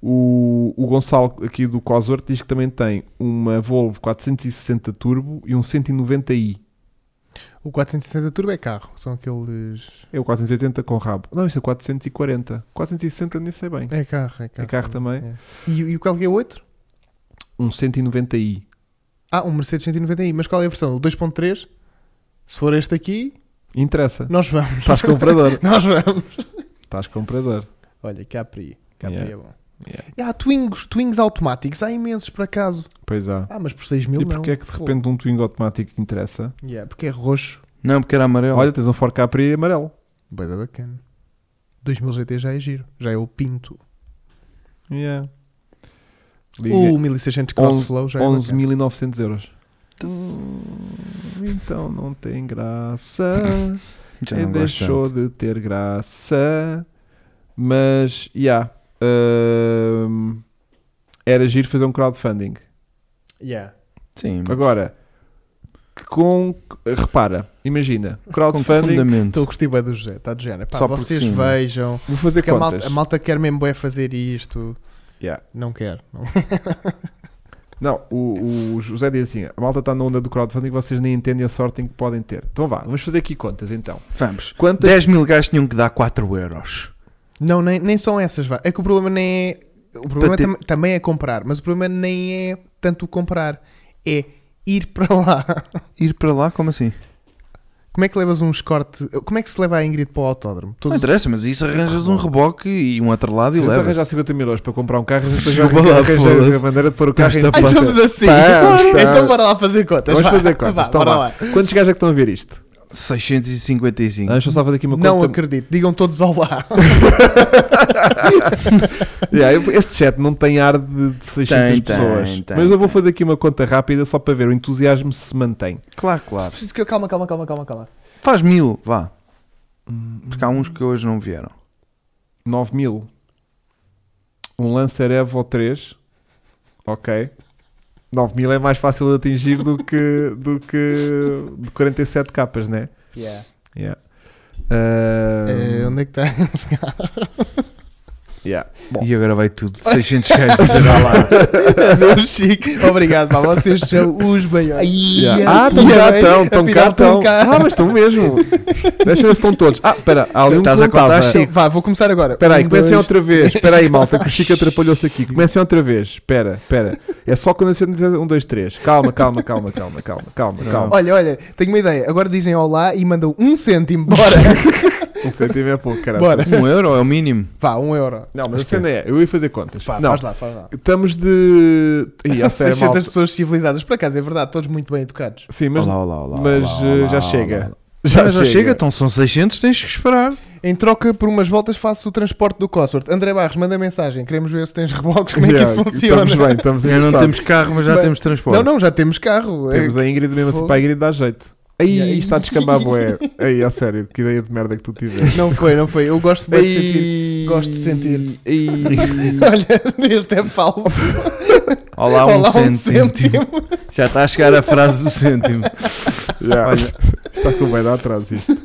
B: O, o Gonçalo aqui do Cosworth diz que também tem uma Volvo 460 Turbo e um 190i.
C: O 460 Turbo é carro, são aqueles.
B: É o 480 com rabo. Não, isso é 440. 460 nem sei bem.
C: É carro, é
B: É
C: carro.
B: carro também.
C: E, e qual que é o outro?
B: Um 190i.
C: Ah, um Mercedes 190i, mas qual é a versão? O 2.3? Se for este aqui,
B: Interessa.
C: nós vamos.
B: Estás comprador.
C: nós vamos.
B: Estás comprador.
C: Olha, Capri. Capri
B: Yeah.
C: é bom.
B: Yeah.
C: E há Twingos, Twingos automáticos, há imensos por acaso.
B: Pois há.
C: Ah, mas por 6 mil
B: E
C: não.
B: porquê é que de
C: Pô.
B: repente um Twingo automático interessa?
C: Yeah, porque é roxo.
A: Não, porque era amarelo.
B: Olha, tens um Ford Capri amarelo.
C: Bué da bacana. 2000 GT já é giro, já é o Pinto.
B: Yeah.
C: O
A: Uh,
B: Liga.
C: 1600
B: é Onze-
C: Crossflow já é bacana.
B: 11.900 euros. Então não tem graça.
A: já
B: e
A: não gosto tanto.
B: deixou de ter graça. Mas, já. Ahm, era giro fazer um crowdfunding.
C: Yeah.
A: Sim,
B: Agora, com. Repara, imagina.
A: com que
B: Crowdfunding.
A: fundamento.
C: Estou a curtir bem do José, está de género. Pá,
A: Só por
C: vocês
A: cima.
C: vejam.
A: é
B: Vou fazer
C: Porque a malta,
B: contas.
C: a malta quer mesmo é fazer isto.
B: Yeah.
C: Não quero. Não.
B: Não, o, o José diz assim: a malta está na onda do crowdfunding, vocês nem entendem a sorte em que podem ter. Então vá, vamos fazer aqui contas então.
A: Vamos.
B: Quantas.
A: 10 mil gajos tinham que dar 4 euros.
C: Não, nem, nem são essas, vá. É que o problema nem é. O problema
A: ter-
C: tam- também é comprar, mas o problema nem é tanto o comprar, é ir para lá.
A: Ir para lá, como assim?
C: Como é que levas um escorte? Como é que se leva a Ingrid para o autódromo?
A: Não
C: Todos-
A: interessa, mas isso arranjas um reboque e um atrelado
B: Se
A: e
B: eu te arranjar
A: levas.
B: 50 mil euros para comprar um carro,
A: Desculpa
B: já
A: lá,
B: arranjas a
A: foda-se.
B: maneira de pôr o carro
A: Estás-te
B: em
A: a
C: Ai,
A: Passa-
C: estamos assim.
B: Estamos,
C: Então
B: estamos.
C: bora lá fazer contas.
B: Vamos
C: vá.
B: fazer contas.
C: Vá,
B: então
C: bora
B: vá.
C: lá.
B: Quantos gajos é que estão a ver isto?
A: 655.
B: Deixa eu só fazer aqui uma conta.
C: Não acredito. Digam todos olá.
B: Yeah, eu- este chat não tem ar de, de 600
A: Tem, tem,
B: pessoas.
A: tem,
B: mas eu
A: tem.
B: vou fazer aqui uma conta rápida só para ver o entusiasmo se mantém.
A: Claro, claro.
C: Calma, calma, calma, calma, calma.
A: Faz mil, vá. Porque há uns que hoje não vieram.
B: 9 mil. Um Lancer Evo 3. Ok. 9 mil é mais fácil de atingir do que, do que de 47 capas, né?
C: Yeah.
B: Yeah. Ah,
C: Eh, onde é que está esse carro?
B: yeah. Bom,
A: E agora vai tudo. 600 gajos será lá.
C: é Meu Chico. Obrigado, pá. Vocês são os maiores.
B: Yeah. Ah, estão cá, estão, estão cá, estão. Ah, mas estão mesmo. Deixa eu ver se estão todos. Ah, espera, há ali um
A: Estás
B: que
A: a
B: não
A: contar,
B: estava.
A: Chico?
C: Vá, vou começar agora.
B: Espera aí,
C: Um,
B: comecem
C: dois-
B: outra vez. Espera aí, malta, que o Chico atrapalhou-se aqui. Comecem outra vez. Espera, espera. É só quando eu dizer um, dois, três. Calma, calma, calma, calma, calma, calma, calma.
C: Olha, olha, tenho uma ideia. Agora dizem olá e mandam um cêntimo. Bora.
B: Um centímetro é pouco, caralho.
C: Bora.
A: Um euro é o mínimo.
C: Vá, um euro.
B: Não, mas a cena é, eu ia fazer contas.
C: Pá,
B: não,
C: faz lá, faz lá.
B: estamos de... Ih, essa é
C: 600
B: malta.
C: pessoas civilizadas. Por acaso, é verdade. Todos muito bem educados.
B: Sim, mas,
A: olá, olá, olá.
B: mas
A: olá,
B: eh,
A: olá,
B: já
A: olá,
B: chega.
A: olá. Já, mas já chega, então são 600, tens que esperar.
C: Em troca por umas voltas faço o transporte do Cosworth. André Barros, manda mensagem. Queremos ver se tens reboques, como é que
B: Yeah,
C: isso funciona.
B: Estamos bem, estamos
A: Já não
B: engraçados.
A: temos carro, mas já
C: Bem,
A: temos transporte.
C: Não, não, já temos carro. É-
B: Temos a Ingrid mesmo assim,
C: Fogo.
B: para a Ingrid dá jeito. Aí
C: Yeah.
B: está a descambar bué. Aí, a sério, que ideia de merda é que tu tiveste.
C: Não foi, não foi. Eu gosto bem de sentir.
B: Ei,
C: Gosto de sentir.
B: ei.
C: Olha, este é falso.
A: Olá, um
C: Olá, um
A: cêntimo. Já está a chegar a frase do cêntimo.
B: Yeah.
A: Olha.
B: Está com bem atrás isto.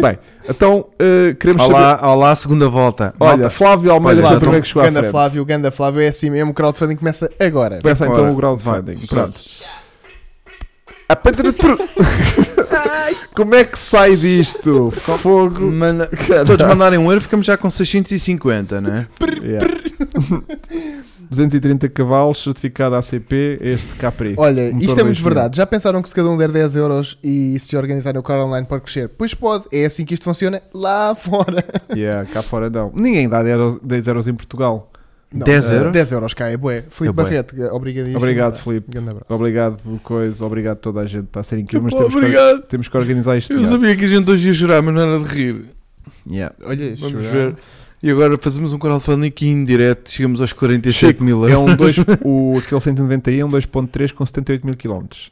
B: Bem, então eh, queremos saber.
A: Olá, olá, segunda volta.
B: Olha,
A: Malta,
B: Flávio Almeida
A: Olha,
B: foi o
A: então,
B: primeiro que chegou à
C: Ganda
B: frente.
C: Flávio, Ganda Flávio, é assim mesmo. O crowdfunding começa agora.
B: Começa
A: Ora,
B: então o crowdfunding.
A: vai.
B: Pronto. A pata de tru- Como é que sai disto? Fogo.
A: manda- todos mandarem um euro, ficamos já com 650, né?
B: Yeah. 230 cavalos, certificado ACP, este Capri.
C: Olha,
B: Motor
C: isto é muito
B: 2000.
C: verdade. Já pensaram que se cada um der 10 euros e se organizarem o carro online pode crescer? Pois pode. É assim que isto funciona lá fora.
B: Yeah, cá fora não. Ninguém dá 10 euros, 10 euros em Portugal.
A: 10 euros?
C: 10 euros cá é bué. Filipe
A: É bué.
C: Barreto, eh, obrigadíssimo.
B: Obrigado,
C: Pá,
B: Filipe.
C: Grande abraço.
B: Obrigado, coisa. Obrigado a toda a gente. Está a ser incrível, mas
A: Pô,
B: temos que,
A: obrigado.
B: temos que organizar isto.
A: Eu
B: melhor.
A: sabia que a gente hoje ia chorar, mas não era de rir.
B: Yeah.
C: Olha, isto. é
A: Vamos ver. E agora fazemos um crowdfunding aqui em direto, chegamos aos 47
B: Chico,
A: mil euros.
B: É um 2, o, aquele 190 i é um 2.3 com 78 mil quilómetros.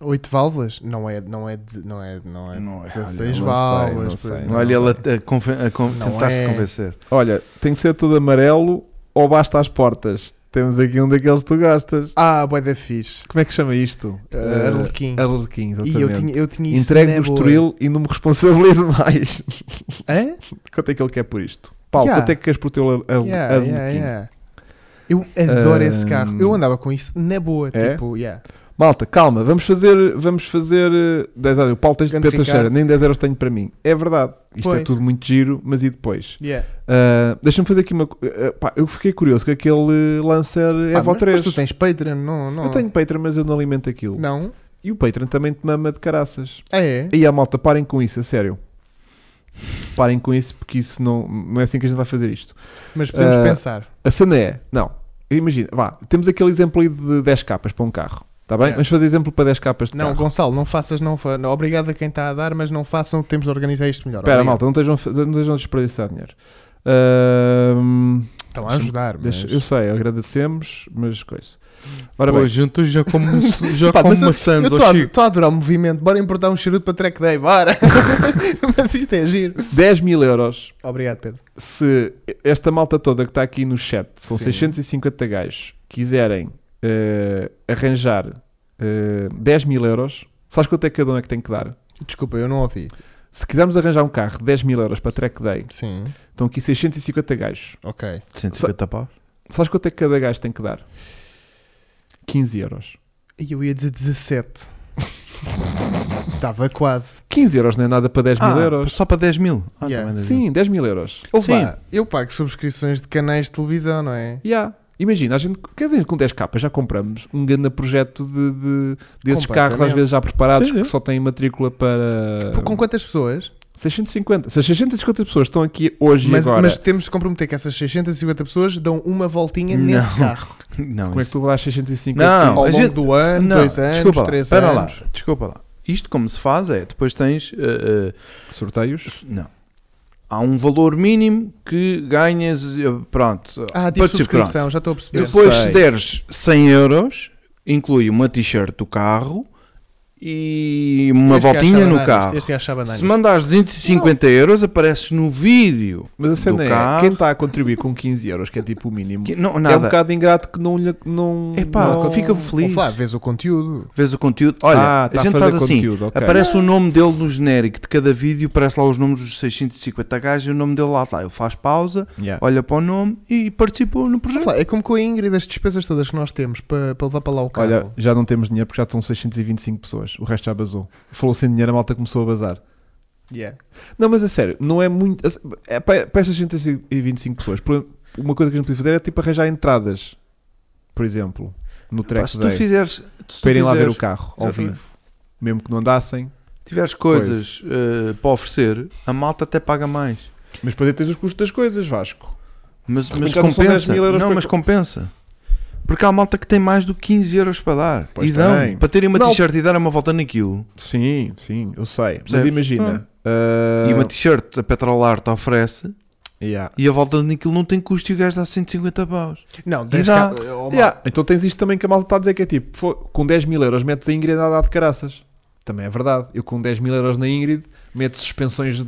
C: 8 válvulas? Não é, não é, de- não é, não é.
A: Não é,
C: 16
B: olha, não
C: válvulas.
B: sei, não
C: pá.
B: sei, não
A: Olha, ele a, a conven- a con-
C: Não
A: tentar-se
C: é.
A: convencer.
B: Olha, tem que ser todo amarelo ou basta às portas. Temos aqui um daqueles que tu gastas.
C: Ah, bué da fixe.
B: Como é que chama isto?
C: Uh,
B: Eh,
C: Arlequim.
B: Arlequim,
C: E eu tinha,
B: exatamente.
C: eu tinha isso
B: Entregue
C: na
B: no
C: boa.
B: estoril e não me responsabilizo mais.
C: Hã?
B: quanto é que ele quer por isto? Paulo,
C: Yeah.
B: quanto é que queres por teu ar- ar-
C: Yeah,
B: Arlequim?
C: yeah, yeah. Eu adoro esse
B: Um,
C: carro. Eu andava com isso na boa.
B: é?
C: Tipo, yeah.
B: Malta, calma, vamos fazer, vamos fazer eh, 10 euros. O Paulo tens de
C: Grande
B: ter Teixeira,
C: Ricardo.
B: nem 10 euros tenho para mim. É verdade, isto é
C: Pois.
B: tudo muito giro, mas e depois?
C: yeah.
B: Ah, Deixa-me fazer aqui uma. co- ah, pá, eu fiquei curioso com aquele Lancer
C: Pá,
B: Evo
C: mas,
B: 3.
C: mas tu tens Patreon? Não, não.
B: É Eu tenho Patreon, mas eu não alimento aquilo.
C: Não?
B: E o Patreon também te mama de caraças.
C: Ah, é?
B: E a malta, parem com isso, a sério. Parem com isso, porque isso não, não é assim que a gente vai fazer isto.
C: Mas podemos
B: Ah,
C: pensar.
B: A cena é, não, imagina, vá, temos aquele exemplo aí de 10 capas para um carro, está bem?
C: Yeah.
B: Vamos fazer exemplo para 10 capas de
C: É. Não,
B: carro.
C: Gonçalo, não faças, não, fa- não. Obrigado a quem está a dar, mas não façam, temos de organizar isto melhor.
B: Espera,
C: Obrigado.
B: malta, não estejam, a fa- não estejam a desperdiçar dinheiro. Ahm,
C: Estão a ajudar, mas...
B: deixa- eu sei, agradecemos, mas coisa. Ora
A: Pô,
B: bem,
A: gente, hoje já como, já
C: Pá,
A: como
C: mas eu-
A: maçãs,
C: Eu
A: ó, Chico.
C: estou a adorar o movimento. Bora importar um charuto para track day, bora! mas isto é giro.
B: 10 mil euros
C: Obrigado, Pedro.
B: se esta malta toda que está aqui no chat, são
C: Sim.
B: 650 gajos, quiserem eh, arranjar eh, 10 mil euros, sabes quanto é que cada um é que tem que dar?
C: Desculpa, eu não ouvi.
B: Se quisermos arranjar um carro de 10 mil euros para track day,
C: Sim,
B: estão aqui 650 gajos.
C: ok.
A: 150 paus.
B: Sabes quanto é que cada gajo tem que dar? 15 euros.
C: E eu ia dizer 17. Estava quase.
B: 15 euros não é nada para 10 mil
A: Ah,
B: euros.
A: Só para 10 mil? Ah,
C: Yeah.
A: também dá jeito.
B: Sim, 10 mil euros.
C: Ouve
A: Sim.
C: lá, eu pago subscrições de canais de televisão, não é?
B: Yeah. Imagina, a gente, quer dizer, com 10 capas já compramos um grande projeto de, de- desses
C: Completamente.
B: carros às vezes já preparados
A: Sim,
B: que
A: sim. Tipo,
B: só têm matrícula para
A: Hum.
C: Com quantas pessoas?
B: 650. Se as 650 pessoas estão aqui hoje
C: Mas,
B: e agora, é
C: mas temos de comprometer que essas 650 pessoas dão uma voltinha
A: Não.
C: nesse carro.
A: Não,
B: como é que
A: isso-
B: tu vais 650?
A: Não,
C: Ao longo
A: a gente-
C: do ano,
A: não,
C: um, dois anos,
A: desculpa lá,
C: três
A: espera
C: anos.
A: lá, desculpa lá. Isto como se faz é, depois tens... eh, eh,
B: Sorteios?
A: Isso- Não. Há um valor mínimo que ganhas. eh, Pronto.
C: Ah, tipo
A: Pode ser, pronto.
C: subscrição, já estou a perceber.
A: Depois,
B: sei.
A: se deres 100 euros, inclui uma t-shirt do carro e uma
C: Este gajo
A: voltinha
C: sabe
A: no
C: andar nisto,
A: carro.
C: Este gajo sabe andar
A: Se
C: nisto.
A: mandares 250 euros, apareces no vídeo.
B: Mas a cena
A: do
B: é,
A: carro.
B: quem está a contribuir com 15 euros, que é tipo o mínimo,
A: Que- não,
B: é um
A: nada.
B: bocado ingrato que não lhe. Não,
A: Epá,
B: não-
A: fica feliz.
C: Ouve lá, vês o conteúdo.
A: Vês o conteúdo. Olha,
B: Ah, tá
A: a gente
B: fazer
A: faz assim.
B: conteúdo, ok.
A: Aparece o nome dele no genérico de cada vídeo, aparece lá os nomes dos 650 gajos e o nome dele lá está. Ele faz pausa,
B: Yeah.
A: olha para o nome e participou no
C: Ouve
A: projeto.
C: lá, é como com a Ingrid, as despesas todas que nós temos para, para levar para lá o carro.
B: Olha, já não temos dinheiro porque já estão 625 pessoas. O resto já basou. Falou sem dinheiro, a malta começou a bazar.
C: Yeah.
B: Não, mas a sério, não é muito. É para, para estas 625 pessoas, por- uma coisa que a gente podia fazer é tipo arranjar entradas, por exemplo, no
A: Pá,
B: track
A: se tu
B: day.
A: fizeres. Se tu
B: Para irem lá ver o
A: fizeres-
B: carro ao
A: Exatamente.
B: vivo. Mesmo que não andassem,
A: tiveres coisas eh, para oferecer, a malta até paga mais.
B: mas depois aí tens os custos das coisas, Vasco.
A: Mas,
B: repente
A: mas
B: já não são 10
A: compensa.
B: mil
A: Não,
B: euros para-
A: mas compensa. Porque há malta que tem mais do que 15 euros para dar.
B: Pois
A: e dão.
B: tem.
A: Para terem uma
B: Não.
A: t-shirt e dar uma volta naquilo.
B: Sim, sim, eu sei. Mas
A: Percebes?
B: imagina. ah,
A: E uma t-shirt a Petrolar te oferece
B: yeah.
A: e a volta naquilo não tem custo e o gajo dá 150 paus.
C: Não, 10
A: dá-
C: ca- oh,
B: Yeah, Então tens isto também que a malta está a dizer que é tipo, fo- com 10 mil euros metes a Ingrid a dar de caraças. Também é verdade. Eu com 10 mil euros na Ingrid meto suspensões de-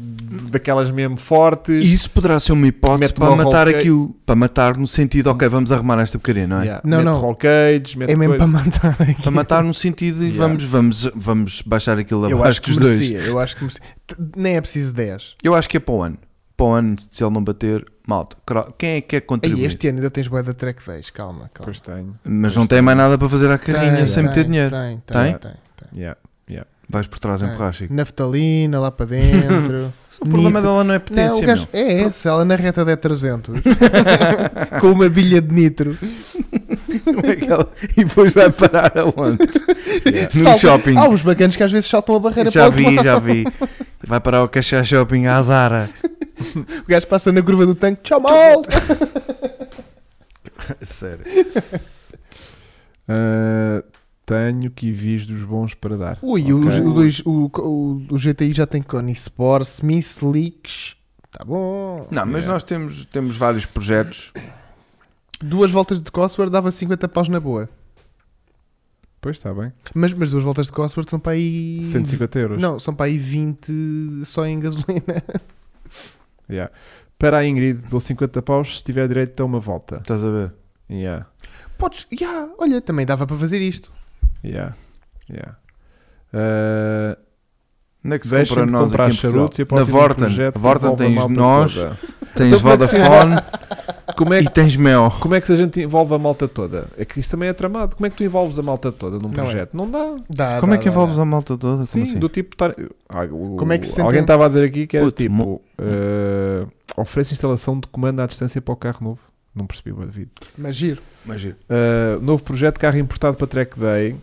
B: daquelas mesmo fortes.
A: E isso poderá ser uma hipótese
B: Mete
A: para
B: uma
A: matar
B: roll cake.
A: aquilo. Para matar no sentido, ok, vamos arrumar esta porcaria, não é?
B: Yeah,
C: Não,
B: meto
C: não.
B: roll cage, meto
C: É mesmo para
B: coisa.
C: matar aqui.
A: Para matar no sentido e
B: Yeah.
A: vamos, vamos, vamos baixar aquilo
C: Eu
A: abaixo
C: acho que
A: dos dois.
C: merecia, eu acho que merecia. T- Nem é preciso 10.
A: Eu acho que é para o ano. Para o ano, se ele não bater, malta. cro- Quem é que quer
C: Aí
A: contribuir?
C: este ano ainda tens boa da track 10, calma, calma.
B: Pois tenho.
A: Mas não
B: Pois
A: tem
B: tem.
A: mais nada para fazer à carrinha
C: Tem,
A: sem
C: tem,
A: meter dinheiro.
C: Tem,
A: Tem?
C: tem, tem. tem.
B: Yeah.
A: Vais por trás em
C: Tem.
A: borracha.
C: Naftalina lá para dentro.
A: O problema
C: Nitro.
A: dela não é
C: Não, o
A: potência,
C: gajo,
A: meu.
C: é, é, se ela na reta der 300 com uma bilha de nitro,
A: Como é que ela- E depois vai parar aonde?
B: Yeah.
A: No
C: salta-
A: shopping.
C: Há uns bacanos que às vezes saltam a barreira
A: Já
C: para o outro
A: vi,
C: lado.
A: já vi. Vai parar ao Caixa Shopping à Zara.
C: O gajo passa na curva do tanque, tchau mal!
A: Sério.
B: Ah, tenho que vis dos bons para dar.
A: Uh,
C: Ui, o-
B: Ok.
C: o, dois- o, o- o GTI já tem Cone Sport, Smith Slicks, tá bom.
A: Não, mas
B: Yeah.
A: nós temos, temos vários projetos.
C: Duas voltas de Cosworth dava 50 paus na boa.
B: Pois está bem.
C: Mas, mas duas voltas de Cosworth são para aí.
B: 150 euros.
C: Não, são para aí 20 só em gasolina.
B: Yeah. Para a Ingrid, dou 50 paus se tiver direito a uma volta.
A: Estás a ver?
B: Yeah.
C: Podes. Ya, olha, também dava para fazer isto.
B: Yeah. Yeah. Ah,
A: Onde é que se
B: Deixem
A: compra
B: de
A: nós
B: comprar
A: aqui em Portugal?
B: charutos e
A: Na
B: apostem num
A: Vorten.
B: projeto
A: A
B: que
A: Vorten
B: envolva a
A: tens
B: malta
A: nós,
B: toda.
A: Tens
B: como é que se-
A: Vodafone
B: Como é,
A: e
B: que,
A: tens Mel.
B: como é que se a gente envolve a malta toda? É que isso também é tramado. Como é que tu envolves a malta toda num
C: Não é.
B: projeto? Não Ah, dá.
C: Dá,
A: Como
C: dá,
A: é que
C: dá,
A: envolves
C: dá.
A: a malta toda? Como
B: Sim,
A: assim?
B: do tipo. tar- Ah, o-
C: Como é que se
B: Alguém
C: sentem-
B: estava a dizer aqui que era
A: Puto,
B: tipo.
A: mo-
B: eh, oferece instalação de comando à distância para o carro novo. Não percebi o David.
C: Mas giro.
A: Mas giro.
B: Uh, novo projeto, carro importado para Track Day.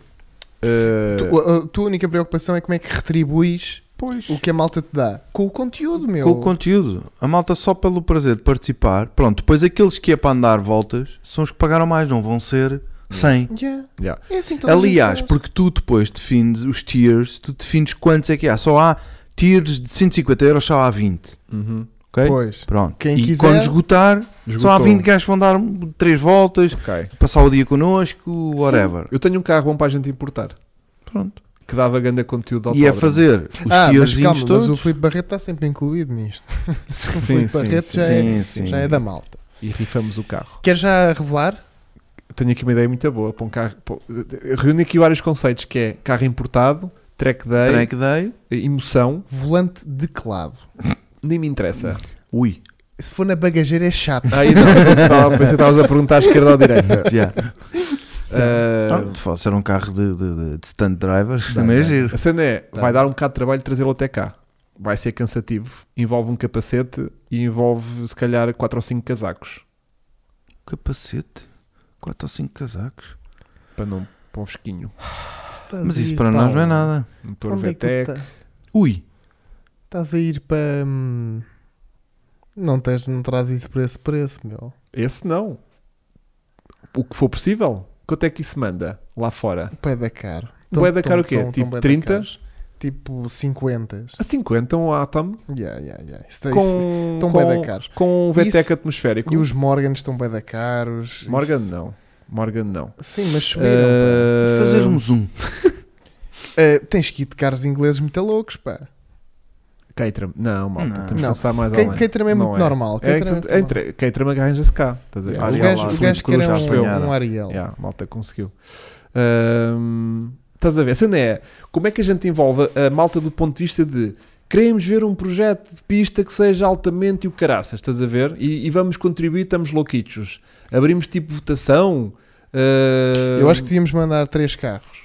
A: É.
B: Uh,
C: Tu- a, a tua única preocupação é como é que retribuis
B: pois.
C: o que a malta te dá. Com o conteúdo, meu.
A: Com o conteúdo. A malta só pelo prazer de participar. Pronto, depois aqueles que é para andar voltas são os que pagaram mais, não vão ser 100.
C: Ya.
B: Yeah.
C: É assim que toda a gente
A: Aliás,
C: faz.
A: porque tu depois defines os tiers, tu defines quantos é que há. Só há tiers de 150 euros, só há 20.
B: Uhum.
A: Ok?
C: Pois.
A: Pronto.
C: Quem
A: e
C: quiser-
A: quando esgotar, só há
B: Esgotou.
A: 20 gajos que vão dar 3 voltas,
B: Ok.
A: passar o dia connosco, whatever.
B: Eu tenho um carro bom para a gente importar.
A: Pronto.
B: Que dava grande conteúdo de
A: E é
B: autódromo.
A: fazer os
C: Ah, mas
A: tierzinhos
C: calma,
A: todos.
C: mas o Filipe Barreto está sempre incluído nisto.
B: Sim, sim,
C: O Filipe
B: sim,
C: Barreto já,
A: sim,
C: é,
A: sim.
C: já é da malta.
B: E rifamos o carro.
C: Quer já revelar?
B: Tenho aqui uma ideia muito boa. Para um carro, para- reúne aqui vários conceitos que é carro importado, Track Day,
A: Track day.
B: emoção.
C: Volante de que lado?
B: Nem me interessa. Ah, então,
A: Ui.
C: Se for na bagageira é chato.
B: Aí não, estava a pensar, estavas a perguntar à esquerda ou à direita.
A: Já.
B: Ah,
A: Pronto, se fosse ser um carro de, de, de- de stand drivers, também é giro.
B: a cena é,
C: Tá.
B: vai dar um bocado de trabalho trazê-lo até cá. Vai ser cansativo. Envolve um capacete e envolve, se calhar, 4 ou 5 casacos.
A: Um Capacete, 4 ou 5 casacos.
B: Para não para um fresquinho.
C: Estás
A: Mas
C: a
A: isso
C: ir
A: para nós não é
C: um-
A: nada.
B: Motor
C: Onde é que tu
B: VTEC.
C: tá-
A: Ui,
C: Estás a ir para. hum, Não, tens, não traz isso por esse preço, meu.
B: Esse não. O que for possível. Quanto é que isso manda lá fora?
C: Bué da caro.
B: Bué da caro o quê? Tipo
C: bué da
B: 30?
C: caros. Tipo 50.
B: A 50, um Atom
C: Yeah, yeah, yeah. Isso, tá- isso-
B: com,
C: tão bué da
B: com,
C: caros.
B: com um VTEC
C: Isso-
B: atmosférico.
C: E os Morgans estão bué da caros.
B: Morgan
C: Isso-
B: não. Morgan não.
C: Sim, mas subiram. pá.
B: Ah,
A: fazer um zoom.
C: Ah, tens que ir de carros ingleses muito loucos, pá.
B: Caterham. Não, malta,
A: Não.
B: temos que
C: Não.
B: pensar mais
C: Quem
B: além.
C: quem também é
B: Não
C: muito
B: é.
C: normal.
B: É,
C: Caterham
B: entre-
C: muito normal.
B: entre- Caterham é arranja-se cá. Estás a ver?
C: Yeah,
A: Ariel
C: o gajo,
A: lá,
C: o
A: Filipe
C: gajo quer
A: Cruz,
C: um,
A: apanhada.
C: um Ariel.
B: Yeah, malta conseguiu. Ahm, estás a ver? A cena é como é que a gente envolve a malta do ponto de vista de queremos ver um projeto de pista que seja altamente e o caraças, estás a ver? E, e vamos contribuir, estamos louquitos. Abrimos tipo votação.
C: Eu acho que devíamos mandar três carros.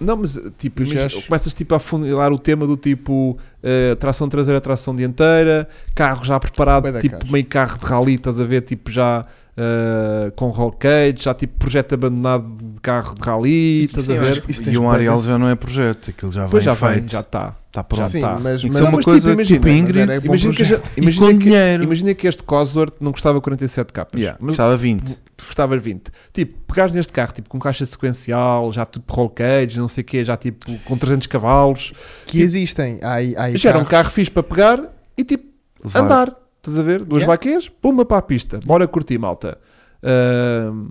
B: não, mas tipo,
C: Os
B: imagina,
C: gajos-
B: começas tipo, a afunilar o tema do tipo ah, tração traseira, tração dianteira, carro já preparado,
C: Bué da
B: tipo
C: caixa.
B: meio carro de rally, estás a ver? Tipo já ah, com roll cage, já tipo projeto abandonado de carro de rally, estás
C: Sim,
B: a
C: eu
B: ver?
C: acho que isso tens
A: E um
C: bué
A: Ariel
C: desse-
A: já não é projeto, aquilo já
B: Depois
A: vem
B: já vem,
A: feito.
B: já está.
A: Está pronto.
C: Sim,
B: tá.
C: mas,
A: Isso
C: mas,
A: é uma
B: mas,
A: coisa tipo
B: tipo, imagina, mas
A: Ingrid
C: era bom
B: Imagina que, a gente-
A: e
B: imagina
A: com
B: que-
A: dinheiro.
B: imagina que este Cosworth não custava 47 capas,
A: Yeah,
B: mas
A: Estava 20.
B: custava 20. Tipo, pegares neste carro, tipo com caixa sequencial, já tipo roll cage, não sei o quê, já tipo com 300 cavalos,
C: que existem. Há, aí- há aí
B: Já era um
C: carros-
B: carro fixe para pegar e tipo
A: Levar.
B: andar. Estás a ver? Duas
C: Yeah.
B: baqueiras, pumba para a pista. Bora curtir, malta. Ahm,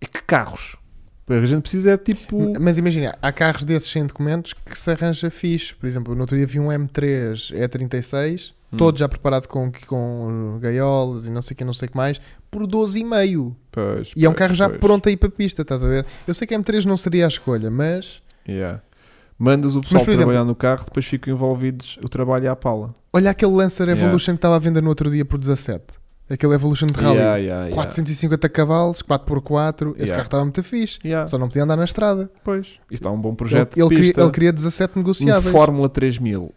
B: e que carros? A gente precisa é tipo.
C: Mas imagina, há carros desses sem documentos que se arranja fixe. Por exemplo, no outro dia vi um M3 E36,
B: Hum.
C: todo já preparado com, com gaiolas e não sei o que, não sei o que mais, por 12,5.
B: Hum, Pois,
C: E é um
B: pois,
C: carro já
B: pois.
C: pronto aí para a pista, estás a ver? Eu sei que M3 não seria a escolha, mas
B: Yeah. Mandas o pessoal
C: por
B: trabalhar no carro, depois ficam envolvidos o trabalho e a pala.
C: olha aquele Lancer
A: Yeah.
C: Evolution que estava à venda no outro dia por 17. Aquele Evolution de Rally.
B: Yeah, yeah, yeah.
C: 450 cavalos, 4x4. Esse
B: Yeah.
C: carro estava muito fixe.
B: Yeah,
C: Só não podia andar na estrada.
B: pois. Isto é um bom projeto
C: ele, ele
B: de
C: queria-
B: pista.
C: ele queria 17
B: um
C: negociáveis.
B: Fórmula 3000.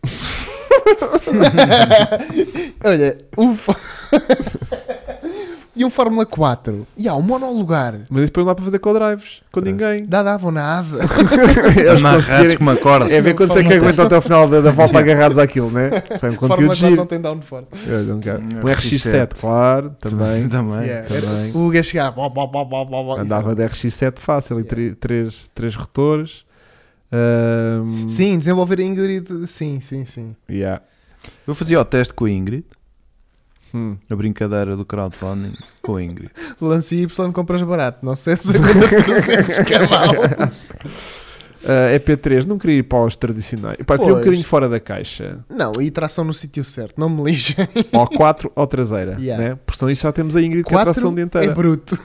C: Olha, um fó- e um Fórmula 4. E há um monolugar.
B: Mas depois não dá para fazer co-drives com
C: É.
B: ninguém.
C: Dá, davam na asa.
B: Eles
A: Amarrados
B: conseguirem-
A: com uma corda.
B: É ver quanto é que
C: Fórmula
B: aguentam até o final da, da volta agarrados àquilo, né? Foi um conteúdo
C: Fórmula 4 não
B: giro.
C: tem downforce.
B: Eu não quero.
A: Um
B: Um RX7, claro, também.
A: Também.
C: Yeah.
B: também.
C: O Hugo ia chegar. bó, bó, bó, bó, bó, bó.
B: Andava de RX7 fácil, e
C: Yeah.
B: tri- três, três rotores. Ahm,
C: Sim, desenvolver a Ingrid. Sim, sim, sim.
B: yeah.
A: Eu fazia o teste com a Ingrid,
B: Hum.
A: a brincadeira do crowdfunding com a Ingrid.
C: Lance Y, compras barato. Não sei é se é 300 cavalos.
B: Ah, EP3, não queria ir para os tradicionais. Pá, queria um
C: Pois.
B: bocadinho fora da caixa.
C: Não, e tração no sítio certo. Não me lixem.
B: Ou 4 ou traseira.
C: Yeah.
B: Né? Porque senão isto já temos a Ingrid com a
C: 4
B: tração dianteira.
C: é bruto.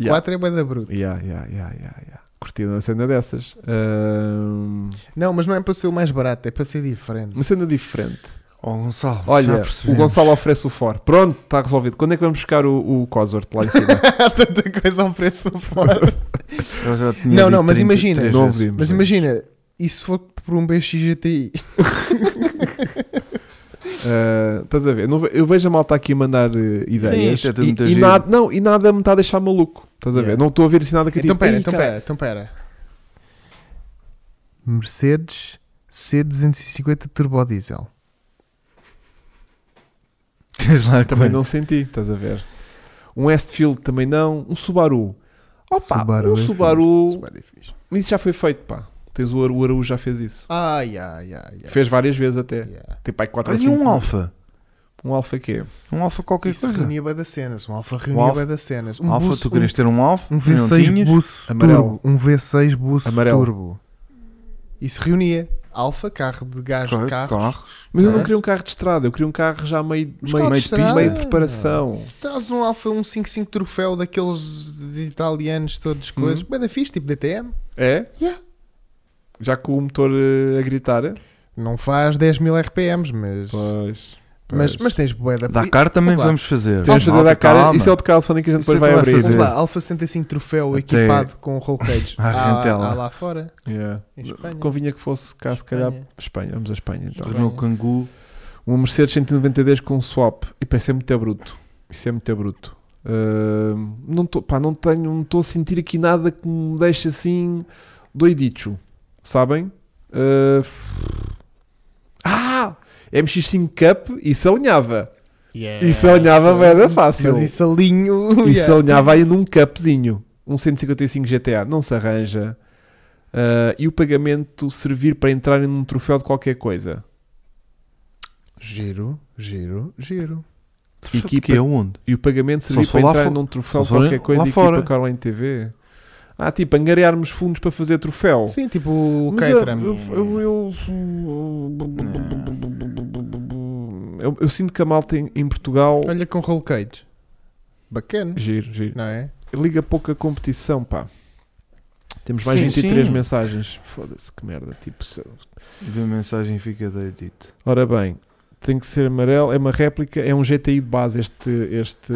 B: Yeah.
C: 4 é bué da bruto.
B: Yeah, yeah, yeah, yeah, yeah. Curtindo uma cena dessas. Ahm,
C: Não, mas não é para ser o mais barato. É para ser diferente.
B: uma cena diferente.
A: Ó Gonçalo, já
B: Olha, o
A: percebemos.
B: Gonçalo oferece o Ford. Pronto, está resolvido. Quando é que vamos buscar o, o Cosworth lá em cima?
C: Há tanta coisa a um preço fora.
A: Eu já tinha
C: Não, não,
A: dito
C: mas imagina.
A: 33
B: Não
A: vezes.
B: ouvimos.
C: Mas imagina, e se for por um BX GTI?
B: Ah, estás a ver? Não ve- eu vejo a malta aqui a mandar eh, ideias.
A: isto é tudo
B: e-
A: muito
B: e,
A: giro.
B: nada, não, e nada me está a deixar maluco. Estás a ver?
C: Yeah.
B: Não estou a ver assim nada que eu
C: Então
B: digo,
C: pera,
B: "Ei,
C: então
B: cara,
C: pera, então pera. Mercedes C250 Turbo Diesel.
A: Tens lá
B: Também
A: quanto?
B: não senti. Estás a ver? Um Westfield também não. Um Subaru. Opa,
C: Subaru é
B: um
C: fixe.
B: Subaru.
C: Super difícil.
B: Mas isso já foi feito, pá. Tens o, Ar- o Araújo já fez isso.
C: Ai, ai, ai, ai.
B: Fez várias vezes até.
C: Yeah.
B: Tipo, aí 4 ou
A: Olha,
B: 5.
A: um Alfa.
B: Um Alfa quê?
A: Um Alfa qualquer
C: Isso
A: coisa.
C: reunia bem das cenas. Um Alfa
A: Um
C: reunia
A: Alfa-
C: bem das cenas. Um
A: Alfa,
C: bus-
A: tu querias ter um Alfa?
C: um, um
A: e não
C: V6
A: tinhas?
C: Bus
B: Amarelo.
C: Turbo. Um V6 Bus
B: Amarelo.
C: Turbo. Isso reunia. Alfa, carro de gajo de
A: Corre-
C: carro.
A: Carros.
B: Mas eu não
C: Mas-
B: queria um carro de estrada. Eu queria um carro já meio,
C: Mas
B: meio,
C: qual é de
B: meio,
C: estrada?
B: meio de preparação.
C: Traz um Alfa 155 troféu daqueles de italianos, todos
B: Uhum.
C: coisas. Bem da fixe, tipo DTM.
B: É?
C: Yeah.
B: Já com o motor eh, a gritar?
C: Não faz 10 mil RPMs, mas
B: Pois.
C: Mas, mas tens bué da...
A: Da cara também
C: Vamos lá.
A: vamos fazer.
B: Tens de fazer
A: Malta,
B: da cara.
A: calma.
B: Isso é o de crowdfunding que a gente
A: Isso
B: depois
A: eu
B: vai
A: estou a
B: abrir.
A: fazer.
C: Vamos lá, Alfa 65 troféu
A: Até-
C: equipado com roll cage.
A: À
C: Há-
A: rentela.
C: há lá fora,
B: Yeah.
C: em Espanha.
B: Convinha que fosse cá, se calhar,
C: Espanha.
B: Espanha. Vamos a Espanha então.
C: Espanha.
A: Renault Kangoo.
B: Um Mercedes 192 com um swap. E pá, isso é muito bruto. Isso é muito bruto. Ah, não tô- pá, não tenho, não estou a sentir aqui nada que me deixe assim doidito. Sabem? Ah, ah! MX5 Cup, isso alinhava. Isso alinhava bem, era fácil.
C: Mas isso alinho...
B: Isso
C: yeah.
B: alinhava aí num cupzinho. Um 155 GTA, não se arranja. Ah, e o pagamento servir para entrarem num troféu de qualquer coisa.
C: Giro, giro, giro.
B: Equipa-
A: Equipa. Que é onde?
B: E o pagamento servir
A: Só
B: para
A: se lá
B: entrar
A: fo-
B: num troféu de
A: só se lá-
B: qualquer coisa
A: lá
B: e
A: fora.
B: equipa Caroline TV. Ah, tipo, angariarmos fundos para fazer troféu.
C: Sim, tipo o
B: Mas eu,
C: Caterham.
B: eu, eu, eu-
A: é.
B: eu- eu sinto que a malta em, em Portugal.
C: Olha com roll cage. Bacana,
B: Giro, giro.
C: não é?
B: Liga pouca competição, pá. Temos mais
A: Sim,
B: 23
A: sim.
B: mensagens. Foda-se, que merda. Tipo, se-
A: Vê a mensagem e fica deitito.
B: Ora bem, tem que ser amarelo, é uma réplica, é um GTI de base este, este,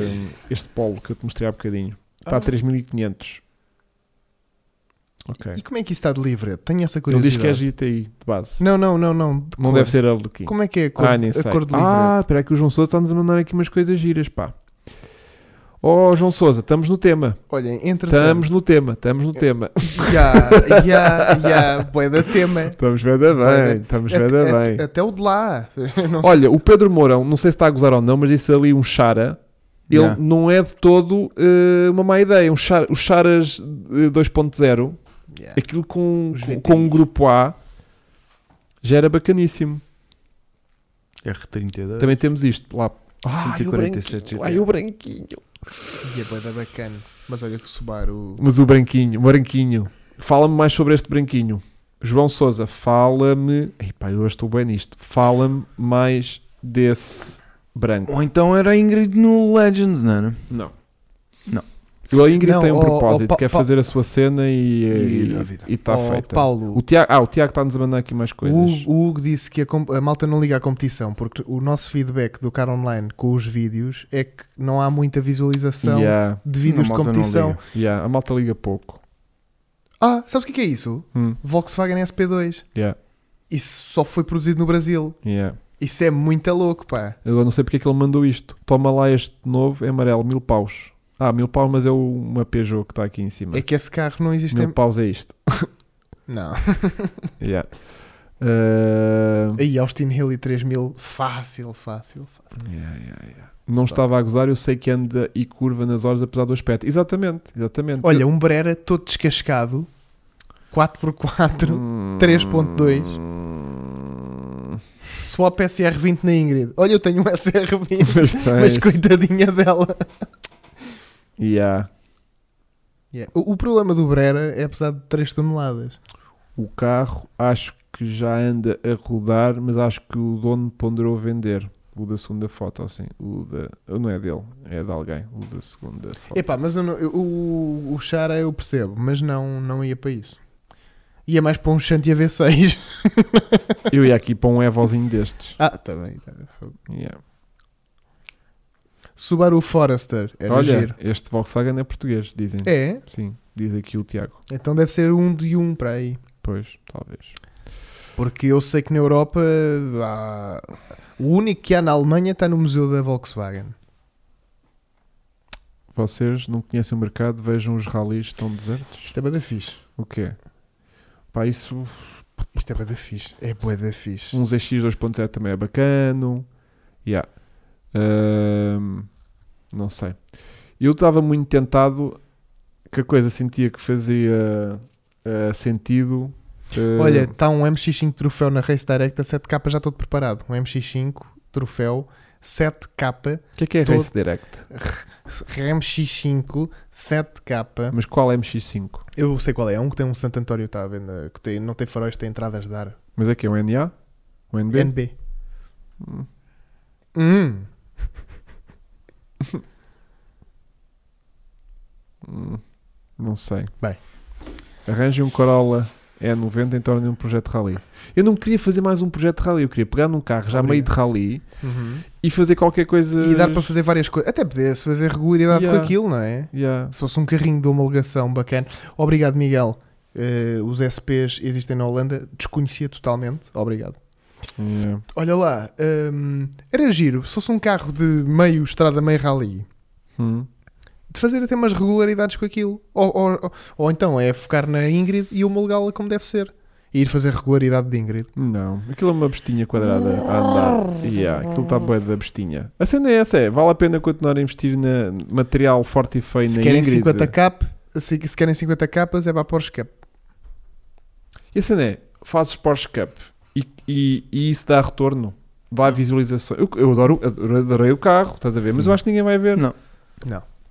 B: este polo que eu te mostrei há bocadinho. Está a
C: Ah.
B: 3500. Ok.
C: E como é que isso está de livre? Tenho essa
B: né? Ele diz
C: curiosidade.
B: que é GTI de base.
C: Não, não, não, não. de
B: Não,
C: cor.
B: deve ser Arlequim.
C: Como é que é a cor,
B: Ah, nem
C: a
B: sei.
C: cor de livre?
B: ah, espera aí que o João Sousa está-nos a mandar aqui umas coisas giras, pá. Oh, João Sousa, estamos no tema.
C: Olhem, entretanto...
B: Estamos no tema, estamos
C: É.
B: no tema.
C: Ya, ya, ya, bué da tema.
B: Estamos bem, da
C: Olha,
B: bem, estamos bem, da
C: Até,
B: bem.
C: até, até o de lá. Não
B: Olha, o Pedro Mourão, não sei se está a gozar ou não, mas disse ali um Chara. Ele
A: Yeah.
B: não é de todo eh, uma má ideia. Um Chara, os Charas eh, 2.0,
C: Yeah.
B: aquilo com,
C: Os
B: com,
C: VTIs.
B: com um grupo A, já era bacaníssimo.
A: R32.
B: Também temos isto lá. Ai, o
A: 147
B: branquinho,
A: GT.
B: ai, o branquinho.
C: E é bué da bacana. Mas olha que o Subaru...
B: Mas o branquinho, o branquinho. Fala-me mais sobre este branquinho. João Sousa, fala-me. Ei, pá, eu hoje estou bem nisto. Fala-me mais desse branco.
A: Ou então era a Ingrid no Legends, não era?
B: Não.
A: Não.
B: O Ingrid
C: Não,
B: tem um
C: ó,
B: propósito,
C: ó, Pa-
B: quer
C: Pa-
B: fazer a sua cena
A: E
B: e
A: ir à vida.
B: está
C: Oh,
B: feita.
C: Paulo,
B: Tá O Tiago, ah, o Tiago está-nos a mandar aqui mais
C: O
B: coisas.
C: Hugo, o Hugo disse que a, com- a malta não liga à competição, porque o nosso feedback do cara online com os vídeos é que não há muita visualização
B: Yeah,
C: de vídeos de
A: Não, malta, não
C: competição.
A: liga.
B: yeah, a malta liga pouco.
C: Ah, sabes o que é que é isso?
B: Hum,
C: Volkswagen SP2.
B: yeah,
C: Isso só foi produzido no Brasil.
B: yeah.
C: Isso é muito louco, pá.
B: Eu não sei porque é que ele mandou isto. Toma lá este novo, é amarelo, mil paus. Ah, mil paus, mas é o- uma Peugeot que está aqui em cima.
C: É que esse carro não existe.
B: mil
C: em-
B: paus é isto.
C: Não.
B: Yeah. Ah,
C: Aí, Austin Hill e 3000, fácil, fácil, fácil.
B: yeah, yeah, yeah. Não
C: Só.
B: estava a gozar, eu sei que anda e curva nas horas apesar do aspecto. Exatamente, exatamente.
C: Olha, um Brera todo descascado, 4x4, 3.2. Swap SR20 na Ingrid. Olha, eu tenho um SR20,
B: Mas
C: mas
B: tens.
C: coitadinha dela.
B: Yeah.
C: Yeah. O, o problema do Brera é apesar de 3 toneladas.
B: O carro acho que já anda a rodar, mas acho que o dono ponderou vender. O da segunda foto, assim. O da. Não é dele, é de alguém. O da segunda foto.
C: Epá, mas eu não- eu- o, o Chara eu percebo, mas não, não ia para isso. Ia mais para um Shantia V6.
B: Eu ia aqui para um Evozinho destes.
C: ah, também. Tá bem.
B: Yeah.
C: Subaru Forester. Era
B: Olha,
C: giro.
B: este Volkswagen é português, dizem.
C: É?
B: Sim, diz aqui o Tiago.
C: Então deve ser um de um para aí.
B: Pois, talvez.
C: Porque eu sei que na Europa há- o único que há na Alemanha está no Museu da Volkswagen.
B: Vocês não conhecem o mercado, vejam os ralis estão desertos.
C: Isto é bada fixe.
B: O quê? Pá, isso.
C: Isto é bada fixe. É bada fixe.
B: Um ZX 2.0 também é bacano. Yeah. Ahm, não sei. Eu estava muito tentado que a coisa sentia que fazia ah, sentido. ah,
C: Olha, está um MX5 troféu na Race Direct a 7K, já todo preparado. Um MX5 troféu 7K,
B: o que é que é
C: todo-
B: Race Direct?
C: RMX5 7K.
B: Mas qual é MX5?
C: Eu sei qual é, é um que tem um Santo António está à venda, que tem, não tem faróis, tem entradas de ar.
B: Mas é que é um NA? Um NB?
C: NB.
B: Hum.
C: Hum.
B: Hum, não sei.
C: Bem.
B: Hum, Arranjem um Corolla é 90 em torno de um projeto de rally. Eu não queria fazer mais um projeto de rally, eu queria pegar num carro já meio de rally
C: Uhum.
B: e fazer qualquer coisa.
C: E dar para fazer várias coisas. Até poder-se fazer regularidade
B: Yeah.
C: com aquilo, não é?
B: Yeah.
C: Se fosse um carrinho de homologação bacana. Obrigado, Miguel. Eh, os SPs existem na Holanda. Desconhecia totalmente. Obrigado.
B: Yeah.
C: Olha lá. hum, era giro. Se fosse um carro de meio estrada, meio rally.
B: Hum.
C: De fazer até umas regularidades com aquilo. Ou, ou- ou- ou então é focar na Ingrid e homologá-la como deve ser. E ir fazer regularidade de Ingrid.
B: Não, aquilo é uma bestinha quadrada a andar. Yeah, aquilo está boa da bestinha. A cena é essa, é, vale a pena continuar a investir na material forte e feio
C: se
B: na
C: querem
B: Ingrid.
C: 50 cap, se, se querem 50 capas é para a Porsche Cup.
B: E a cena é, fazes Porsche Cup e, e- e isso dá retorno. Dá visualização. Eu, eu adoro, adoro- adorei o carro, estás a ver? Mas eu acho que ninguém vai ver.
A: Não.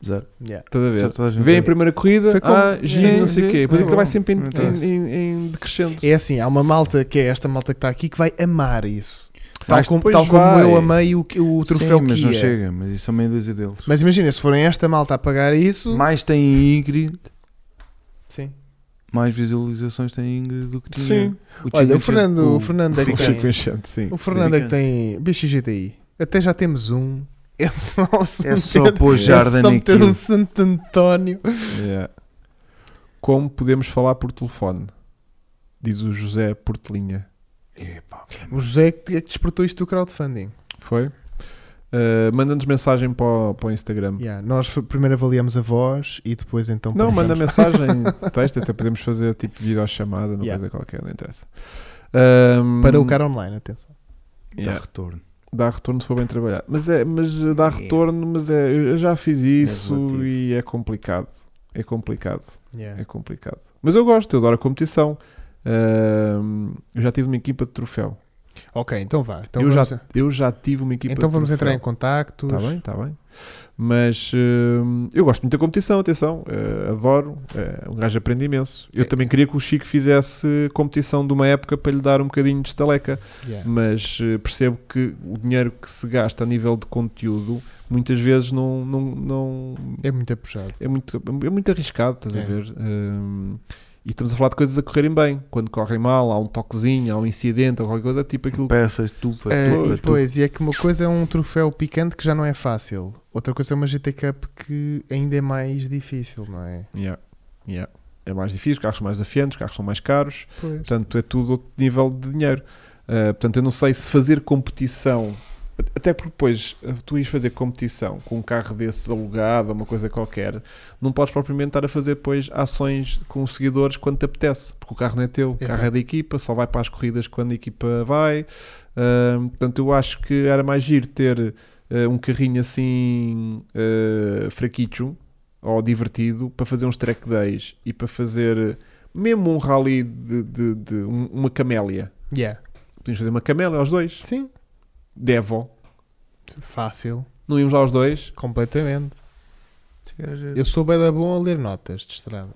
A: Zero.
B: Estás a
A: Hum. Já
B: ver?
A: toda a gente-
B: Vê a primeira corrida,
C: Foi como-
B: ah, giro,
A: Sim,
B: não sei o
A: sim.
B: quê. Depois
A: É
B: aquilo vai
A: bom.
B: sempre em,
A: Não interessa.
B: em- em- em decrescendo.
C: É assim, há uma malta que é esta malta que está aqui que vai amar isso. Tal,
B: Mas
C: como,
B: depois
C: tal como
B: vai.
C: eu amei o, o troféu
A: Sim, mas
C: que
A: não
C: ia.
A: chega, mas isso é meia dúzia deles.
C: Mas imagina, se forem esta malta a pagar isso.
A: Mais tem Ingrid,
C: Sim.
A: mais visualizações tem Ingrid do que tinha.
B: Sim.
A: O
C: Olha,
A: Chico
C: o Fernando, o,
A: Enchente-
C: Fernando é que
B: O Chico
C: tem.
B: Enchente, sim.
C: O Fernando é que tem. Bicho GTI. Até já temos um. É só,
A: É só pôr
C: é
A: Jardim
C: só meter um
A: naquilo.
C: Santo António.
B: Yeah. É. Como podemos falar por telefone? Diz o José Portelinha.
C: O José é que é que despertou isto do crowdfunding.
B: Foi? Uh, Manda-nos mensagem para o, para o Instagram.
C: Yeah, nós f- primeiro avaliamos a voz e depois então
B: Não,
C: pensamos-
B: manda mensagem, texto, até podemos fazer tipo videochamada, uma
C: Yeah.
B: coisa qualquer, não interessa. Um,
C: Para o cara online, atenção.
A: Dá
B: yeah,
A: retorno.
B: dá retorno se for bem trabalhado. Mas, é, mas dá retorno, mas é, eu já fiz isso
A: relativo.
B: e é complicado. É complicado.
C: Yeah.
B: É complicado. Mas eu gosto, eu adoro a competição. Um, eu já tive uma equipa de troféu.
C: Ok, então vá. Então
B: eu,
C: vamos,
B: já, eu já tive uma equipa
C: então
B: de
C: vamos
B: troféu.
C: entrar em contactos.
B: Está bem, está bem. Mas hum, eu gosto muito da competição, atenção, eh, adoro, eh, um gajo aprende imenso. Eu
C: É.
B: também queria que o Chico fizesse competição de uma época para lhe dar um bocadinho de estaleca,
C: Yeah.
B: mas eh, percebo que o dinheiro que se gasta a nível de conteúdo muitas vezes não, não, não
C: É muito puxado.
B: é, muito, é muito arriscado, estás a
C: É.
B: ver? Hum, e estamos a falar de coisas a correrem bem, quando correm mal, há um toquezinho, há um incidente ou qualquer coisa, tipo aquilo
A: Peças, tufa,
C: Eh,
A: tufa,
C: e depois, e é que uma coisa é um troféu picante que já não é fácil. Outra coisa é uma GT Cup que ainda é mais difícil, não é?
B: Yeah, yeah. é mais difícil, os carros são mais desafiantes, os carros são mais caros.
C: Pois.
B: Portanto, é tudo outro nível de dinheiro. Ah, portanto, eu não sei se fazer competição. at- Até porque depois ah, tu ias fazer competição com um carro desses alugado, ou uma coisa qualquer, não podes propriamente estar a fazer depois ações com os seguidores quando te apetece, porque o carro não é teu, o carro é
C: Exato.
B: da equipa, só vai para as corridas quando a equipa vai. Ah, portanto, eu acho que era mais giro ter ah, um carrinho assim ah, fraquicho ou divertido para fazer uns track days e para fazer mesmo um rally de, de- de um- uma camélia.
C: Yeah.
B: Podíamos fazer uma camélia aos dois.
C: Sim.
B: Devo.
C: Fácil.
B: Não íamos aos dois.
C: Completamente.
A: tufa.
C: Eu sou bem da bom a ler notas de estrada.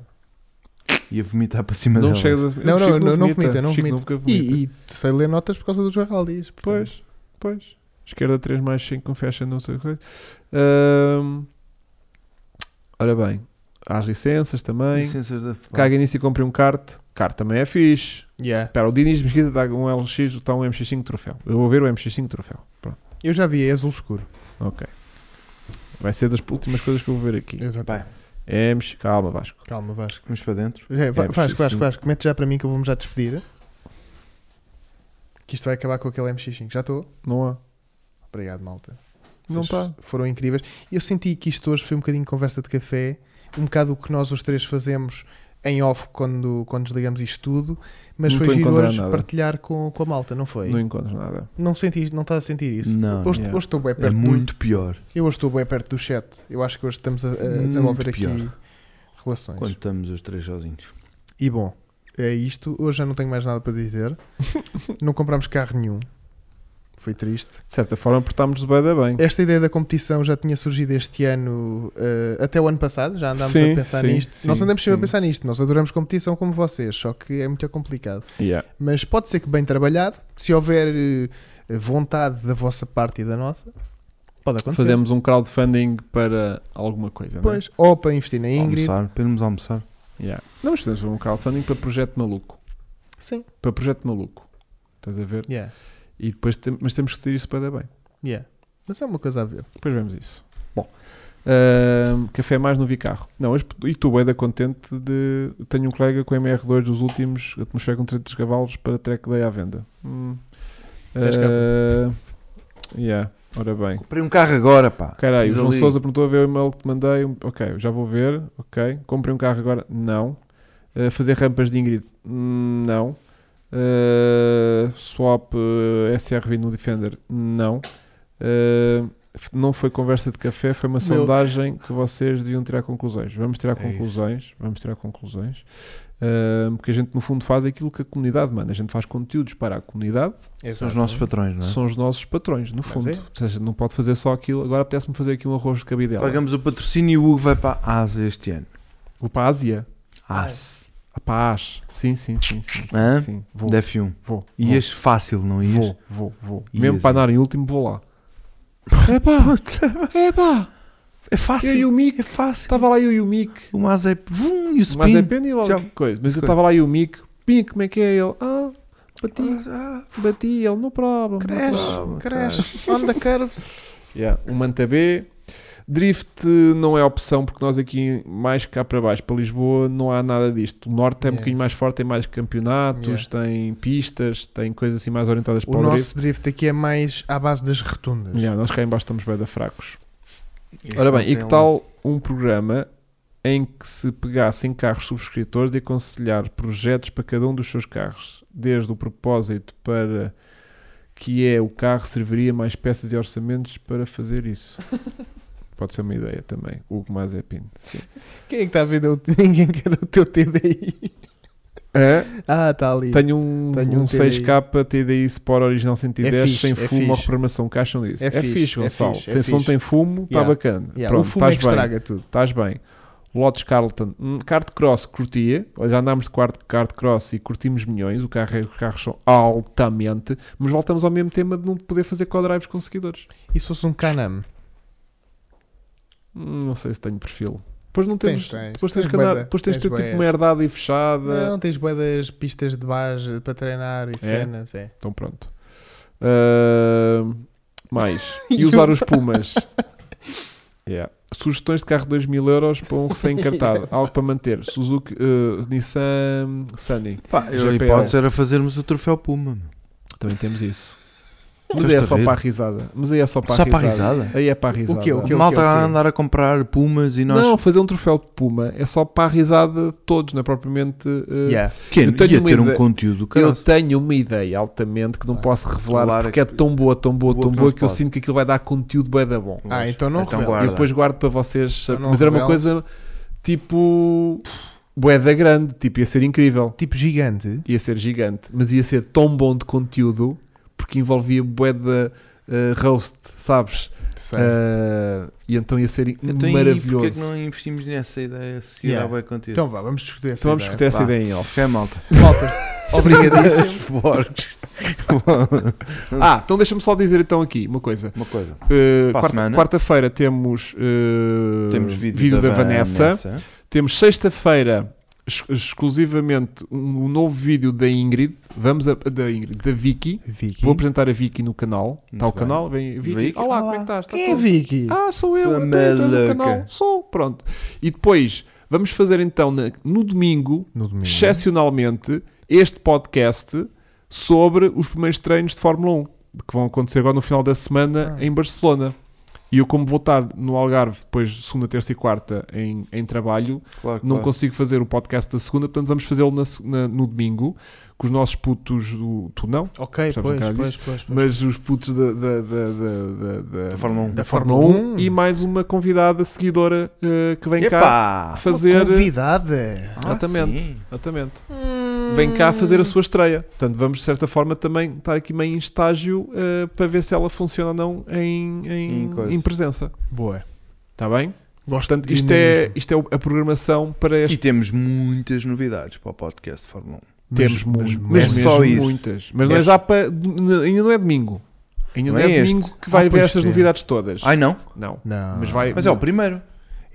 A: Ia vomitar para cima
B: Não
A: dela.
B: chegas a.
C: Não,
B: o
C: não,
B: Chico
C: não- não
B: vomita,
C: vomita, não
B: o Chico
C: vomita.
B: nunca vomita.
C: E, e sei ler notas por causa dos rallies. portanto.
B: Pois, pois. Esquerda 3 mais 5 confession, não sei coisa. Ahm, Ora bem, há as licenças também.
A: Licenças da f-
B: Caga nisso e comprei um kart. Kart também é fixe.
C: Yeah.
B: Espera, o Dinis Mesquita dá um LX, está um MX5 troféu. Eu vou ver o MX5 troféu. Pronto,
C: Eu já vi, é azul escuro.
B: ok. Vai ser das últimas coisas que eu vou ver aqui.
C: Exato.
A: Vai.
B: É, mex- calma, Vasco.
C: Calma, Vasco.
A: Vamos para dentro.
C: É, va-
B: É, mas
C: Vasco,
B: isso-
C: Vasco, Vasco, mete já para mim que eu vou-me já despedir. Que isto vai acabar com aquele MX5. Já estou?
B: Não há.
C: Obrigado, malta.
B: Não
C: Vocês
B: está.
C: Foram incríveis. Eu senti que isto hoje foi um bocadinho conversa de café, um bocado o que nós os três fazemos em off quando, quando desligamos isto tudo, mas
B: Não
C: foi
B: estou a
C: giro
B: encontrar
C: hoje
B: nada.
C: partilhar com, com a malta, não foi?
B: Não
C: Não,
B: encontro nada.
C: senti, não estás a sentir isso?
A: Não,
C: hoje,
B: yeah.
C: hoje estou bem
A: É
C: perto do,
A: muito pior
C: Eu hoje estou bem perto do chat. Eu acho que hoje estamos a, a
A: Muito
C: desenvolver aqui
A: pior.
C: relações.
A: quando estamos os três sozinhos.
C: E bom, é isto. Hoje já não tenho mais nada para dizer. não comprámos carro nenhum. Foi triste.
B: De certa forma, portámos-nos bem da bem.
C: Esta ideia da competição já tinha surgido este ano, eh, até o ano passado, já andámos
B: Sim,
C: a pensar
B: sim,
C: nisto. nós
B: sim,
C: andamos sempre
B: sim.
C: a pensar nisto, nós adoramos competição como vocês, só que é muito complicado.
B: Yeah.
C: Mas pode ser que bem trabalhado, se houver eh, vontade da vossa parte e da nossa, pode acontecer.
B: Fazemos é? um crowdfunding para alguma coisa,
C: Pois, ou para investir na Ingrid,
A: Almoçar, para irmos almoçar.
B: não é? Yeah. Não, mas fazemos um crowdfunding para projeto maluco.
C: Sim.
B: para projeto maluco. Estás a ver?
C: Yeah.
B: E depois tem- mas temos que decidir isso para dar bem.
C: Yeah. Mas é uma coisa a ver.
B: Depois vemos isso. Bom, ahm, café mais no Vicarro. Não, hoje- e tu, Eda, contente de. Tenho um colega com MR2 dos últimos, atmosfera com 300 cavalos para track day à venda. Hum.
C: Tens cabo.
B: Ah, yeah, ora bem.
A: Comprei um carro agora, pá.
B: Caralho, o
A: Diz
B: João
A: ali.
B: Souza perguntou a ver o e-mail que te mandei. Um- Ok, já vou ver. Ok. Comprei um carro agora? Não. Eh, fazer rampas de Ingrid? Hum, Não. Eh, swap eh, SRV no Defender? Não. Eh, f- não foi conversa de café, foi uma sondagem que vocês deviam tirar conclusões. Vamos tirar
A: É isso.
B: conclusões. Vamos tirar conclusões. Eh, porque a gente, no fundo, faz aquilo que a comunidade manda. A gente faz conteúdos para a comunidade
A: São os nossos patrões, não é?
B: são os nossos patrões, no fundo.
C: é.
B: Ou seja, não pode fazer só aquilo. Agora apetece-me fazer aqui um arroz de cabidela.
A: Pagamos o patrocínio e o Hugo vai para a Ásia este ano.
B: Vou para a Ásia.
A: As.
B: A paz. Sim, sim, sim. sim, sim,
A: Hã?
B: sim. Vou,
A: Da F1.
B: vou. vou,
A: Ias fácil, não ias?
B: Vou, vou, vou.
A: Ias,
B: Mesmo para
A: ias.
B: andar em último, vou lá.
A: Epá, epá. É fácil.
B: Eu e o
A: Mick. É fácil.
B: Estava lá eu e o Mick.
A: O Mazep. Vum, e o Spin.
B: Mas é pena e logo
A: Já-
B: que coisa. Mas
A: Coisa.
B: eu estava lá e o Mick. Pim, como é que é ele? Ah, bati,
A: Ah,
B: bati ele. No problem. no problem.
A: Ah,
C: Crash, crash, on the curves.
B: Yeah, um Manta B. Drift eh, não é opção porque nós aqui mais cá para baixo, para Lisboa, não há nada disto. O norte é um
C: Yeah.
B: bocadinho mais forte, tem mais campeonatos,
C: Yeah.
B: tem pistas, tem coisas assim mais orientadas para
C: O
B: o
C: nosso
B: drift.
C: drift aqui é mais à base das rotundas.
B: Yeah, nós cá em baixo estamos bem da fracos.
C: É
B: Ora bem, e que tal um programa em que se pegassem carros subscritores e aconselhar projetos para cada um dos seus carros, desde o propósito para que é o carro serviria mais peças e orçamentos para fazer isso. Pode ser uma ideia também. Hugo Mazepin. Sim.
C: Quem é que está a vender? o- Ninguém quer o teu TDI. Ah, está ali.
B: Tenho um,
C: Tenho
B: um
C: um
B: 6K TDI Sport Original 110
C: É fixe,
B: sem
C: é
B: fumo ou
C: fixe.
B: reprogramação. O que acham disso?
C: É
B: É, fixe,
C: fixe, é
B: Gonçalo.
C: fixe, é
B: sem som
C: fixe.
B: tem fumo, está
C: Yeah.
B: bacana.
C: Yeah, o
B: Pronto,
C: fumo é que
B: estás bem.
C: estraga tudo.
B: Estás bem. Lotes Carlton, hum, kart cross, curtia. Olha, Já andámos de quarto de kart cross e curtimos milhões. O carro, é- os carros são altamente. Mas voltamos ao mesmo tema de não poder fazer co-drives com seguidores.
C: E se fosse um Canam?
B: Hum, Não sei se tenho perfil. Depois não temos.
C: Tens, tens.
B: depois tens,
C: Tens
B: que andar-
C: bué-
B: depois tens de ter
C: tens
B: tipo
C: bué.
B: merdada e fechada.
C: Não, tens bué das pistas de base para treinar e cenas, é.
B: Então pronto. Ahm, mais. E usar os Pumas. Yeah. Sugestões de carro de 2 mil euros para um recém-encartado. Algo para manter. Suzuki, eh, Nissan, Sunny.
A: Pá, eu- a
B: GPL.
A: hipótese era fazermos o troféu Puma. meu.
B: Também temos isso. Mas
A: Estás
B: aí é
A: a
B: só
A: rir?
B: para a risada. Mas aí é só para,
A: Só
B: a,
A: para a
B: risada.
A: risada?
B: Aí é para a risada.
C: O quê? O quê?
A: A malta a andar a comprar Pumas e nós.
B: Não, fazer um troféu de puma é só para a risada de todos, não é propriamente. eh,
C: Yeah.
A: Quem
B: Eu tenho
A: ia
B: uma
A: ter um
B: ideia.
A: conteúdo do
B: Eu
A: caralho.
B: tenho uma ideia altamente que não posso revelar
A: Claro
B: porque é
A: que-
B: tão boa, tão boa,
A: boa
B: tão
A: que
B: boa
A: não se
B: que eu
A: pode.
B: sinto que aquilo vai dar conteúdo bem da bom.
C: Ah, então não
A: Então
C: revela.
A: guarda.
B: E depois guardo para vocês.
C: Então não
B: mas era uma
C: revela.
B: coisa tipo. Boeda grande, tipo, ia ser incrível.
C: Tipo gigante.
B: Ia ser gigante. Mas ia ser tão bom de conteúdo porque envolvia boeda eh, roast, sabes? Ah, e então ia ser
A: Então, e
B: maravilhoso.
A: porquê é que não investimos nessa ideia se
C: Yeah.
A: dá bem conteúdo?
C: Então vá, vamos discutir essa
B: Então vamos
C: ideia.
B: escutar essa
A: Pá.
B: ideia em off.
A: Ok, malta.
C: Malta, obrigadíssimo.
A: Porcos.
B: Ah, então deixa-me só dizer então aqui uma coisa.
A: Uma coisa.
B: Uh,
A: Para a
B: quarta-
A: semana.
B: Quarta-feira temos, uh,
A: Temos vídeo,
B: da,
A: da,
B: Vanessa. Temos sexta-feira ex- exclusivamente um, um novo vídeo da Ingrid. Vamos a, da Ingrid, da Vicky.
C: Vicky.
B: Vou apresentar a Vicky no canal. Está o
A: bem.
B: canal? Vem, Vicky.
A: Vicky.
B: Olá,
A: Olá.
B: como é que estás? Está
C: Quem é
B: tudo?
C: Vicky?
B: Ah, sou eu,
A: Sou
B: então, então és o
A: maluca.
B: canal. Sou, pronto. E depois vamos fazer então na- no domingo
C: No
A: Uhum.
C: domingo.
B: excepcionalmente, este podcast sobre os primeiros treinos de Fórmula 1 que vão acontecer agora no final da semana
C: Ah.
B: em Barcelona. E eu, como vou estar no Algarve depois, segunda, terça e quarta, em, em trabalho,
A: Claro,
B: não
A: claro.
B: consigo fazer o podcast da segunda, portanto, vamos fazê-lo na se- na- no domingo com os nossos putos do. Tu não?
C: Ok,
B: Sabes um
C: pois,
B: bocado
C: pois, pois, pois.
B: Mas os putos da, da, da, da, da-
A: Da Fórmula 1.
B: da Fórmula 1 e mais uma convidada seguidora eh, que vem cá
A: Epá!
B: fazer.
C: Convidada.
A: Ah,
B: Exatamente,
A: sim.
B: exatamente vem
C: Hum.
B: cá fazer a sua estreia. Portanto, vamos de certa forma também estar aqui meio em estágio eh, para ver se ela funciona ou não em, em,
A: Em coisa.
B: em presença.
C: Boa.
B: Está bem?
C: Gosto
B: Portanto,
C: de
B: isto é,
C: dinamismo.
B: isto é o- a programação para
A: E
B: este.
A: temos muitas novidades para o podcast de Fórmula 1.
B: Temos
C: mas-
B: muitas,
C: mas-
B: mas,
A: é
B: mesmo
A: só isso.
B: muitas. Mas não é
A: É
B: já para. n- Ainda não é domingo. Ainda não,
A: Não
B: é,
A: é este.
B: domingo que vai
C: Ah,
B: haver
C: pois
B: estas
C: tem.
B: novidades todas.
A: Ai não?
B: Não.
C: Não.
B: Mas vai.
A: Mas é o primeiro.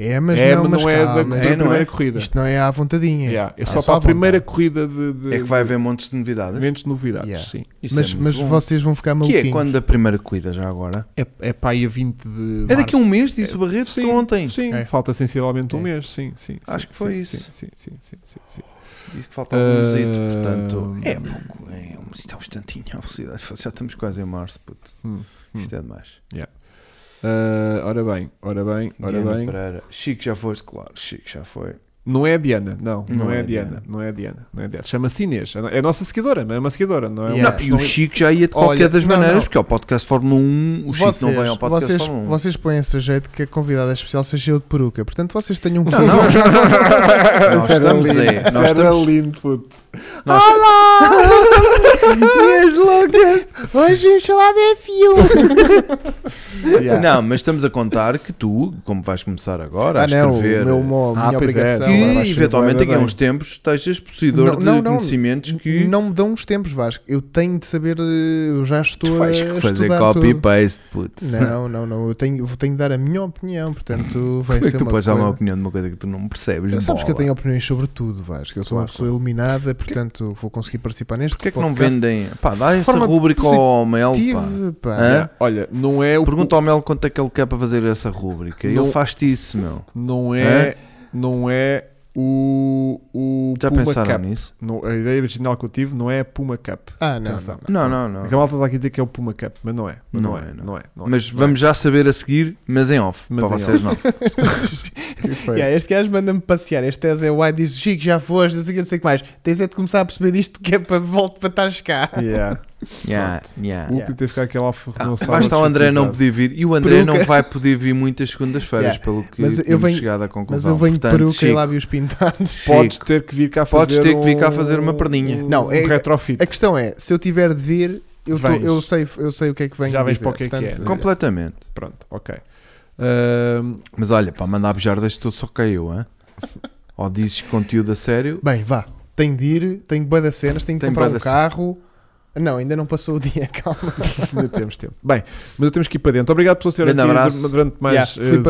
C: É, mas
B: é,
C: não,
B: mas
C: mas
B: não é da,
C: calma.
B: da
A: É, não
B: primeira
A: é?
B: corrida.
C: Isto não é à vontadinha.
B: Yeah, É
C: Ah,
B: só
C: só à
B: para a
C: vontade.
B: primeira corrida de, de
A: É que vai haver montes de novidades.
B: menos novidades,
C: Yeah.
B: sim.
A: Isso
C: mas
A: é muito
C: mas
A: bom.
C: vocês vão ficar
A: Que
C: maluquinhos.
A: é quando a primeira cuida já agora?
B: É, é para aí a 20 de
A: É daqui a um mês, disse o Barreto,
B: Sim,
A: só ontem.
B: Sim,
C: É.
B: falta sensivelmente um
C: É.
B: mês, sim, sim.
A: Acho
B: sim,
A: que foi
B: sim,
A: isso.
B: Sim, sim, sim, sim, sim.
A: Diz que falta um mesito,
B: Ah,
A: portanto. É pouco. É, um- isto é um instantinho à velocidade. Já estamos quase em março, puto.
B: Hum.
A: Isto é demais.
B: Ah, ora bem, ora bem, ora
A: Diana
B: bem.
A: Pereira. Chico já foste, claro. Chico já foi.
B: Não é a Diana, não, não, é, a Diana,
A: Diana.
B: não é a Diana, não é a Diana. Chama-se Inês, é a nossa seguidora, é uma seguidora, não é? Uma
C: Yeah.
A: Não, e o
B: personalidade.
A: Chico já ia de qualquer
C: Olha,
A: das
C: não,
A: maneiras,
C: não.
A: porque ao podcast Fórmula 1, o Chico não vai ao podcast um-
C: vocês,
A: Fórmula 1.
C: vocês põem-se a jeito que a convidada é especial seja eu de peruca. Portanto, vocês tenham um
A: Não, não. nós estamos
B: Isso
A: é,
B: era lindo,
A: nós
B: isso era
A: estamos,
B: lindo, puto.
A: nós,
C: Inês Lucas, hoje vamos falar de F1.
B: Yeah.
A: Não, mas estamos a contar que tu, como vais começar agora
C: Ah,
A: a
C: não, o
A: escrever, eh,
C: meu, mo-
B: Ah,
C: minha
B: pois é.
C: obrigação.
B: agora vai
A: que
B: ser
A: eventualmente
B: bué
A: daqui
B: da
A: a
B: bem.
A: uns tempos estejas possuidor
C: Não, não,
A: de
C: não.
A: conhecimentos que
C: Não me dão uns tempos, Vasco. Eu tenho de saber, eh, eu já estou
A: tu
C: a
A: vais
C: a
A: fazer
C: estudar tudo.
A: copy-paste, putz.
C: Não, não, não. Eu tenho, vou tenho de dar a minha opinião, portanto vai
A: Como é que
C: ser
A: tu
C: uma
A: podes dar uma
C: coisa-
A: opinião de uma coisa que tu não percebes?
C: Eu- Sabes que eu
A: bola?
C: tenho opiniões sobre tudo, Vasco. Eu sou uma
A: Claro,
C: pessoa iluminada, portanto vou conseguir participar neste
A: Porquê é que não
C: podcast.
A: vendem? Pá, dá essa
C: forma
A: rúbrica ao Mel, pá.
C: Tive, pá.
A: Hã?
B: Yeah. Olha, não é o
A: Pergunta ao Mel quanto é que ele quer para fazer essa rúbrica.
B: Não-
A: Ele faz-te isso, meu.
B: não é, não é o o
A: Já
B: Puma
A: pensaram
B: Cup.
A: nisso?
B: Não, a ideia original que eu tive não é a Puma Cup.
C: Ah, não.
B: Atenção.
A: Não, não, não.
B: A malta está aqui a dizer que é o Puma Cup, mas não é, mas não, é, não é, não é.
A: Mas
B: Não é.
A: vamos já saber a seguir, mas em off.
B: Mas
A: para
B: em
A: vocês não.
B: Que é. foi?
C: Yeah, este gajo manda-me passear. Este tese é o ai, diz Chico, já foste, não sei o que, não sei o que mais. Tens é de começar a perceber isto que é para volta para estares cá.
B: Yeah.
A: Yeah,
B: Pronto.
A: yeah.
B: O Hugo teve que ficar aquela alfa
A: Ah, basta o André não poder vir. E o André
C: Peruca.
A: não vai poder vir muitas segundas-feiras, pelo que
C: Mas eu
A: tínhamos
C: venho-
A: chegado à
C: Mas
A: conclusão.
C: eu venho de
A: Portanto,
C: peruca e
A: Chico,
C: lábios pintados.
A: Chico,
B: Podes ter que vir cá fazer
A: Podes ter que vir cá
B: um-
A: fazer uma perninha.
B: um-
C: Não, é-
B: um retrofit.
C: A questão é, se eu tiver de vir, eu, tô-
B: Vens.
C: eu, sei, eu sei o que é que venho
B: Já vens
C: dizer.
B: para o que é que é.
C: Portanto,
A: Completamente.
B: Pronto, ok. Ahm,
A: Mas olha, para mandar beijar deste tu só caiu, hã? Ou dizes conteúdo a sério?
C: eh, Bem, vá. Tenho de ir, tenho bué de cenas, tenho de
A: Tem
C: comprar
A: bué
C: um
A: de cenas.
C: carro. Não, ainda não passou o dia, calma.
B: ainda temos tempo. Bem, mas temos que ir para dentro. Obrigado por terem
A: Grande
B: aqui
A: abraço.
B: dur- durante mais
C: Yeah, Filipe
B: eh, de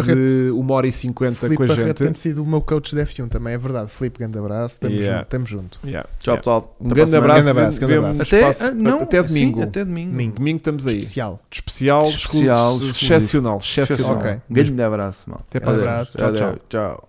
C: Barreto.
B: 1 hora e 50 com
C: Filipe
B: a
C: Barreto tem
B: gente.
C: sido o meu coach de F1 também, é verdade. Filipe, grande abraço, estamos
B: Yeah.
C: junto. Estamos junto.
B: Yeah,
A: Tchau,
B: yeah.
A: pessoal.
B: Um
A: Até
B: grande
A: para a semana.
B: abraço.
C: abraço, grande
B: vemos-
C: abraço.
A: Até,
B: espaço-
A: ah, não,
B: até
A: sim,
B: domingo.
A: até domingo.
C: Domingo.
B: Domingo estamos aí.
C: Especial.
B: De especial,
A: Especial,
B: exclu-
A: exclusivo.
B: excepcional, excepcional.
A: Excepcional.
C: Ok.
A: Grande abraço, mal.
B: Até para a
C: Abraço.
B: semana.
C: Tchau,
A: Adeus. Tchau.